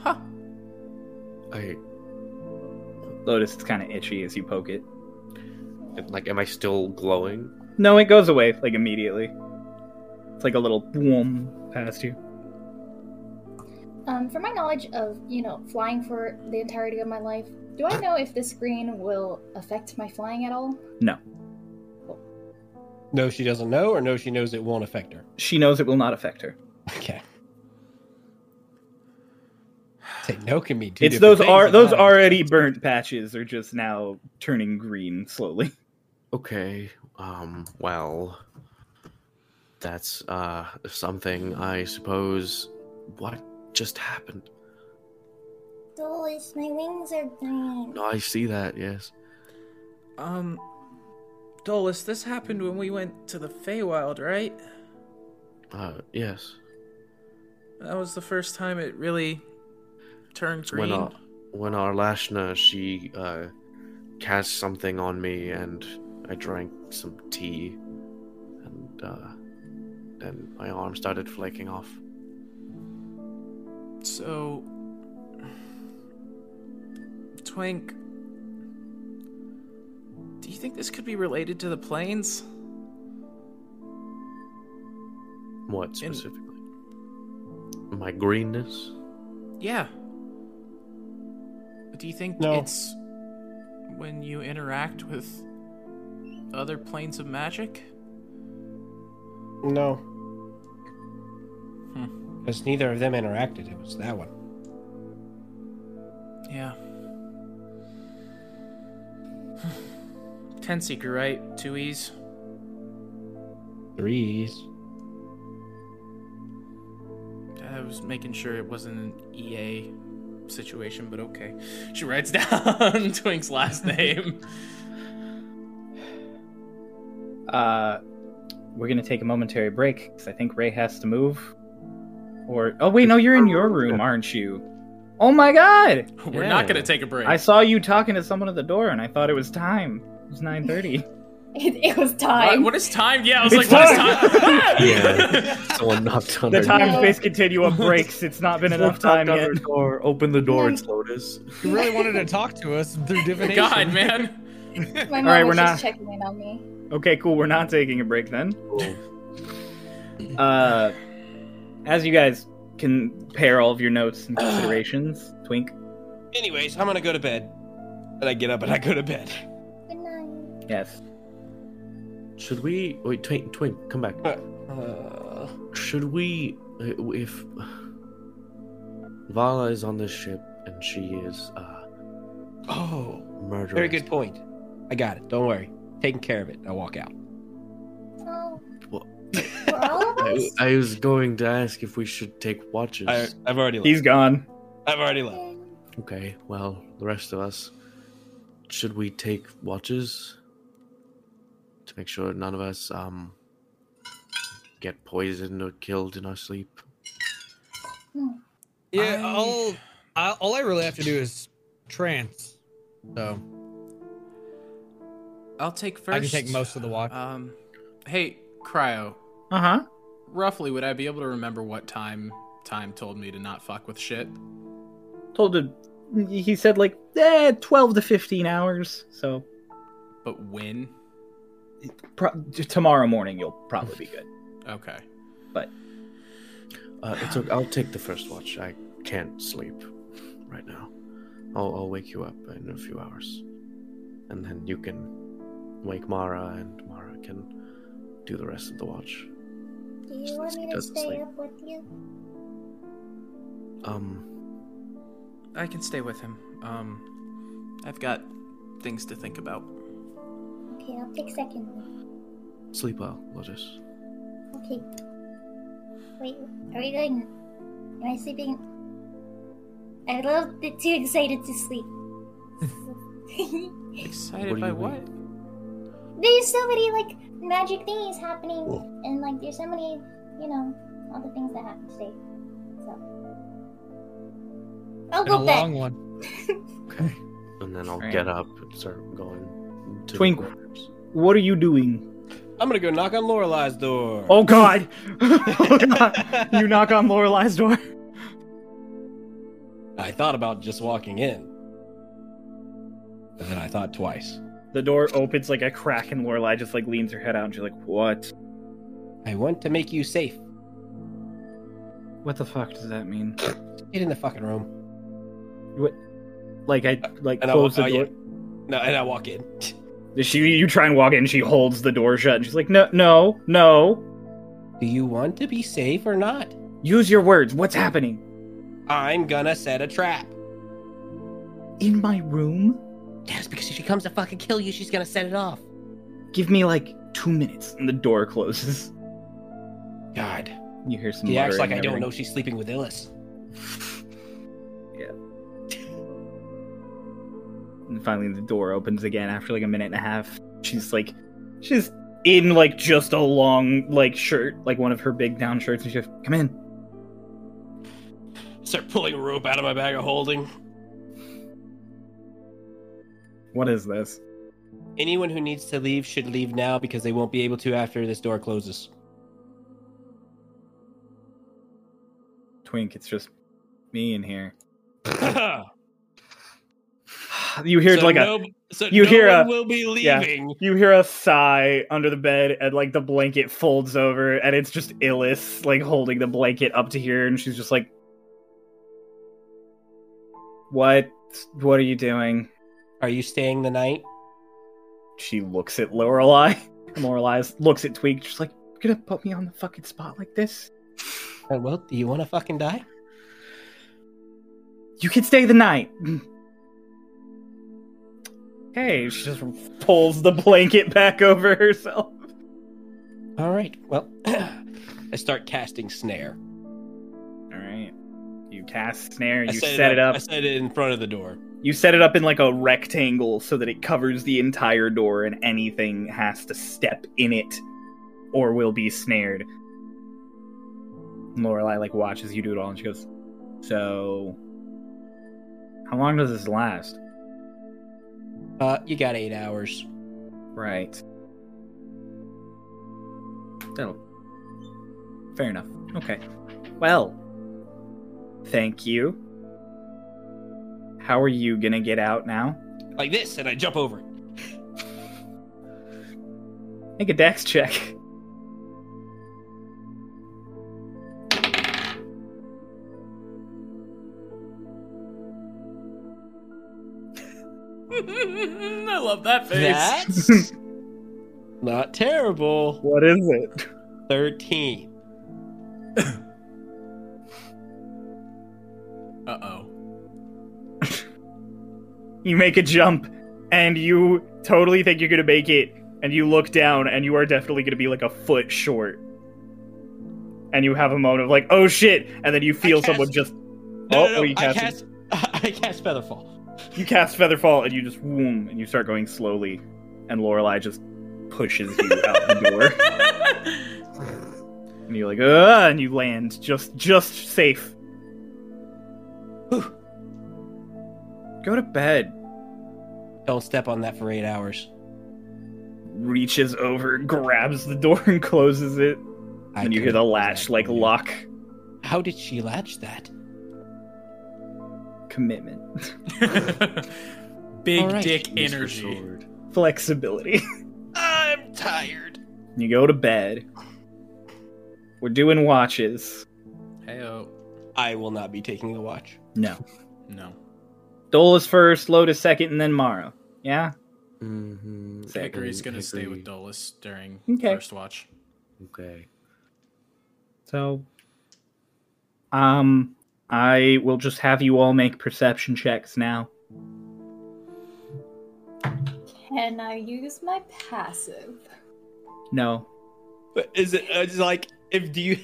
Huh. I Lotus, it's kind of itchy as you poke it. like. Am I still glowing? No, it goes away like immediately. It's like a little boom past you. Um, from my knowledge of, you know, flying for the entirety of my life, do I know if this green will affect my flying at all? No, she doesn't know, or no, she knows it won't affect her. She knows it will not affect her. Okay. Say no can be two It's different those things are in those my- already burnt patches are just now turning green slowly. Okay. Um. Well, that's uh something I suppose. What just happened? Dolis, my wings are green. No, I see that. Yes. Um. Dolus, this happened when we went to the Feywild, right? Uh. Yes. That was the first time it really turned When green. our when our Lashna she uh cast something on me and I drank some tea and uh then my arm started flaking off. So, Twink, do you think this could be related to the planes? What specifically? My greenness. Yeah. Do you think No. it's when you interact with other planes of magic? No. Because neither of them interacted. It was that one. Yeah. Ten seeker, right? Two E's. Threes. I was making sure it wasn't an EA situation, but okay. She writes down Twink's last name. Uh, we're gonna take a momentary break because I think Ray has to move. Or oh wait, no, you're in your room, aren't you? Oh my god! We're not gonna take a break. I saw you talking to someone at the door, and I thought it was time. It was nine thirty. It, it was What- time. what is time? Yeah, I was It's like, time. what is time? Yeah. Someone knocked on The their time No. space continuum breaks. It's not been enough Someone time knocked on yet. their door. Open the door, it's Lotus. You really wanted to talk to us through divination. God, man. My mom right, was we're just checking in on me. Okay, cool. We're not taking a break then. Uh, as you guys compare all of your notes and considerations, Twink. Anyways, I'm gonna go to bed. And I get up and I go to bed. Good night. Yes. Should we wait? Twink, Twink, come back. Uh, Should we, if Vala is on this ship and she is uh, oh, murderous, very good point. I got it. Don't worry. Taking care of it. I walk out. Oh. Well- For all of I, us? I was going to ask if we should take watches. I, I've already left. He's gone. I've already left. Okay. Okay, well, the rest of us, should we take watches to make sure none of us um get poisoned or killed in our sleep? Yeah, I- all I, all I really have to do is trance. So I'll take first. I can take most of the walk. Um, hey, Cryo. Uh Uh-huh. huh. Roughly, would I be able to remember what time time told me to not fuck with shit? Told to. He said like eh, twelve to fifteen hours. So But when? pro- t- tomorrow morning you'll probably be good. Okay. Uh, it's okay. I'll take the first watch. I can't sleep right now. I'll, I'll wake you up in a few hours. And then you can wake Mara, and Mara can do the rest of the watch. Do you Just want so me he to doesn't stay sleep. up with you? Um, I can stay with him. Um, I've got things to think about. Okay, I'll pick second one. sleep well, Lotus. Okay. Wait, are we going? Am I sleeping? I love the too excited to sleep. Excited What do by you what? there's so many like magic things happening, and like there's so many, you know, all the things that happen today. So I'll and go a back. long one. And then I'll Right. get up and start going to Twink. the quarters. What are you doing? I'm gonna go knock on Lorelai's door. Oh God! oh God! You knock on Lorelai's door. I thought about just walking in. And then I thought twice. The door opens like a crack, and Lorelai just like leans her head out, and she's like, "What? I want to make you safe. What the fuck does that mean?" Get in the fucking room. Like Uh, I like And I close wa- the oh, yeah. door. No, and I walk in. She you try and walk in, she holds the door shut, and she's like, "No, no, no! Do you want to be safe or not? Use your words. What's happening I'm gonna set a trap. in my room?" That's because if she comes to fucking kill you, she's gonna set it off. Give me like two minutes, and the door closes. God. You hear some. He acts like muttering I and don't know everything. she's sleeping with Illis. And finally, the door opens again after like a minute and a half. She's like, she's in like just a long like shirt, like one of her big down shirts, and she's like, "Come in." Start pulling rope out of my bag of holding. What is this? Anyone who needs to leave should leave now because they won't be able to after this door closes. Twink, it's just me in here. so You hear like a no, so you no hear one a- will be yeah. leaving. you hear a sigh under the bed, and like the blanket folds over, and it's just Illis like holding the blanket up to here, and she's just like, "What? What are you doing? Are you staying the night? She looks at Lorelai. Lorelai looks at Tweak, just like, "You're gonna put me on the fucking spot like this? Uh, well, do you want to fucking die? You can stay the night." Hey, she just pulls the blanket back over herself. All right. Well, I start casting snare. All right. You cast snare. I You set it up. I set it in front of the door. You set it up in like a rectangle so that it covers the entire door and anything has to step in it or will be snared. Lorelai like watches you do it all and she goes, So how long does this last? Uh, you got eight hours. Right. That'll Fair enough. Okay. Well Thank you. How are you gonna get out now? Like this, and I jump over it. Make a dex check. I love that face. That's not terrible. What is it? Thirteen. Uh oh. You make a jump, and you totally think you're gonna make it, and you look down, and you are definitely gonna be like a foot short. And you have a moment of like, oh shit, and then you feel cast- someone just No, oh, no, what no, are you I casting? cast. I cast featherfall. You cast Featherfall, and you just whoom, and you start going slowly, and Lorelai just pushes you out the door, and you're like, ah, and you land just just safe. Whew. Go to bed. Don't step on that for eight hours. Reaches over, grabs the door, and closes it. I and you hear couldn't the do latch that like for you. lock How did she latch that? commitment Big All right. dick Use her energy. sword. flexibility. I'm tired. you go to bed. We're doing watches. Heyo. I will not be taking a watch. No. No. Dole is first, Lotus second, and then Mara. Yeah? Mm-hmm. Hickory's gonna stay with Dolus during Okay. first watch. Okay. So um I will just have you all make perception checks now. Can I use my passive? No. But is it uh, just like if do you?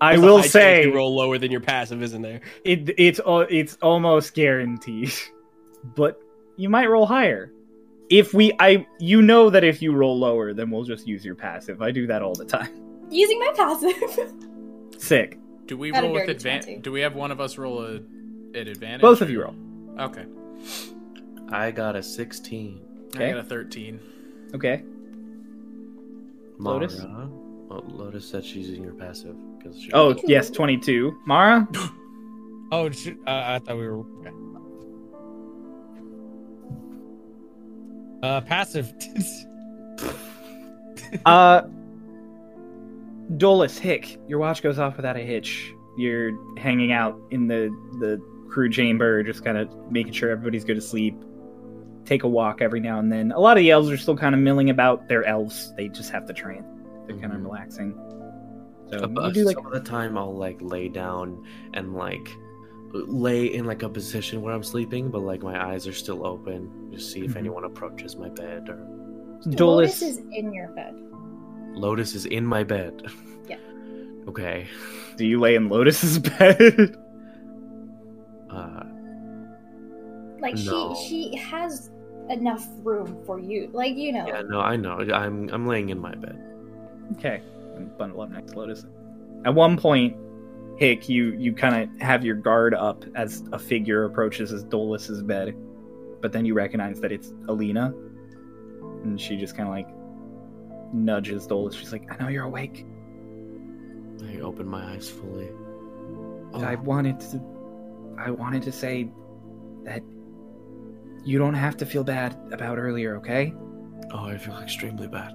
I There's a will high chance say you roll lower than your passive, isn't there? it it's al- it's almost guaranteed but you might roll higher if we i you know that if you roll lower then we'll just use your passive i do that all the time Using my passive. sick Do we Got a roll with dirty 20. advantage? Do we have one of us roll a, at advantage? both of you roll Okay. I got a 16. Okay. I got a 13. okay Lotus? Mara? Well, Lotus said she's using her passive. 'cause she- oh yes 22 mara Oh, shoot, uh, I thought we were. Okay. Uh, passive. uh dolus hick your watch goes off without a hitch you're hanging out in the the crew chamber just kind of making sure everybody's good to sleep take a walk every now and then a lot of the elves are still kind of milling about they're elves they just have to train they're kind of Mhm. relaxing so Uh, you do like some of the time I'll like lay down and like lay in like a position where I'm sleeping, but like my eyes are still open. Just see if Mhm. anyone approaches my bed or dolus Dolus is in your bed. Lotus is in my bed. Yeah. okay. do you lay in lotus's bed Uh, Like No. she she has enough room for you. Like you know. yeah, no, I know. I'm I'm laying in my bed. Okay, bundle up next, Lotus. At one point, Hick, you you kind of have your guard up as a figure approaches as Dolus's bed, but then you recognize that it's Alina, and she just kind of like nudges Dolus. She's like, "I know you're awake. I open my eyes fully. I Oh, wanted to, I wanted to say that you don't have to feel bad about earlier, okay? oh, I feel extremely bad.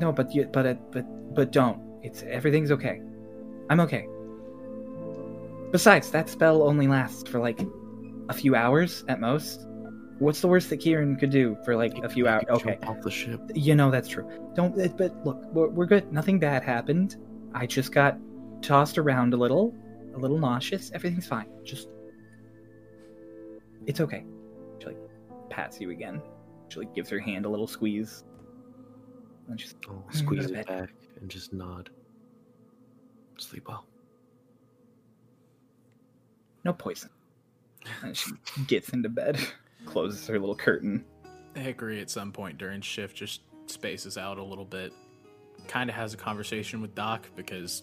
No, but you, but uh, but but don't. It's everything's okay. I'm okay. Besides, that spell only lasts for like a few hours at most. What's the worst that Kieran could do for like a few hours? Okay, Jump off the ship. you know that's true. Don't. it- But look, we're, we're good. Nothing bad happened. I just got tossed around a little, a little nauseous. Everything's fine. Just, it's okay. She like pats you again. She like gives her hand a little squeeze. And she's Oh, squeeze Okay. it back and just nod. Sleep well. no poison. And she gets into bed, closes her little curtain. Hickory at some point during shift just spaces out a little bit. Kind of has a conversation with Doc because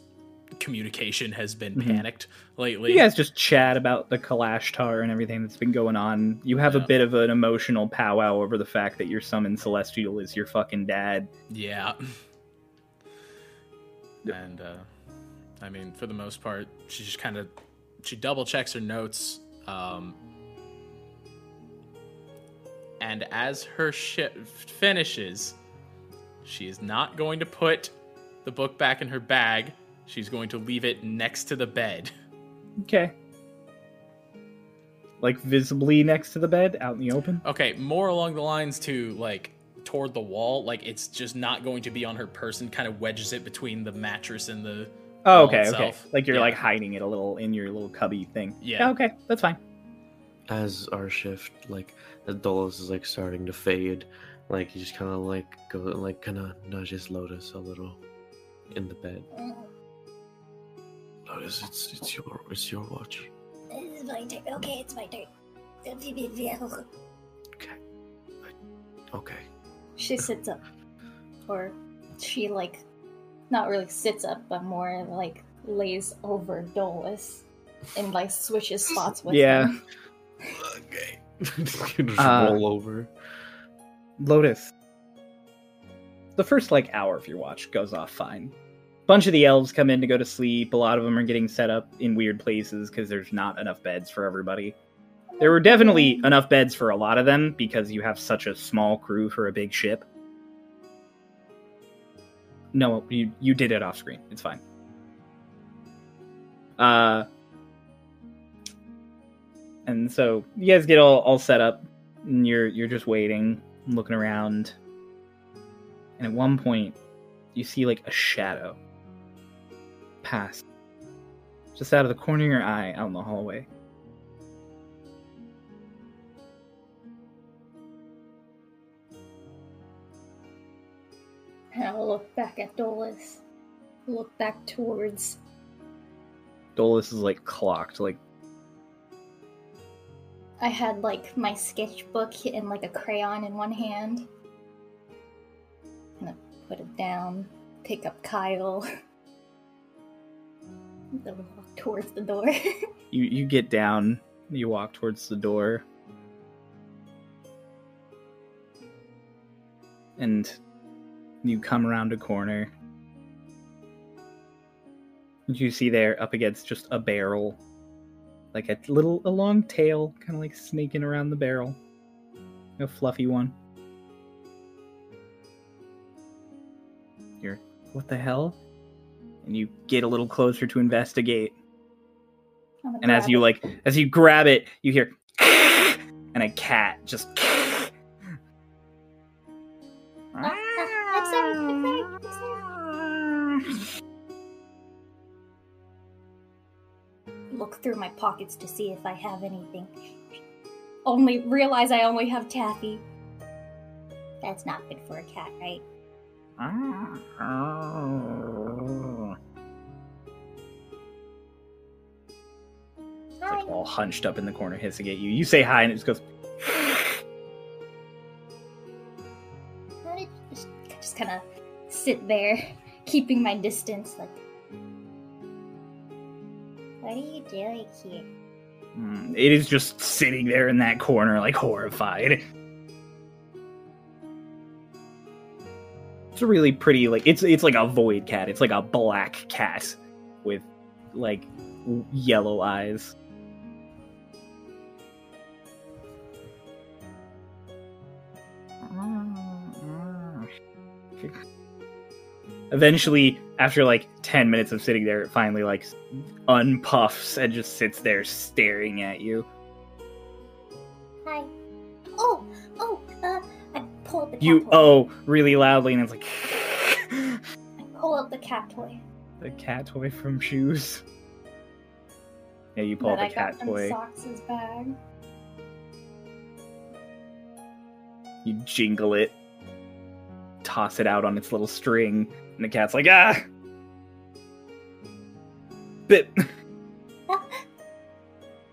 communication has been Mhm. panicked lately. You guys just chat about the Kalash Tar and everything that's been going on. You have Yeah. a bit of an emotional powwow over the fact that your summoned celestial is your fucking dad. Yeah. And uh, I mean, for the most part, she just kind of she double checks her notes. Um, and as her shift finishes, she is not going to put the book back in her bag. She's going to leave it next to the bed. Okay. Like visibly next to the bed, out in the open. Okay, more along the lines to like toward the wall, like it's just not going to be on her person. Kind of wedges it between the mattress and the Oh, All okay, okay. itself. Like you're Yeah. like hiding it a little in your little cubby thing. Yeah. okay, that's fine. As our shift, like as Dolus is like starting to fade, like he just kind of like go like kind of nudges Lotus a little in the bed. Mm, Lotus, it's it's your it's your watch. It's my turn. Okay, it's my turn. Okay. She sits up. Or she, like, not really sits up, but more like lays over Dolus and, like, switches spots with Yeah. him. Okay. just Uh, roll over. Lotus. The first like hour of your watch goes off fine. Bunch of the elves come in to go to sleep. A lot of them are getting set up in weird places because there's not enough beds for everybody. There were definitely enough beds for a lot of them because you have such a small crew for a big ship. No, you you did it off screen. It's fine. Uh and so you guys get all, all set up and you're you're just waiting, looking around. And at one point, you see like a shadow pass just out of the corner of your eye out in the hallway. And I'll look back at Dolus. Look back towards. Dolus is like clocked, like I had like my sketchbook and like a crayon in one hand. And I put it down, pick up Kyle. then walk towards the door. you you get down, you walk towards the door, and you come around a corner. And You see there up against just a barrel, like a little a long tail, kind of like snaking around the barrel, a fluffy one. You're what the hell? And you get a little closer to investigate. I'm gonna And as grab you it. like, as you grab it, you hear, and a cat just. Ah, ah, I'm sorry, I'm sorry, I'm sorry. Look through my pockets to see if I have anything. Only realize I only have taffy. That's not good for a cat, right? Ah. It's like all hunched up in the corner, hissing at you. You say hi, and it just goes. How did just, just kind of sit there, keeping my distance? Like, what are you doing here? Mm, It is just sitting there in that corner, like horrified. It's a really pretty, like it's it's like a void cat. It's like a black cat with like w- yellow eyes. Eventually, after like ten minutes of sitting there, it finally like unpuffs and just sits there staring at you. Hi. Oh, oh, uh, I pull up the cat You toy. oh really loudly, and it's like I pull up the cat toy the cat toy from shoes. Yeah, you pull that I out the got cat from toy. Socks's bag. You jingle it, toss it out on its little string, and the cat's like ah. Bip,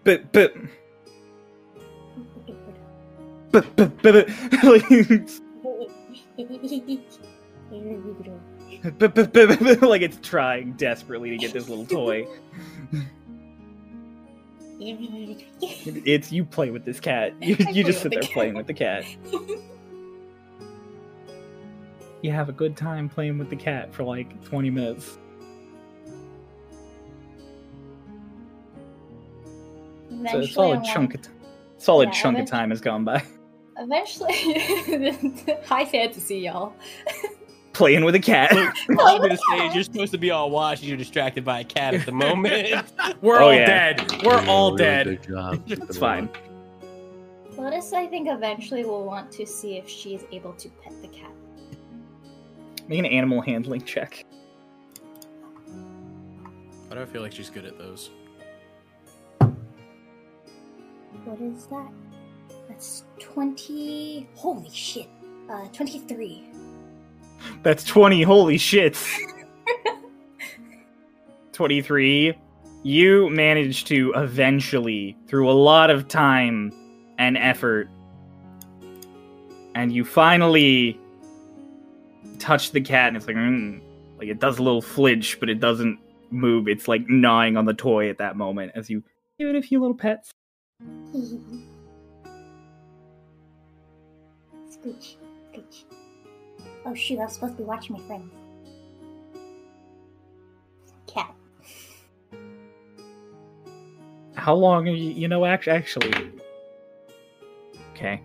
bip, bip. Buh, buh, buh, buh. like buh, buh, buh, buh, buh, like it's trying desperately to get this little toy. It's you play with this cat. You, I you just play sit with there the playing with the cat. You have a good time playing with the cat for like 20 minutes. So a Eventually, solid I chunk of t- solid Yeah, chunk of eventually- time has gone by Eventually, high fantasy, y'all. playing with a cat. I'm gonna say you're supposed to be all washed. You're distracted by a cat at the moment. We're Oh, all yeah. dead. We're all Really dead. good job. It's fine. Lotus, I think eventually will want to see if she's able to pet the cat. Make an animal handling check. Why do I feel like she's good at those? What is that? That's 20. Holy shit. Uh, 23. That's 20. Holy shit. 23. You manage to eventually, through a lot of time and effort, and you finally touch the cat, and it's like, mm, like it does a little flinch, but it doesn't move. It's like gnawing on the toy at that moment as you give it a few little pets. Scooch. Scooch. Oh shoot, I was supposed to be watching my friends. Cat. How long are you? You know, act- actually. Okay.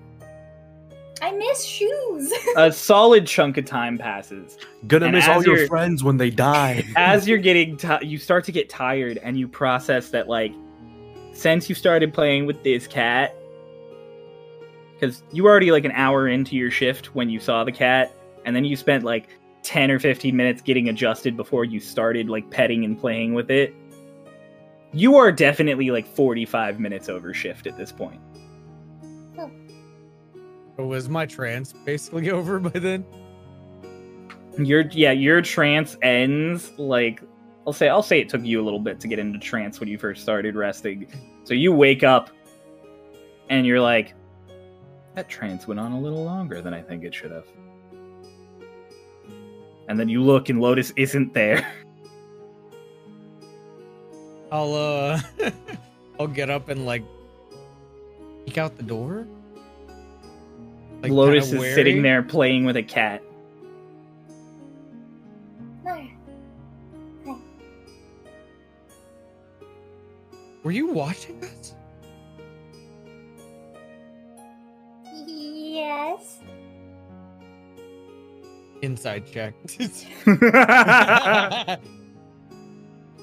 I miss shoes! A solid chunk of time passes. Gonna And miss all as your you're- friends when they die. as you're getting ti you start to get tired and you process that like since you started playing with this cat because you were already like an hour into your shift when you saw the cat and then you spent like 10 or 15 minutes getting adjusted before you started like petting and playing with it you are definitely like 45 minutes over shift at this point But was my trance basically over by then? your yeah your trance ends like i'll say i'll say it took you a little bit to get into trance when you first started resting so you wake up and you're like that trance went on a little longer than i think it should have and then you look and lotus isn't there I'll uh, I'll get up and like peek out the door. kinda lotus is wary. sitting there playing with a cat No. Were you watching us? Yes. Inside check.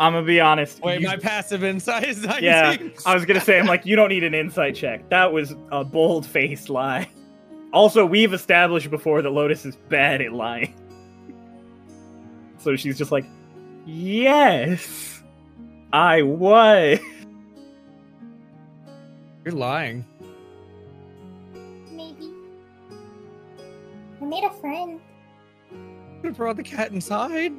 i'm Wait, gonna be honest you- my passive insight is 19. Yeah, I was gonna say, I'm like, you don't need an insight check. That was a bold faced lie. Also, we've established before that Lotus is bad at lying. So she's just like, yes, I was. You're lying. Maybe. I made a friend. You could've brought the cat inside.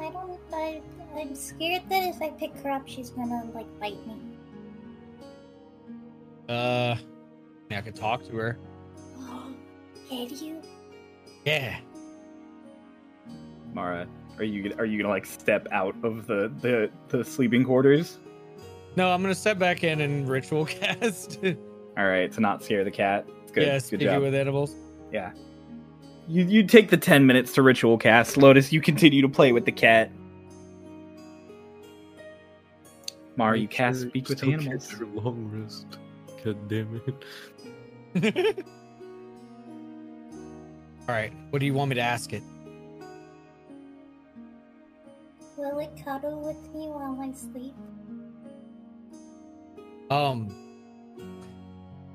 I don't. I, I'm scared that if I pick her up, she's gonna, like, bite me. Uh, I, mean, I could talk to her. Did you? Yeah. Mara, are you are you gonna like step out of the the, the sleeping quarters? No, I'm gonna step back in and ritual cast. All right, to not scare the cat. Good, yeah, good speaking job. with animals. You you take the ten minutes to ritual cast, Lotus. You continue to play with the cat. Mara, you cast speak with animals. long rest. God damn it. All right, what do you want me to ask it? Will it cuddle with me while I sleep? Um,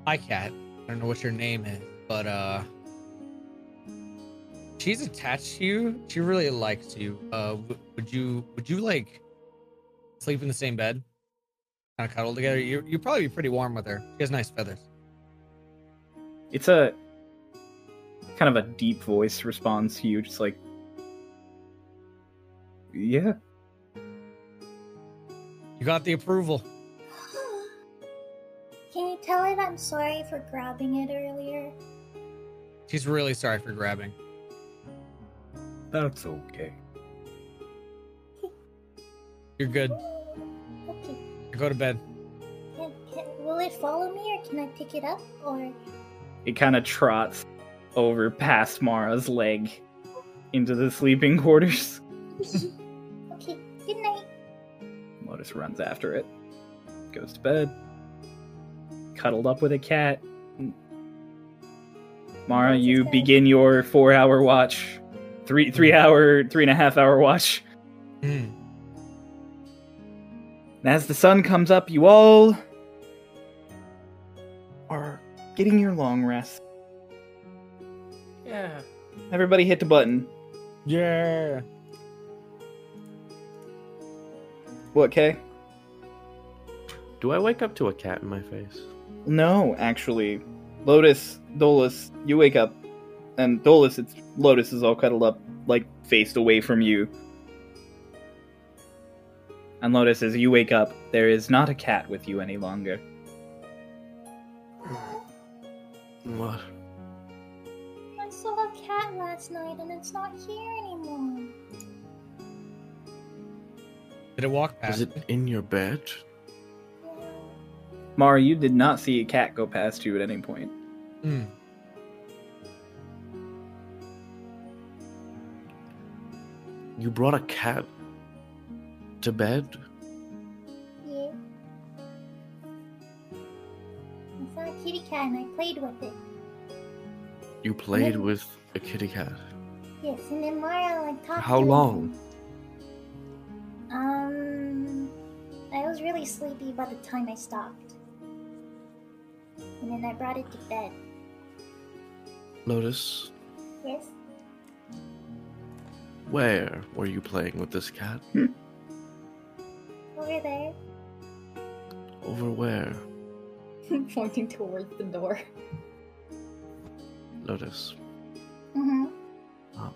Hi, cat. I don't know what your name is, but uh, she's attached to you. She really likes you. Uh, w- would you would you like sleep in the same bed? Kind of cuddle together. You you'd probably be pretty warm with her. She has nice feathers. It's a kind of a deep voice responds to you, just like, yeah. You got the approval. Can you tell it I'm sorry for grabbing it earlier? She's really sorry for grabbing. That's okay. You're good. Okay. Go to bed. Can, can, will it follow me or can I pick it up? Or It kind of trots over past Mara's leg into the sleeping quarters. okay, good night. Lotus runs after it, goes to bed, cuddled up with a cat. Mara, you begin your four-hour watch, three three-hour, three and a half-hour watch. And as the sun comes up, you all are getting your long rest. Yeah. Everybody hit the button. Yeah. What, Kay? Do I wake up to a cat in my face? No, Oh, actually. Lotus, Dolus, you wake up, and Dolus, it's Lotus is all cuddled up, like faced away from you. And Lotus, as you wake up, there is not a cat with you any longer. What? I saw a cat last night and it's not here anymore. Did it walk past? Is it in your bed? Mara, you did not see a cat go past you at any point. Mm. You brought a cat to bed? Yeah. I saw a kitty cat and I played with it. You played with a kitty cat. Yes, and then Mara like talked How to it. long? Um, I was really sleepy by the time I stopped. And then I brought it to bed. Lotus, Yes? where were you playing with this cat? Over there? Over where? pointing towards the door. Lotus, Mm-hmm. Um,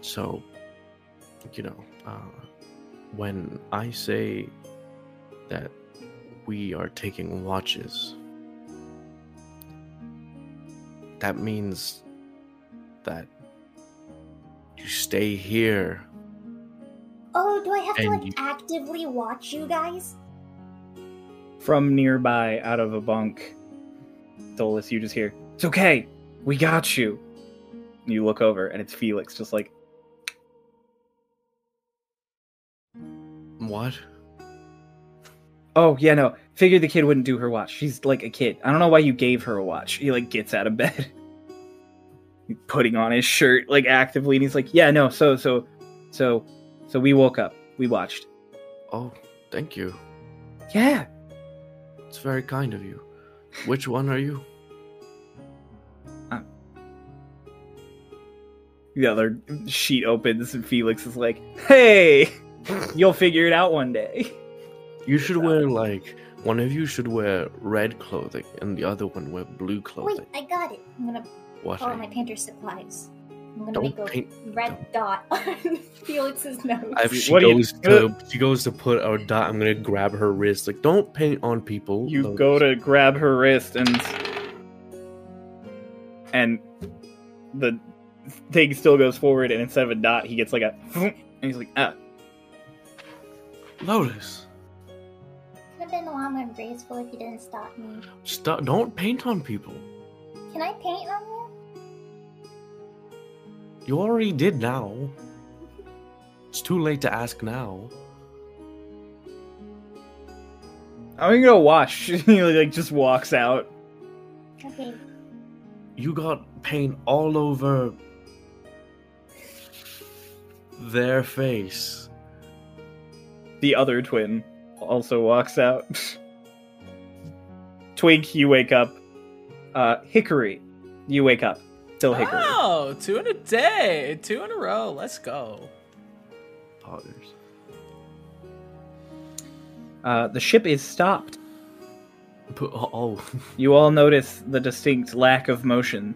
so, you know, uh, when I say that we are taking watches, that means that you stay here. Oh, do I have to And like you- actively watch you guys? From nearby, out of a bunk, Dolus, you just hear, It's okay! We got you! You look over, and it's Felix, just like, What? Oh yeah, no. Figured the kid wouldn't do her watch. She's like a kid. I don't know why you gave her a watch. He like gets out of bed, putting on his shirt like actively, and he's like, "Yeah, no. So so so so we woke up. We watched. Oh, thank you. Yeah. It's very kind of you. Which one are you? The other sheet opens, and Felix is like, "Hey, you'll figure it out one day." You should wear like one of you should wear red clothing and the other one wear blue Wait, clothing. I got it. I'm gonna What? borrow are my you- pantry supplies. I'm gonna Don't make a paint- red dot on Felix's nose. If she What do you- goes to she goes to put our dot, I'm gonna grab her wrist. Like, don't paint on people. You Lotus. go to grab her wrist and and the thing still goes forward, and instead of a dot, he gets like a and he's like, "Ah." Lotus. It would have been a lot more graceful if you didn't stop me. Stop! Don't paint on people. Can I paint on you? You already did now. It's too late to ask now. I'm gonna go wash. he like just walks out. Okay. You got paint all over their face. The other twin also walks out. Twig, you wake up. Uh, Hickory, you wake up. Still Hickory. Oh, two in a day, two in a row. Let's go. Potters. Uh, the ship is stopped. But, oh, You all notice the distinct lack of motion.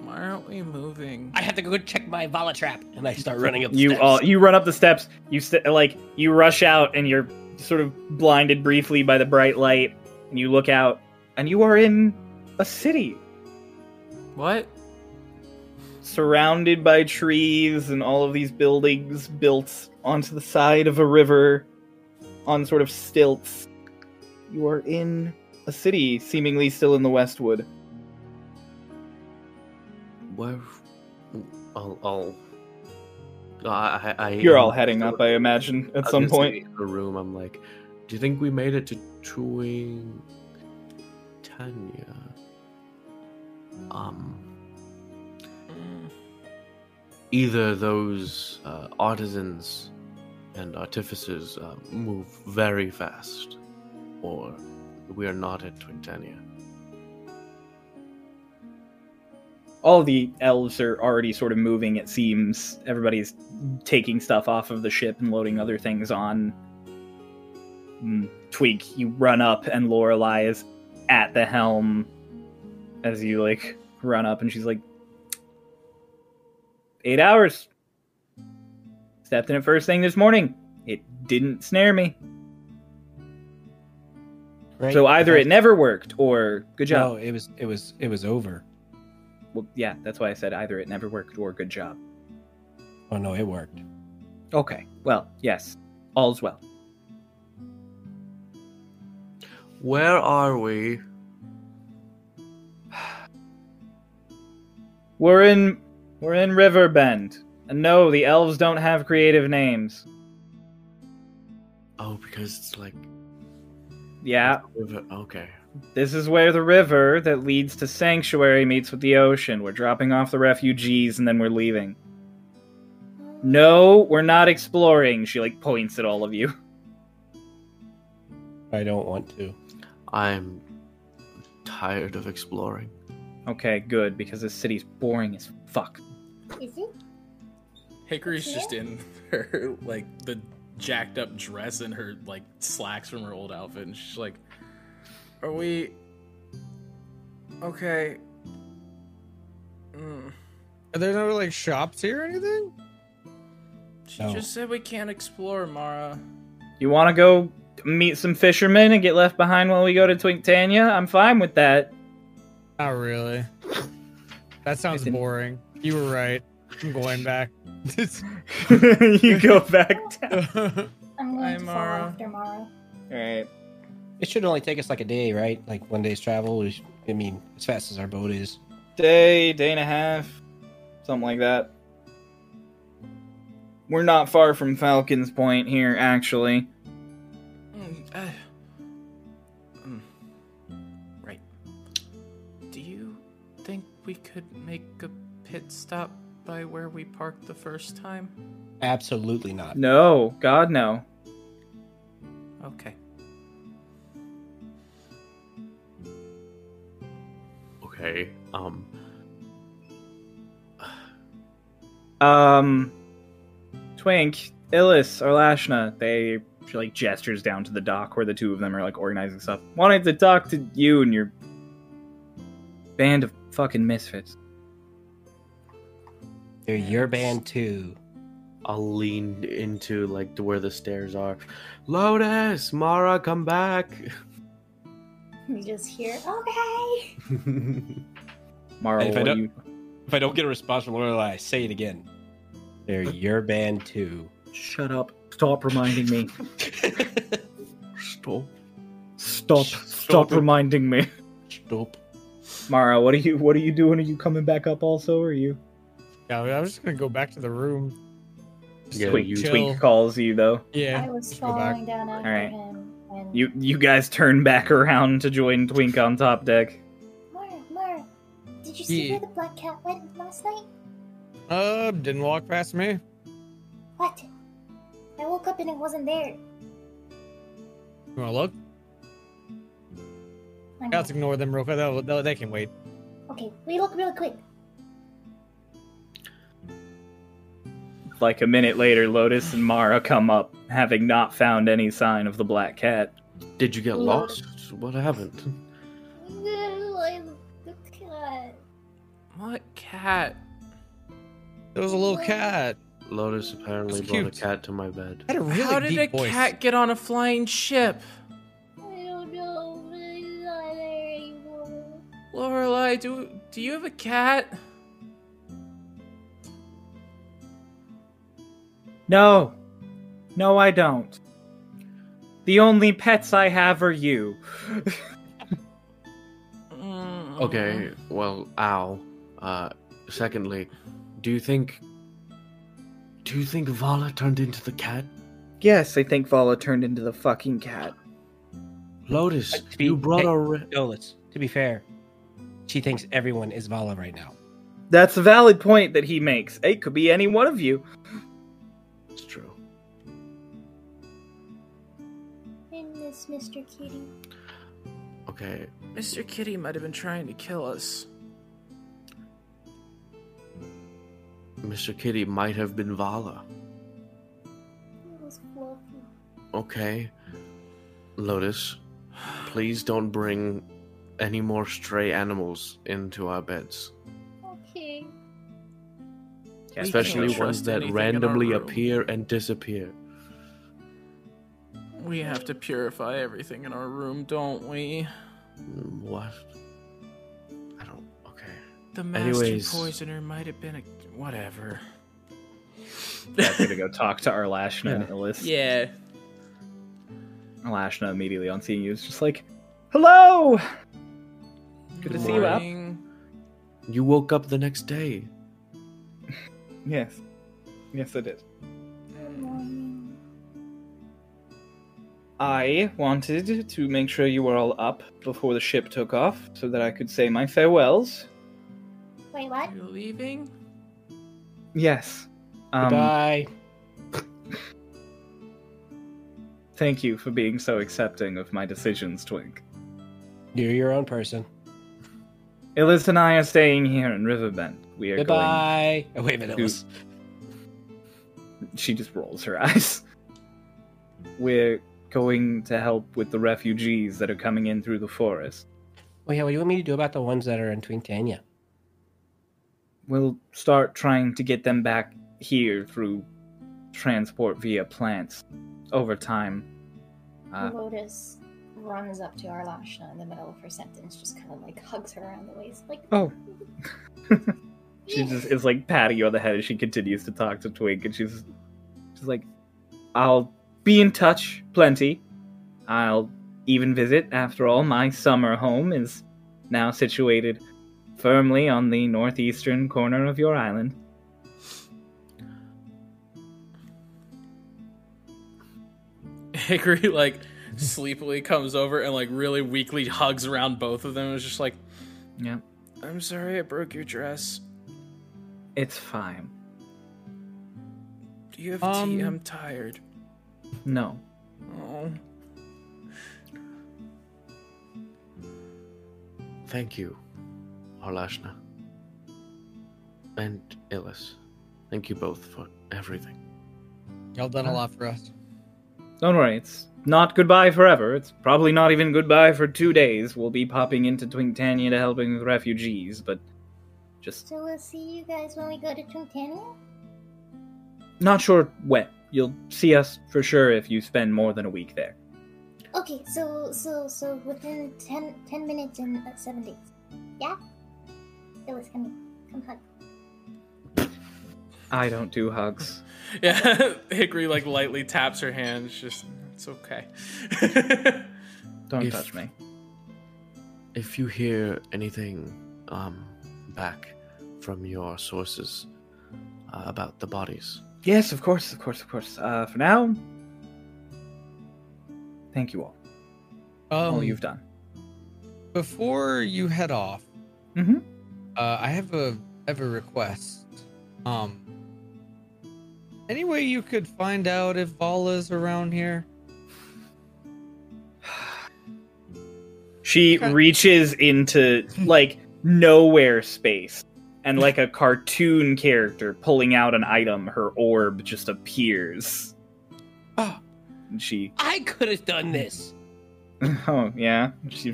Why aren't we moving? I have to go check my vola trap, and I start running up. The You steps. all you run up the steps. You st- like you rush out, and you're sort of blinded briefly by the bright light. And you look out, and you are in a city What? surrounded by trees and all of these buildings built onto the side of a river on sort of stilts. You are in a city, seemingly still in the Westwood. where? I'll. I'll I, I, I- You're all heading up, I imagine, I at was some gonna say, point. in the room, I'm like, do you think we made it to Chewing Tanya? Um, either those uh, artisans and artificers uh, move very fast, or we are not at Twintania. All the elves are already sort of moving, it seems. Everybody's taking stuff off of the ship and loading other things on. Mm, Tweak, you run up, and Lorelei is at the helm as you, like, run up, and she's like, Eight hours. Stepped in it first thing this morning. It didn't snare me. Right? So either it never worked, or good job. No, it was it was it was over. Well, yeah, that's why I said either it never worked, or good job. Oh no, it worked. Okay. Well, yes. All's well. Where are we? We're in we're in Riverbend. And no, the elves don't have creative names. Oh, because it's like Yeah, okay. this is where the river that leads to Sanctuary meets with the ocean. We're dropping off the refugees and then we're leaving. No, we're not exploring. She like points at all of you. I don't want to. I'm tired of exploring. Okay, good because this city's boring as fuck. Is it? Hickory's just in her like the jacked up dress and her like slacks from her old outfit, and she's like, Are we? Okay. Mm. Are there no like shops here or anything? She No. just said we can't explore, Mara. You want to go meet some fishermen and get left behind while we go to Twinktania? I'm fine with that. Not really. That sounds didn't- boring. You were right. I'm going back. you go back down. I'm going Hi, to Mara. follow after Mara. All right. It should only take us like a day, right? Like one day's travel. We sh- I mean, as fast as our boat is. day, day and a half, something like that. We're not far from Falcon's Point here, actually. Mm, uh, mm. Right. Do you think we could make a pit stop by where we parked the first time? Absolutely not. No, God, no. Okay. Okay. Um. Um, Twink, Illis, Arlashna, they she like gestures down to the dock where the two of them are like organizing stuff. Wanted to talk to you and your band of fucking misfits. They're your band too. I'll lean into like to where the stairs are. Lotus, Mara, come back. You just hear, okay. Marl, If I what do don't- you? If I don't get a response from Lorelai, I say it again. They're your band too. Shut up! Stop reminding me. Stop. Stop! Stop reminding me. Stop. Mara, what are you? What are you doing? Are you coming back up also? Or are you? yeah, I mean, I'm just gonna go back to the room. Just Yeah, like, you- chill. Tweak calls you though. Yeah. I was just go back. following down after Alright. him. When You you guys turn back around to join Twink on top deck. Mara, Mara, did you see Yeah. where the black cat went last night? Uh, didn't walk past me. What? I woke up and it wasn't there. You wanna look? I know. Let's ignore them real quick. They'll- they'll- they can wait. Okay, we look real quick. Like a minute later, Lotus and Mara come up, having not found any sign of the black cat. Did you get Yeah. lost? What happened? What cat? There was a little cat. Lotus apparently That's brought cute. a cat to my bed. Had a really How did deep a voice. cat get on a flying ship? I don't know. but it's not there anymore. Lorelai, do do you have a cat? No. No, I don't. The only pets I have are you. Mm. Okay, well, ow. Uh, secondly, do you think. Do you think Vala turned into the cat? Yes, I think Vala turned into the fucking cat. Lotus, Uh, to you be- brought hey. a. Re- Dolitz, to be fair, she thinks everyone is Vala right now. That's a valid point that he makes. It could be any one of you. it's true. I miss Mr. Kitty. Okay, Mr. Kitty might have been trying to kill us. Mr. Kitty might have been Vala. It was fluffy. Okay. Lotus, please don't bring any more stray animals into our beds. Okay. We Especially can't ones trust that anything in our randomly room. appear and disappear. We have to purify everything in our room, don't we? Mm, What? I don't. Okay. The master Anyways. poisoner might have been a whatever. That's gonna go talk to Arlashna and Illis. yeah. Arlashna immediately on seeing you is just like, Hello! Good to see you, Al. Morning. You woke up the next day. Yes. Yes, I did. Good morning. I wanted to make sure you were all up before the ship took off so that I could say my farewells. Wait, what? You're leaving? Yes. Um, Goodbye. thank you for being so accepting of my decisions, Twink. You're your own person. Illis and I are staying here in Riverbend. We are Goodbye. Oh, wait a minute. to- Let's... going. She just rolls her eyes. We're going to help with the refugees that are coming in through the forest. Well, oh, yeah, what do you want me to do about the ones that are in Twinktania? We'll start trying to get them back here through transport via plants over time. Ah. Uh, Lotus runs up to Arlashna in the middle of her sentence, just kind of like hugs her around the waist, like, Oh. she just is like patting you on the head as she continues to talk to Twink, and she's she's like, "I'll be in touch, plenty. I'll even visit. After all, my summer home is now situated firmly on the northeastern corner of your island." Hickory like sleepily comes over and like really weakly hugs around both of them. and is just like, Yeah, I'm sorry I broke your dress. it's fine. Do you have Um, tea? I'm tired. No, Oh. Thank you, Arlashna. And Illis. Thank you both for everything. Y'all done a lot for us. Don't worry, it's not goodbye forever. It's probably not even goodbye for two days. We'll be popping into Twinktania to helping with refugees, but just So we'll see you guys when we go to Twintania? not sure when. You'll see us for sure if you spend more than a week there. Okay, so so so within 10, 10 minutes and uh, seven days. Yeah? It was coming. Come hug. I don't do hugs. Yeah. Hickory like lightly taps her hand. It's just it's okay. Don't If- touch me. if you hear anything um, back from your sources uh, about the bodies, Yes, of course, of course, of course. Uh, for now, thank you all. Um, all Oh, you've done. before you head off, Mhm. uh, I have a have a request. Um, any way you could find out if Vala's around here? She reaches into like nowhere space, and like a cartoon character pulling out an item, her orb just appears. Oh. And she, I could have done this. oh yeah, she.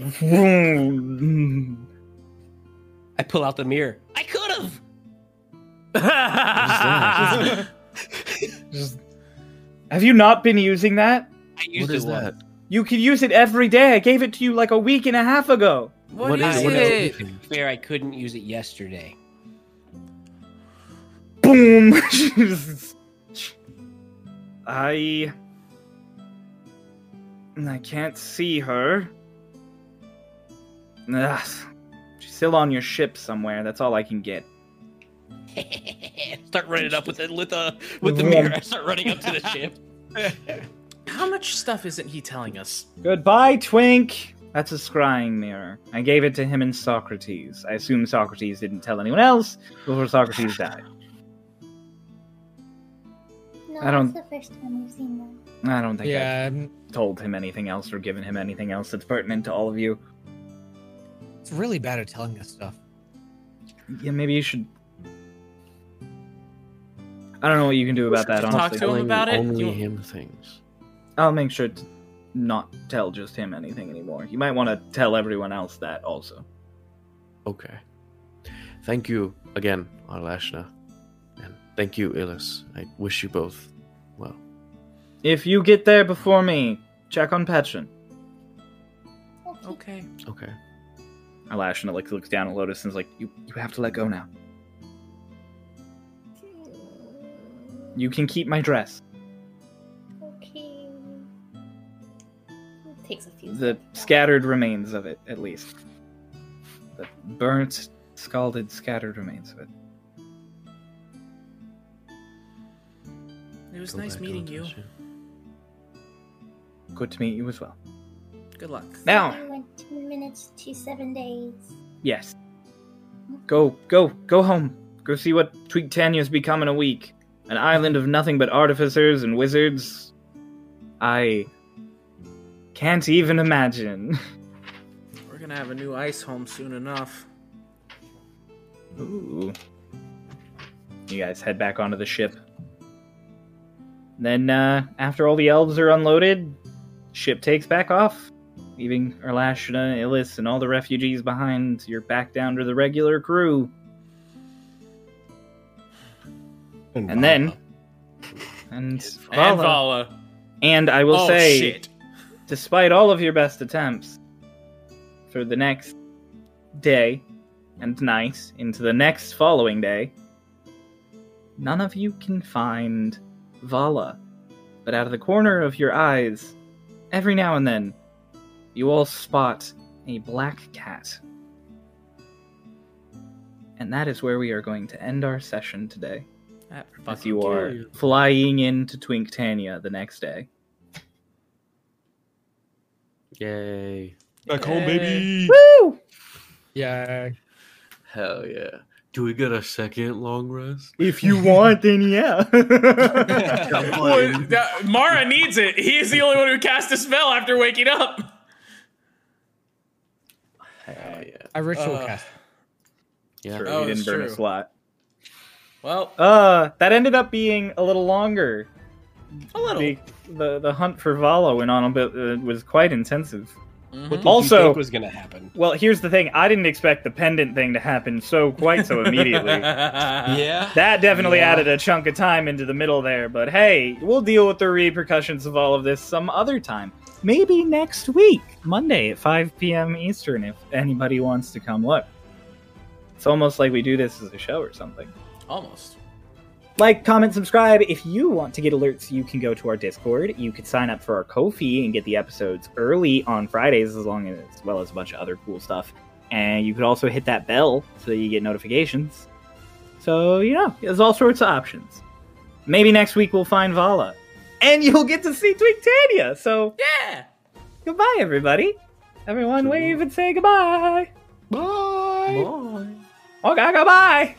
I pull out the mirror. I could have. Just- have you not been using that? I used What it is once. that? You could use it every day. I gave it to you like a week and a half ago. what is, I- what is To be fair, I couldn't use it yesterday. boom. Jesus. I. I can't see her. Ugh. She's still on your ship somewhere. That's all I can get. start running up with the with the with the mirror. I start running up to the ship. How much stuff isn't he telling us? Goodbye, Twink. That's a scrying mirror. I gave it to him and Socrates. I assume Socrates didn't tell anyone else before Socrates died. No, I don't- that's the first time we've seen that. I don't think I yeah, um, told him anything else or given him anything else that's pertinent to all of you. it's really bad at telling us stuff. Yeah, maybe you should. I don't know what you can do about that, should talk honestly. to him about it? Only You- him things. I'll make sure to not tell just him anything anymore. You might want to tell everyone else that also. Okay. Thank you again, Arlashna. And thank you, Illus. I wish you both well. If you get there before me, check on Petrin. Okay. Okay. Okay. Alashna like looks down at Lotus and is like, "You you have to let go now. You can keep my dress. Okay. It takes a few. The scattered remains of it, at least. The burnt, scalded, scattered remains of it. It was Go nice back meeting onto the you. ship. Good to meet you as well. Good luck. Now, We went two minutes to seven days. Yes. Go, go, go home. Go see what Tweak Tanya's become in a week. An island of nothing but artificers and wizards. I can't even imagine. We're gonna have a new ice home soon enough. Ooh. You guys head back onto the ship. Then, uh, after all the elves are unloaded, ship takes back off, leaving Erlashna, Illis, and all the refugees behind. You're back down to the regular crew. And then- And And Vala. Vala. And I will oh say, shit. despite all of your best attempts, for the next day and night into the next following day, none of you can find Vala. But out of the corner of your eyes, every now and then, you all spot a black cat. And that is where we are going to end our session today. That As fucking you are killed you. flying into Twinktania the next day. Yay. Back home, baby. Yeah, Hell yeah. Do we get a second long rest? If you want, then yeah. Well, that- Mara needs it. He is the only one who cast a spell after waking up. Hell yeah. I ritual Uh, cast. Yeah. Sure, Oh, we didn't it's burn a true. slot. Well, Uh, that ended up being a little longer. a little. The the, the hunt for Vala went on a bit. Uh, was quite intensive. Mhm. What did you Also- think was gonna happen? Well, here's the thing. I didn't expect the pendant thing to happen so quite so immediately. Yeah. that definitely added a chunk of time into the middle there. But hey, we'll deal with the repercussions of all of this some other time. Maybe next week, Monday at 5 p.m. Eastern, if anybody wants to come look. It's almost like we do this as a show or something. Almost. like, comment, subscribe. If you want to get alerts, you can go to our Discord. You could sign up for our Ko-fi and get the episodes early on Fridays, as long as, as well as a bunch of other cool stuff. And you could also hit that bell so that you get notifications. So you know, there's all sorts of options. Maybe next week we'll find Vala, and you'll get to see Twigtania. So Yeah. goodbye, everybody. Everyone, wave and say goodbye. Bye. Okay, goodbye.